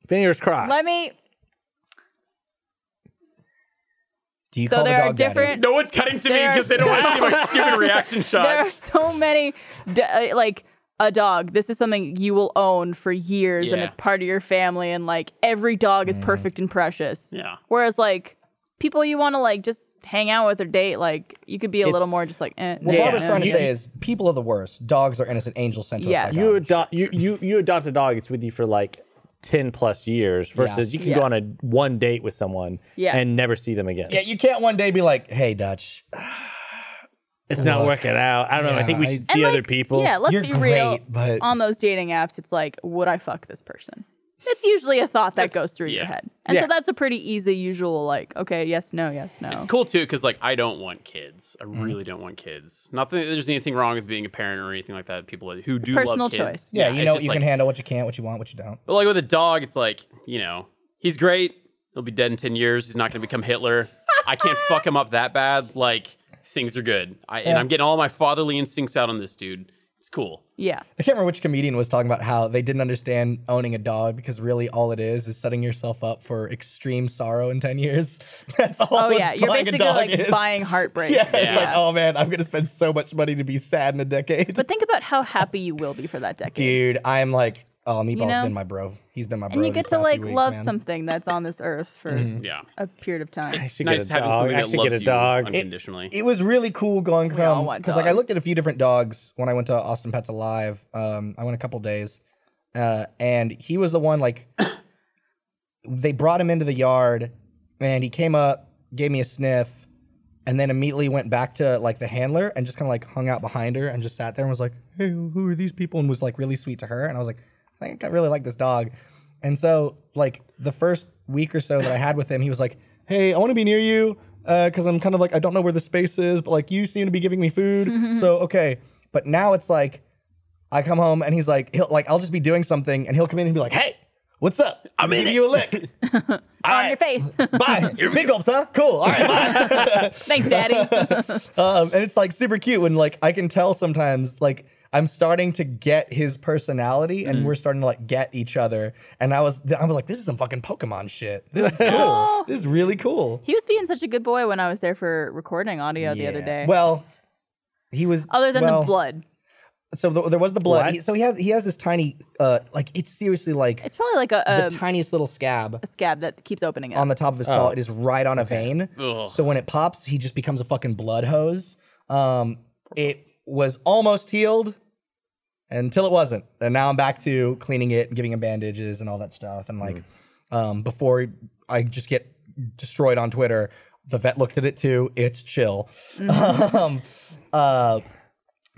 E: Fingers crossed.
B: Let me.
D: Do you
B: so
D: call the
B: there are
D: dog daddy?
B: different.
C: no one's cutting to me
B: There are
C: because they don't want to see my stupid reaction
B: There are
C: shot.
B: so (laughs) many, d- uh, like a dog. This is something you will own for years, and
C: Yeah. Mm-hmm.
B: it's part of your family. And like every dog is perfect and precious.
C: Yeah.
B: Whereas like people you want to like just hang out with or date, like you could be a little more just like. Eh,
D: What
B: nah,
D: Barbara's
B: eh.
D: trying to say is people are the worst. Dogs are innocent. Angels sent to
B: Yes.
D: us. by God.
E: you adopt you, you you adopt a dog it's with you for like 10 plus years versus you can
B: Yeah.
E: go on a one date with someone
B: Yeah.
E: and never see them again
D: yeah, you can't one day be like, hey, Dutch,
E: it's not working out i don't know i think we
D: Yeah,
E: should
D: I-
E: see
B: And,
E: other
B: like,
E: people
B: Yeah, let's
D: You're
B: be real.
D: great, but-
B: on those dating apps, it's like, would I fuck this person? It's usually a thought that goes through your
C: yeah.
B: head, and so that's a pretty easy, usual like, okay, yes, no, yes, no.
C: It's cool too because like I don't want kids. I
E: Mm-hmm.
C: really don't want kids. Not that there's anything wrong with being a parent or anything like that. People who do
B: personal
C: love kids,
B: choice.
D: Yeah, you
C: it's
D: know what
C: just
D: you
C: like-
D: can handle, what you can't, what you want, what you don't.
C: But like with a dog, it's like you know he's great. He'll be dead in ten years. He's not going to become Hitler. I can't fuck him up that bad. Like things are good. I, And I'm getting all my fatherly instincts out on this dude. It's cool.
D: (laughs)
B: Yeah,
D: I can't remember which comedian was talking about how they didn't understand owning a dog because really all it is is setting yourself up for extreme sorrow in 10 years. (laughs) That's all.
B: Oh yeah,
D: what
B: you're
D: buying a
B: basically
D: dog
B: like
D: is.
B: buying heartbreak.
D: (laughs) Yeah, it's like,
C: Yeah.
D: oh man, I'm going to spend so much money to be sad in a decade.
B: But think about how happy you will be for that decade.
D: (laughs) Dude, I'm like, oh, Meatball's
B: know?
D: been my bro. He's been my bro.
B: and you
D: these
B: get to
D: past few
B: like
D: weeks,
B: love
D: man. Mm-hmm.
B: something that's on this earth for
C: Yeah.
B: a period of time.
E: should
C: nice
E: get a
C: having
E: dog.
C: somebody
E: I
C: that
E: should
C: loves
E: get a
C: you
E: dog. It-
C: unconditionally.
D: It was really cool going
B: all
D: from
B: want
D: because like I
B: dogs.
D: looked at a few different dogs when I went to Austin Pets Alive. Um, I went a couple days, uh, and he was the one like (coughs) they brought him into the yard, and he came up, gave me a sniff, and then immediately went back to like the handler and just kind of like hung out behind her and just sat there and was like, "Hey, who are these people?" and was like really sweet to her, and I was like, "I think I really like this dog," and so like the first week or so that I had with him, he was like, "Hey, I want to be near you." Because I'm kind of like I don't know where the space is, but like you seem to be giving me (laughs) food, so okay. But now it's like I come home and he's like, he'll like I'll just be doing something and he'll come in and be like, "Hey, what's up? I'm in you a lick.
B: on your face. (laughs)
D: (laughs) bye. Big gulps, huh? Cool. All right, (laughs) bye."
B: Thanks,
D: (laughs)
B: Daddy.
D: Um, and it's like super cute when like I can tell sometimes like I'm starting to get his personality and we're starting to like get each other. And I was I was like, this is some fucking Pokemon shit. This (laughs) is cool. this is really cool.
B: he was being such a good boy when I was there for recording audio the other
D: Yeah.
B: day.
D: Well, he was
B: other than
D: well,
B: the blood,
D: So th- there was the blood.
E: What?
D: He, so he has he has this tiny uh like it's seriously like
B: it's um, probably like a,
D: the
B: a
D: tiniest little scab.
B: scab that keeps opening up.
D: on the top of his paw. It is right on a vein. So when it pops, he just becomes a fucking blood hose. Um, it was almost healed until it wasn't, and now I'm back to cleaning it and giving him bandages and all that stuff. And like, um, before I just get destroyed on Twitter, the vet looked at it too. It's chill. (laughs) um, uh,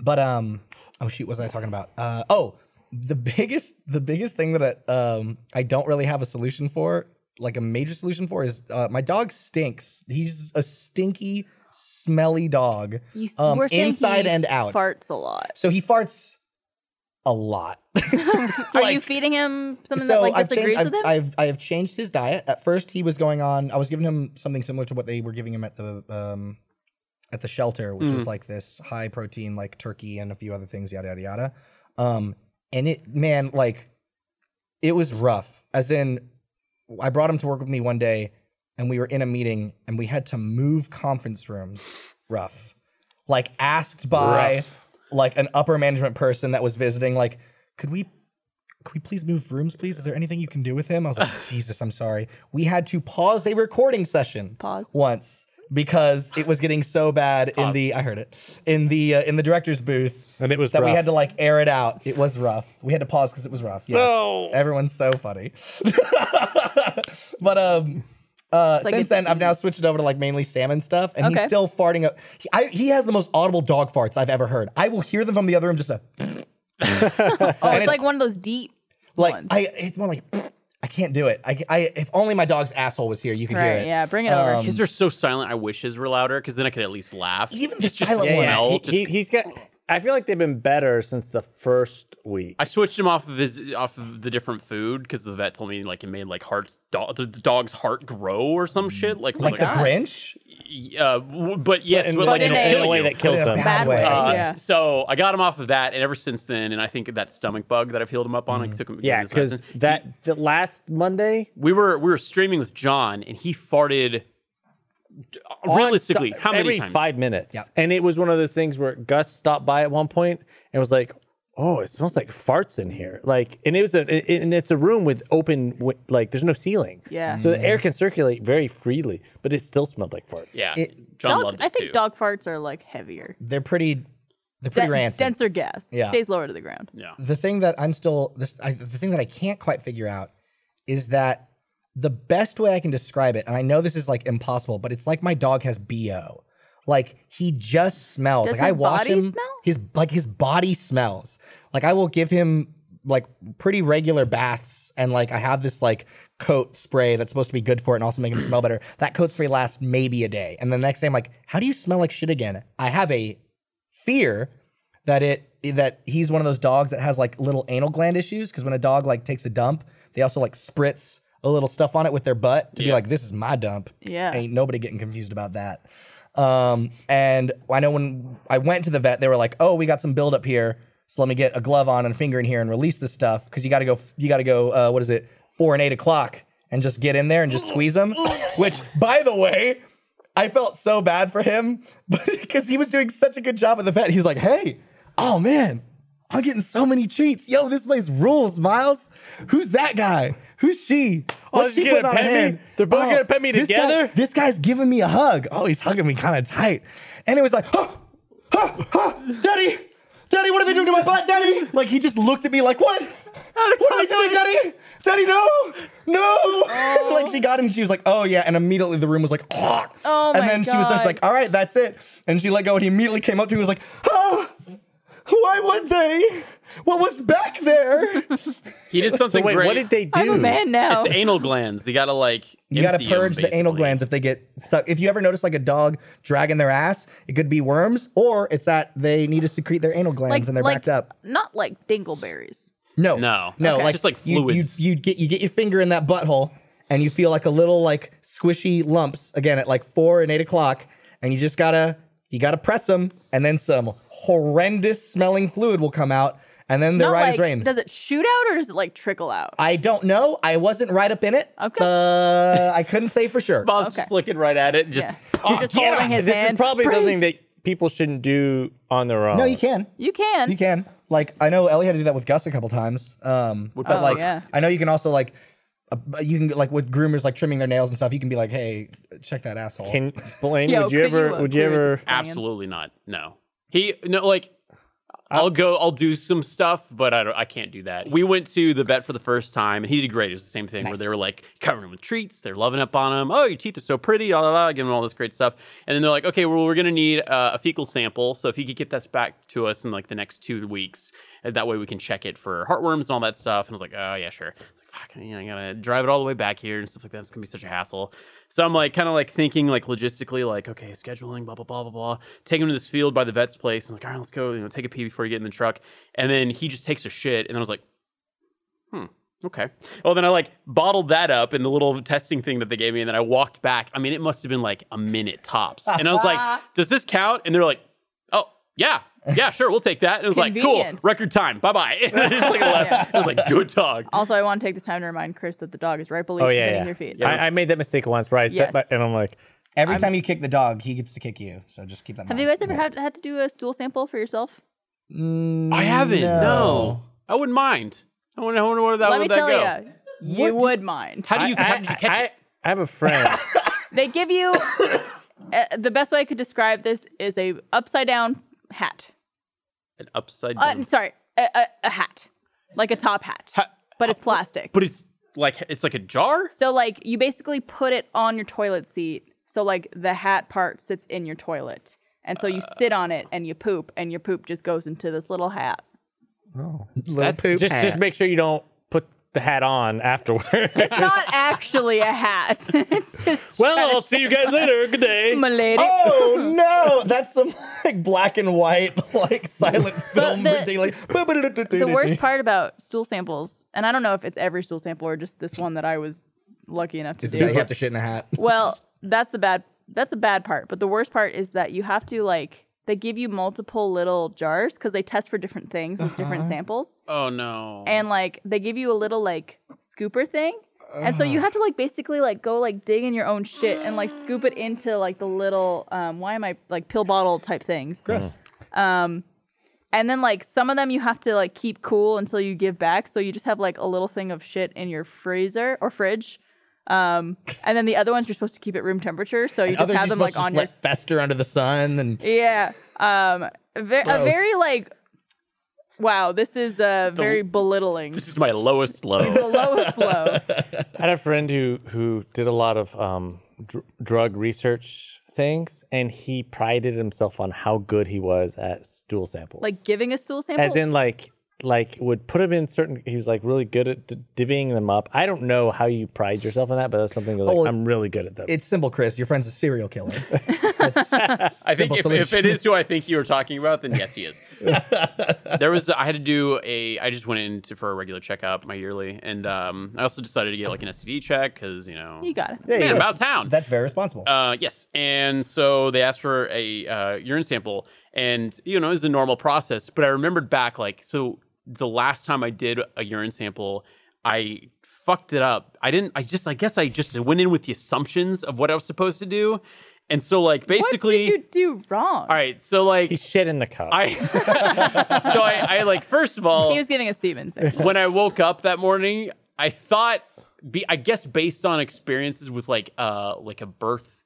D: but um, oh shoot, what was I talking about? Uh, oh, the biggest the biggest thing that I, um I don't really have a solution for, like a major solution for, is uh, my dog stinks. He's a stinky, smelly dog,
B: You s-
D: um,
B: we're saying
D: inside
B: he
D: and out.
B: Farts a lot.
D: So he farts a lot. (laughs)
B: Are you feeding him something that like
D: I've
B: disagrees
D: changed,
B: with
D: I've,
B: him?
D: I've I have changed his diet. At first, he was going on. I was giving him something similar to what they were giving him at the um, at the shelter, which was like this high protein, like turkey and a few other things, yada yada yada. Um, and it, man, like it was rough. As in, I brought him to work with me one day, and we were in a meeting, and we had to move conference rooms. Rough, like asked by like an upper management person that was visiting, like, could we can we please move rooms, please? Is there anything you can do with him? I was like,
E: (laughs)
D: Jesus, I'm sorry. We had to pause a recording session.
B: Pause.
D: Once because it was getting so bad in the I heard it in the uh, in the director's booth.
E: And it was
D: that we
E: rough.
D: had to like air it out. It was rough. We had to pause because it was rough. Yes.
E: No.
D: Everyone's so funny. (laughs) but um uh,
B: like
D: since
B: if
D: then,
B: this
D: I've now switched it over to like mainly salmon stuff, and
B: Okay.
D: he's still farting up. He, I, he has the most audible dog farts I've ever heard. I will hear them from the other room, just a (laughs)
B: oh, it's
D: it-
B: like one of those deep
D: like
B: ones.
D: I it's more like I can't do it. I, I if only my dog's asshole was here, you could hear
B: right?
D: it. Um,
B: Yeah, bring it over.
C: His are so silent. I wish his were louder because then I could at least laugh.
D: Even the
C: It's just
D: silent
E: Yeah,
C: smell.
E: he,
C: just-
E: he, he's got. I feel like they've been better since the first week.
C: I switched him off of his off of the different food because the vet told me like it made like hearts do- the, the dog's heart grow or some shit like so I
D: Like
E: Oh
C: was
D: the
C: like,
D: Grinch,
C: "Ah, uh, w- but yes but,
E: in,
C: like
E: in,
C: it'll
E: a- in
C: kill
E: a way
C: you."
E: that kills
D: But in a bad
E: them.
B: Bad ways.
D: way.
C: Uh,
B: yeah.
C: So I got him off of that, and ever since then, and I think that stomach bug that I've healed him up on, I took him.
E: Mm. Yeah, because that the last Monday,
C: we were we were streaming with John, and he farted. Realistically,
E: on-
C: how many
E: every
C: times?
E: Five minutes. And it was one of those things where Gus stopped by at one point and was like, "Oh, it smells like farts in here." Like, and it was a it- and it's a room with open wi- like there's no ceiling.
B: Yeah.
E: So the air can circulate very freely, but it still smelled like farts.
C: Mm. Yeah,
D: It-
C: John
B: dog,
C: loved it
B: I think
C: too.
B: dog farts are like heavier,
D: they're pretty they're pretty
B: Den-
D: rancid.
B: denser gas.
D: Yeah.
B: stays lower to the ground.
C: Yeah.
D: The thing that I'm still this I, the thing that I can't quite figure out is that the best way I can describe it, and I know this is like impossible, but it's like my dog has bo. Like he just smells.
B: Does
D: like
B: his
D: I wash
B: body
D: him.
B: smell?
D: His like his body smells. Like I will give him like pretty regular baths, and like I have this like coat spray that's supposed to be good for it and also make him smell better. That coat spray lasts maybe a day, and the next day I'm like, how do you smell like shit again? I have a fear that it that he's one of those dogs that has like little anal gland issues because when a dog like takes a dump, they also like spritz a little stuff on it with their butt to be like, "This is my dump."
B: Yeah.
D: ain't nobody getting confused about that. Um, and I know when I went to the vet, they were like, "Oh, we got some buildup here, so let me get a glove on and a finger in here and release this stuff because you got to go. You got to go. Uh, what is it? Four and eight o'clock." And just get in there and just squeeze them. Which, by the way, I felt so bad for him (laughs) because he was doing such a good job at the vet. He's like, hey, oh man, I'm getting so many treats. Yo, this place rules, Miles. Who's that guy? Who's she? What's
E: is he
D: she
E: Oh, gonna
D: putting on her
E: pet me?
D: hand? Oh,
E: They're both gonna pet me
D: this guy-
E: together?
D: (laughs) this guy's giving me a hug. Oh, he's hugging me kind of tight. And it was like, huh, huh, huh, daddy, daddy, what are they doing to my butt, daddy? Like he just looked at me like, what? What are they doing, daddy? Daddy, no, no. (laughs) like she got him. She was like, oh yeah. And immediately the room was like, oh,
B: Oh, my
D: and then she was just
B: God.
D: like, all right, that's it. And she let go and he immediately came up to me and was like, oh, why would they? What was back there?
C: He did something
E: So wait,
C: great.
E: what did they do?
B: I'm a man now.
C: It's anal glands. You gotta like.
D: You gotta
C: empty 'em,
D: purge the anal
C: basically.
D: glands if they get stuck. If you ever notice like a dog dragging their ass, it could be worms, or it's that they need to secrete their anal glands and they're
B: like,
D: backed up.
B: Not like dingleberries.
D: No,
C: No.
D: no,
C: Okay.
D: like
C: Just, like,
D: you-
C: fluids.
D: You, you get you get your finger in that butthole, and you feel like a little like squishy lumps again at like four and eight o'clock, and you just gotta you gotta press them, and then some horrendous smelling fluid will come out, and then they're
B: not
D: right
B: like,
D: as rain.
B: Does it shoot out or does it like trickle
E: (laughs)
B: out?
D: I don't know. I wasn't right up in it.
B: Okay.
D: Uh, I couldn't say for sure.
C: Bob's just looking right at it. and Just
B: yeah. You're just holding his
E: Oh, this
B: hand.
E: is probably
B: Breathe.
E: something that people shouldn't do on their own.
D: No, you can.
B: You can.
D: You can. Like I know Ellie had to do that with Gus a couple times. Um, but
B: Oh,
D: like
B: yeah.
D: I know you can also like uh, you can like with groomers like trimming their nails and stuff. You can be like, hey, check that asshole.
E: Can Blaine?
B: Yo,
E: would you
B: could
E: ever?
B: you, uh,
E: would you
B: clear as a
E: ever?
B: Glands.
C: Absolutely not. No. He no like I'll go I'll do some stuff, but I don't I can't do that. We went to the vet for the first time and he did great. It was the same thing where they were like covering him with treats, they're loving up on him. Oh, your teeth are so pretty, la la la, giving him all this great stuff. And then they're like, okay, well, we're gonna need uh, a fecal sample. So if you could get this back to us in like the next two weeks, uh, that way we can check it for heartworms and all that stuff. And I was like, oh yeah, sure. It's like fuck, you know, I gotta drive it all the way back here and stuff like that. It's gonna be such a hassle. So I'm like kind of like thinking like logistically like okay scheduling blah blah blah blah blah. Take him to this field by the vet's place. I'm like all right let's go you know take a pee before you get in the truck. And then he just takes a shit and I was like Okay. Well, then I like bottled that up in the little testing thing that they gave me, and then I walked back. I mean, it must have been like a minute tops. And I
B: (laughs)
C: was like, "Does this count?" And they're like, "Oh, yeah, yeah, sure, we'll take that." And it was like, "Cool,
B: Convenient.
C: record time. Bye (laughs) bye." And I just like left. I was like, "Good dog."
B: Also, I want to take this time to remind Chris that the dog is right below
E: Oh
B: you
E: yeah,
B: hitting
E: yeah.
B: your feet.
E: I, I made that mistake once, right?
B: Yes.
E: and I'm like,
D: Every time you kick the dog, he gets to kick you. So just keep that. in
B: Have
D: mind.
B: you guys ever had, had to do a stool sample for yourself?
C: I haven't. No. I wouldn't mind. I wonder, I wonder where that
B: Let
C: would
B: me
C: that
B: tell
C: go.
B: you, you would mind.
C: How do
E: I,
C: you, how
E: I,
C: did you catch
E: I-
C: it?
E: I have
B: (laughs)
E: a friend.
B: They give you (coughs) uh, the best way I could describe this is a upside down hat.
C: An upside
B: Uh,
C: down.
B: sorry, a, a, a hat, like a top hat,
C: Ha-
B: but it's plastic.
C: but it's like it's like a jar.
B: So like you basically put it on your toilet seat. So like the hat part sits in your toilet. And so you sit on it and you poop and your poop just goes into this little hat.
E: That's just just make sure you don't put the hat
B: (laughs)
E: on afterward.
B: It's not actually a hat. (laughs) it's just
E: (laughs) well, I'll see you guys later. Good day.
B: (laughs) my lady. (laughs)
D: Oh no, that's some like black and white like silent film.
B: the-
D: ridiculous. (laughs)
B: The worst part about stool samples, and I don't know if it's every stool sample or just this one that I was lucky enough to do.
D: Yeah, you have to shit in
B: (laughs)
D: a hat.
B: Well, that's the bad that's a bad part. But the worst part is that you have to like they give you multiple little jars because they test for different things with different
E: Uh-huh.
B: samples.
C: Oh no.
B: And like they give you a little like scooper thing. And so
D: Uh-huh.
B: you have to like basically like go like dig in your own shit and like scoop it into like the little um why am I like pill bottle type things. Um and then like some of them you have to like keep cool until you give back. So you just have like a little thing of shit in your freezer or fridge. Um, and then the other ones you're supposed to keep at room temperature, so you just
D: Others
B: have
D: you're
B: them
D: supposed
B: like
D: to just
B: on your
D: let fester under the sun and
B: yeah. Um, a, ve- a very like wow, this is uh very belittling.
C: this is my lowest low.
B: the lowest low.
E: I had a friend who who did a lot of um, dr- drug research things, and he prided himself on how good he was at stool samples.
B: Like giving a stool sample.
E: as in like like would put him in certain. He was like really good at d- divvying them up. I don't know how you pride yourself on that, but that's something that was like
C: Oh,
D: well,
E: I'm really good at that.
D: it's simple, Chris. Your friend's a
B: (laughs)
D: serial killer.
C: I think if, if it is who I think you were talking about, then yes, he is. there was I had to do a I just went in to, for a regular checkup, my yearly, and um, I also decided to get like an STD check because you know
B: you got it.
C: man about town.
D: That's very responsible.
C: Uh, yes, and so they asked for a uh, urine sample, and you know it was a normal process. But I remembered back, like, so the last time I did a urine sample, I fucked it up. I didn't. I just. I guess I just went in with the assumptions of what I was supposed to do, and so like basically.
B: what did you do wrong?
C: all right, so like
E: he shit in the cup.
C: I so I, I like first of all
B: He was giving a semen
C: (laughs)
B: sample.
C: when I woke up that morning, I thought be I guess based on experiences with like uh like a birth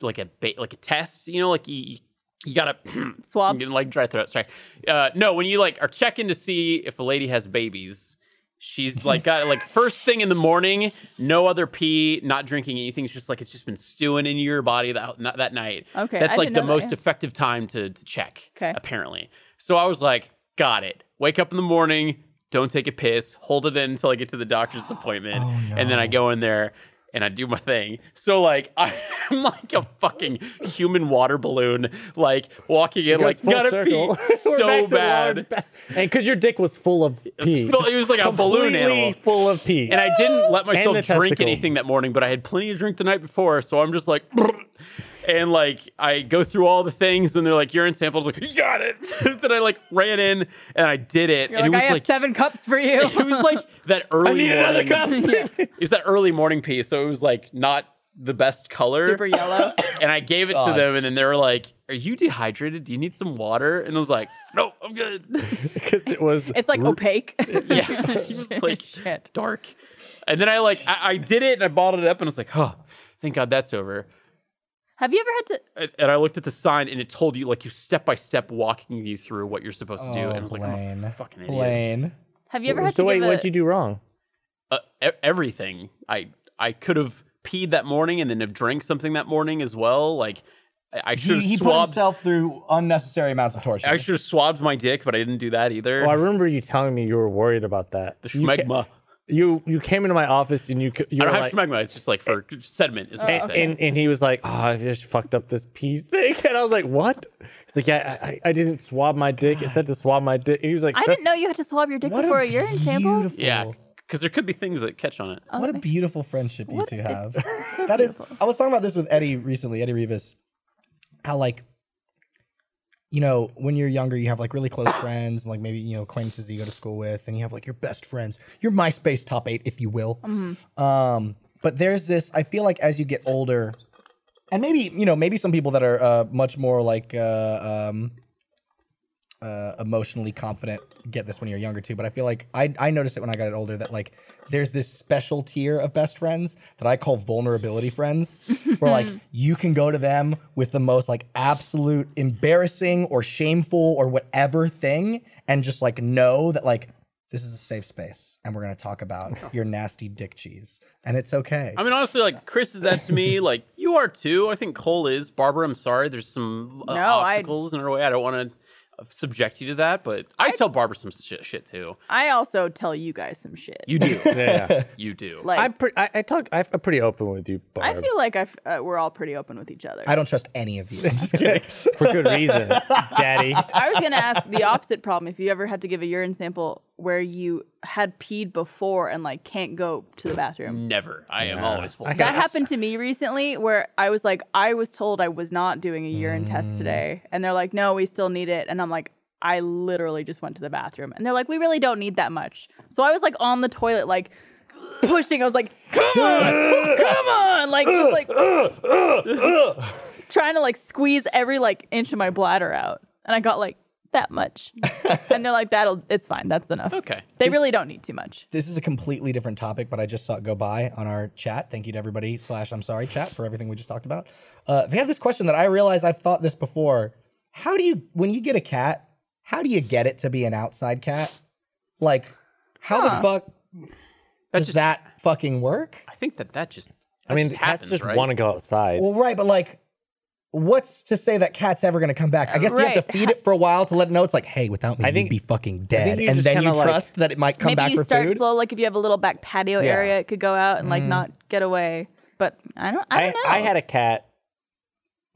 C: like a ba- like a test, you know, like you you gotta (clears throat)
B: Swab.
C: I'm getting, like dry throat. Sorry. Uh, no, when you like are checking to see if a lady has babies, she's like got
B: (laughs)
C: like first thing in the morning, no other pee, not drinking anything. It's just like it's just been stewing in your body that not, that night.
B: Okay,
C: that's
B: I
C: like
B: didn't
C: the
B: know that,
C: most
B: yeah.
C: effective time to to check.
B: Okay.
C: apparently. So I was like, got it. Wake up in the morning, don't take a piss, hold it in until I get to
B: (gasps)
C: the doctor's
B: Oh,
C: appointment, and then I go in there. And I do my thing. So like (laughs) I'm like a fucking human water balloon, like walking in,
E: Goes
C: like
E: full
C: gotta
E: (laughs) circle.
C: pee (laughs)
E: We're back
C: so
E: to large
C: bad.
E: ba- and because your dick was full of
C: was
E: pee,
C: full-
E: Just
C: it was like a balloon
E: completely
C: animal.
E: full of pee.
C: And I didn't let myself
E: the
C: drink
E: testicles.
C: anything that morning, but I had plenty to drink the night before, so I'm just like, (laughs) and like I go through all the things, and they're like urine samples, like you got it. (laughs) then I like ran in and I did it,
B: You're
C: and
B: like, I
C: it was
B: have
C: like
B: seven cups for you.
C: it was
B: (laughs)
C: like that early.
E: need another
C: morning- (laughs)
E: cup.
C: it was that early morning pee, so it was like not the best color.
B: Super yellow.
C: and I gave it to them, and then they were like, "Are you dehydrated? Do you need some water?" And I was like, "No, I'm good." (laughs)
E: because it was
B: It's like opaque.
C: yeah, (laughs) he was like
B: Shit.
C: dark. And then I like I, I did it and I bottled it up and I was like, "Oh, thank God that's over."
B: have you ever had to
C: And, and I looked at the sign and it told you like you step by step walking you through what you're supposed to do,
D: Oh,
C: and I Oh, was like, "I'm a
D: Blaine.
C: fucking idiot."
D: Blaine.
B: have you ever had
E: so
B: to
E: wait,
B: give a,
E: what did you do wrong?
C: uh, e- everything. I I could have peed that morning and then have drank something that morning as well. Like I, I should
D: He,
C: have
D: he put
C: swabbed.
D: himself through unnecessary amounts of torture.
C: I should have swabbed my dick, but I didn't do that either.
D: Oh,
E: Well, I remember you telling me you were worried about that.
C: the
E: You ca-
C: schmegma.
E: you you came into my office and you c- you
C: I
E: were
C: don't have
E: like,
C: schmegma. It's just like
D: (laughs)
C: for sediment is what I
E: and,
C: said.
E: and, and he was like, "Oh, I just fucked up this peas thing," (laughs) and I was like, "What?" He's like, "Yeah, I, I- I didn't swab my dick. It said to swab my dick." And he was like,
B: I
E: "That's-
B: didn't know you had to swab your dick
D: What
B: before a urine sample.
D: beautiful-
C: yeah, because there could be things that catch on it.
D: What a beautiful friendship you two have.
B: it's so
D: (laughs) That is,
B: beautiful.
D: I was talking about this with Eddie recently, Eddie Rivas. How like, you know, when you're younger, you have like really close friends and like maybe you know acquaintances you go to school with, and you have like your best friends, your MySpace top eight, if you will.
B: Mm-hmm.
D: Um, but there's this. I feel like as you get older, and maybe you know, maybe some people that are uh, much more like uh, um, uh, emotionally confident get this when you're younger too but i feel like I, I noticed it when i got older that like there's this special tier of best friends that i call
C: (laughs)
D: vulnerability friends where like you can go to them with the most like absolute embarrassing or shameful or whatever thing and just like know that like this is a safe space and we're going to talk about
C: (laughs)
D: your nasty dick cheese and it's okay
C: I mean, honestly, like Chris is that to me. Like you are too. I think Cole is. Barbara, I'm sorry. There's some uh,
B: No, I-
C: obstacles in her way. I don't want to subject you to that, but I, tell Barbara some shit, shit too.
B: I also tell you guys some shit.
C: You do.
E: (laughs) Yeah, yeah.
C: you do.
B: like
E: I'm pretty. I, I talk. I'm pretty open with you, Barb,
B: I feel like I f- uh, we're all pretty open with each other.
D: i don't trust any of you
C: (laughs)
D: i'm just kidding
E: for good
B: (laughs)
E: reason, Daddy.
B: I was going to ask the opposite problem. If you ever had to give a urine sample where you had peed before and like can't go to the bathroom.
C: Never. I am always full. of
B: That
C: piss.
B: happened to me recently where I was like, I was told I was not doing a urine test today. And they're like, no, we still need it. And I'm like, I literally just went to the bathroom. And they're like, we really don't need that much. So I was like on the toilet, like pushing. I was like, come on, come on. Like, just like trying to like squeeze every like inch of my bladder out. And I got like that much. and they're like, that'll, it's fine. That's enough.
C: Okay.
B: They really don't need too much.
D: this is a completely different topic, but I just saw it go by on our chat. Thank you to everybody slash I'm sorry chat for everything we just talked about. Uh, they have this question that I realize I've thought this before. How do you when you get a cat? How do you get it to be an outside cat? Like, how the fuck does
C: just-
D: that fucking work?
C: I think that that just.
E: I mean,
C: just
E: cats
C: happens,
E: just
C: right?
E: want to go outside.
D: Well, right, but like, what's to say that cat's ever gonna come back? I guess you have to
B: Right.
D: feed it for a while to let it know it's like, hey, without me,
E: I think-
D: you'd be fucking
E: think
D: dead,
E: you
D: and
E: just
D: then you
E: kinda, like-
D: trust that it might come
B: Maybe
D: back
B: you
D: for
B: start
D: food. Mm-hmm.
B: slow, like if you have a little back patio
E: Yeah.
B: area, it could go out and like not get away. But I don't. I
E: I,
B: don't know.
E: I had a cat.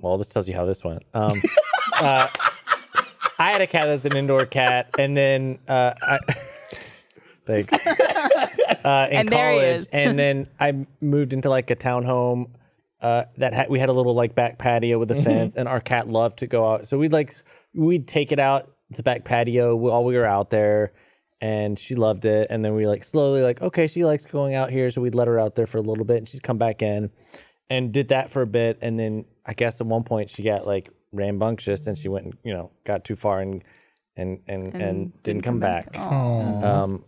E: Well, this tells you how this went. Um, (laughs) uh, I had a cat that's an indoor cat, and then uh, I, (laughs)
B: (laughs)
E: thanks. Uh, in
B: And
E: college,
B: there he is.
E: and then I moved into like a townhome. Uh, that had, we had a little like back patio
B: Mm-hmm.
E: with a fence, and our cat loved to go out. So we'd like s- we'd take it out to the back patio while we were out there, and she loved it. And then we like slowly like okay, she likes going out here, so we'd let her out there for a little bit, and she'd come back in, and did that for a bit, and then I guess at one point she got like rambunctious, and she went and you know got too far and and and and, didn't, come, back.
D: Oh.
E: Um,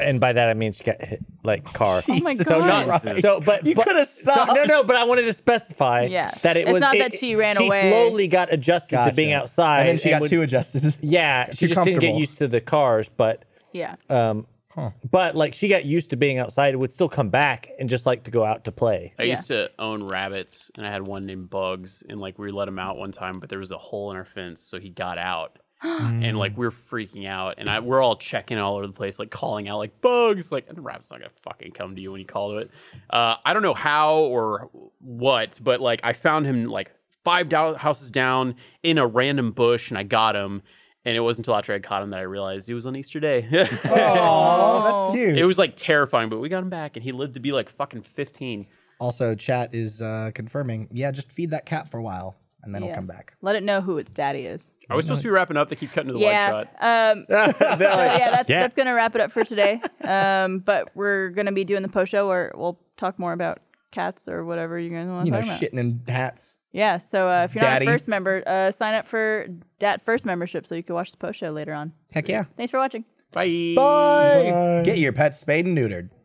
E: and by that I mean she got hit like car.
B: Oh my
D: Jesus
B: god!
E: not- So, but
D: You
E: but-
D: coulda
E: so- no,
D: stopped.
E: no. But I wanted to specify
B: Yeah.
E: that it
B: It's
E: was
B: not
E: it-
B: that she ran
E: She
B: away.
E: slowly got adjusted to being
D: Gotcha.
E: outside,
D: and then she got
E: would-
D: too adjusted.
E: (laughs) Yeah,
D: too
E: she just didn't get
D: comfortable.
E: used to the cars, but
B: yeah.
D: uh,
E: um, but like she got used to being outside, would still come back and just like to go out to play.
C: I
B: Yeah.
C: used to own rabbits, and I had one named Bugs, and like we let him out one time, but there was a hole in our fence, so he got out, and like we are freaking out, and I, we're all checking all over the place, like calling out like Bugs, like and the rabbit's not gonna fucking come to you when you call to it. Uh, I don't know how or what, but like I found him like five dou- houses down in a random bush, and I got him. And it wasn't until after I caught him that I realized it was on Easter Day. (laughs)
D: Oh, that's cute.
C: it was like terrifying, but we got him back, and he lived to be like fucking fifteen.
D: Also, chat is uh, confirming. Yeah, just feed that cat for a while, and then
B: Yeah.
D: it'll come back.
B: Let it know who its daddy is.
C: Are we supposed to be wrapping up? They keep cutting to the
B: yeah.
C: wide shot.
B: Um,
D: (laughs)
B: so yeah, that's,
E: Yeah.
B: that's gonna wrap it up for today. Um, but we're gonna be doing the post show where we'll talk more about cats or whatever you guys want to
D: You know,
B: talk about.
D: shitting in hats.
B: Yeah. So uh, if you're
D: Daddy.
B: not a first member, uh, sign up for Dat first membership so you can watch the post show later on.
D: Heck yeah.
B: Thanks for watching.
C: Bye.
D: Bye. Get your pet spayed and neutered.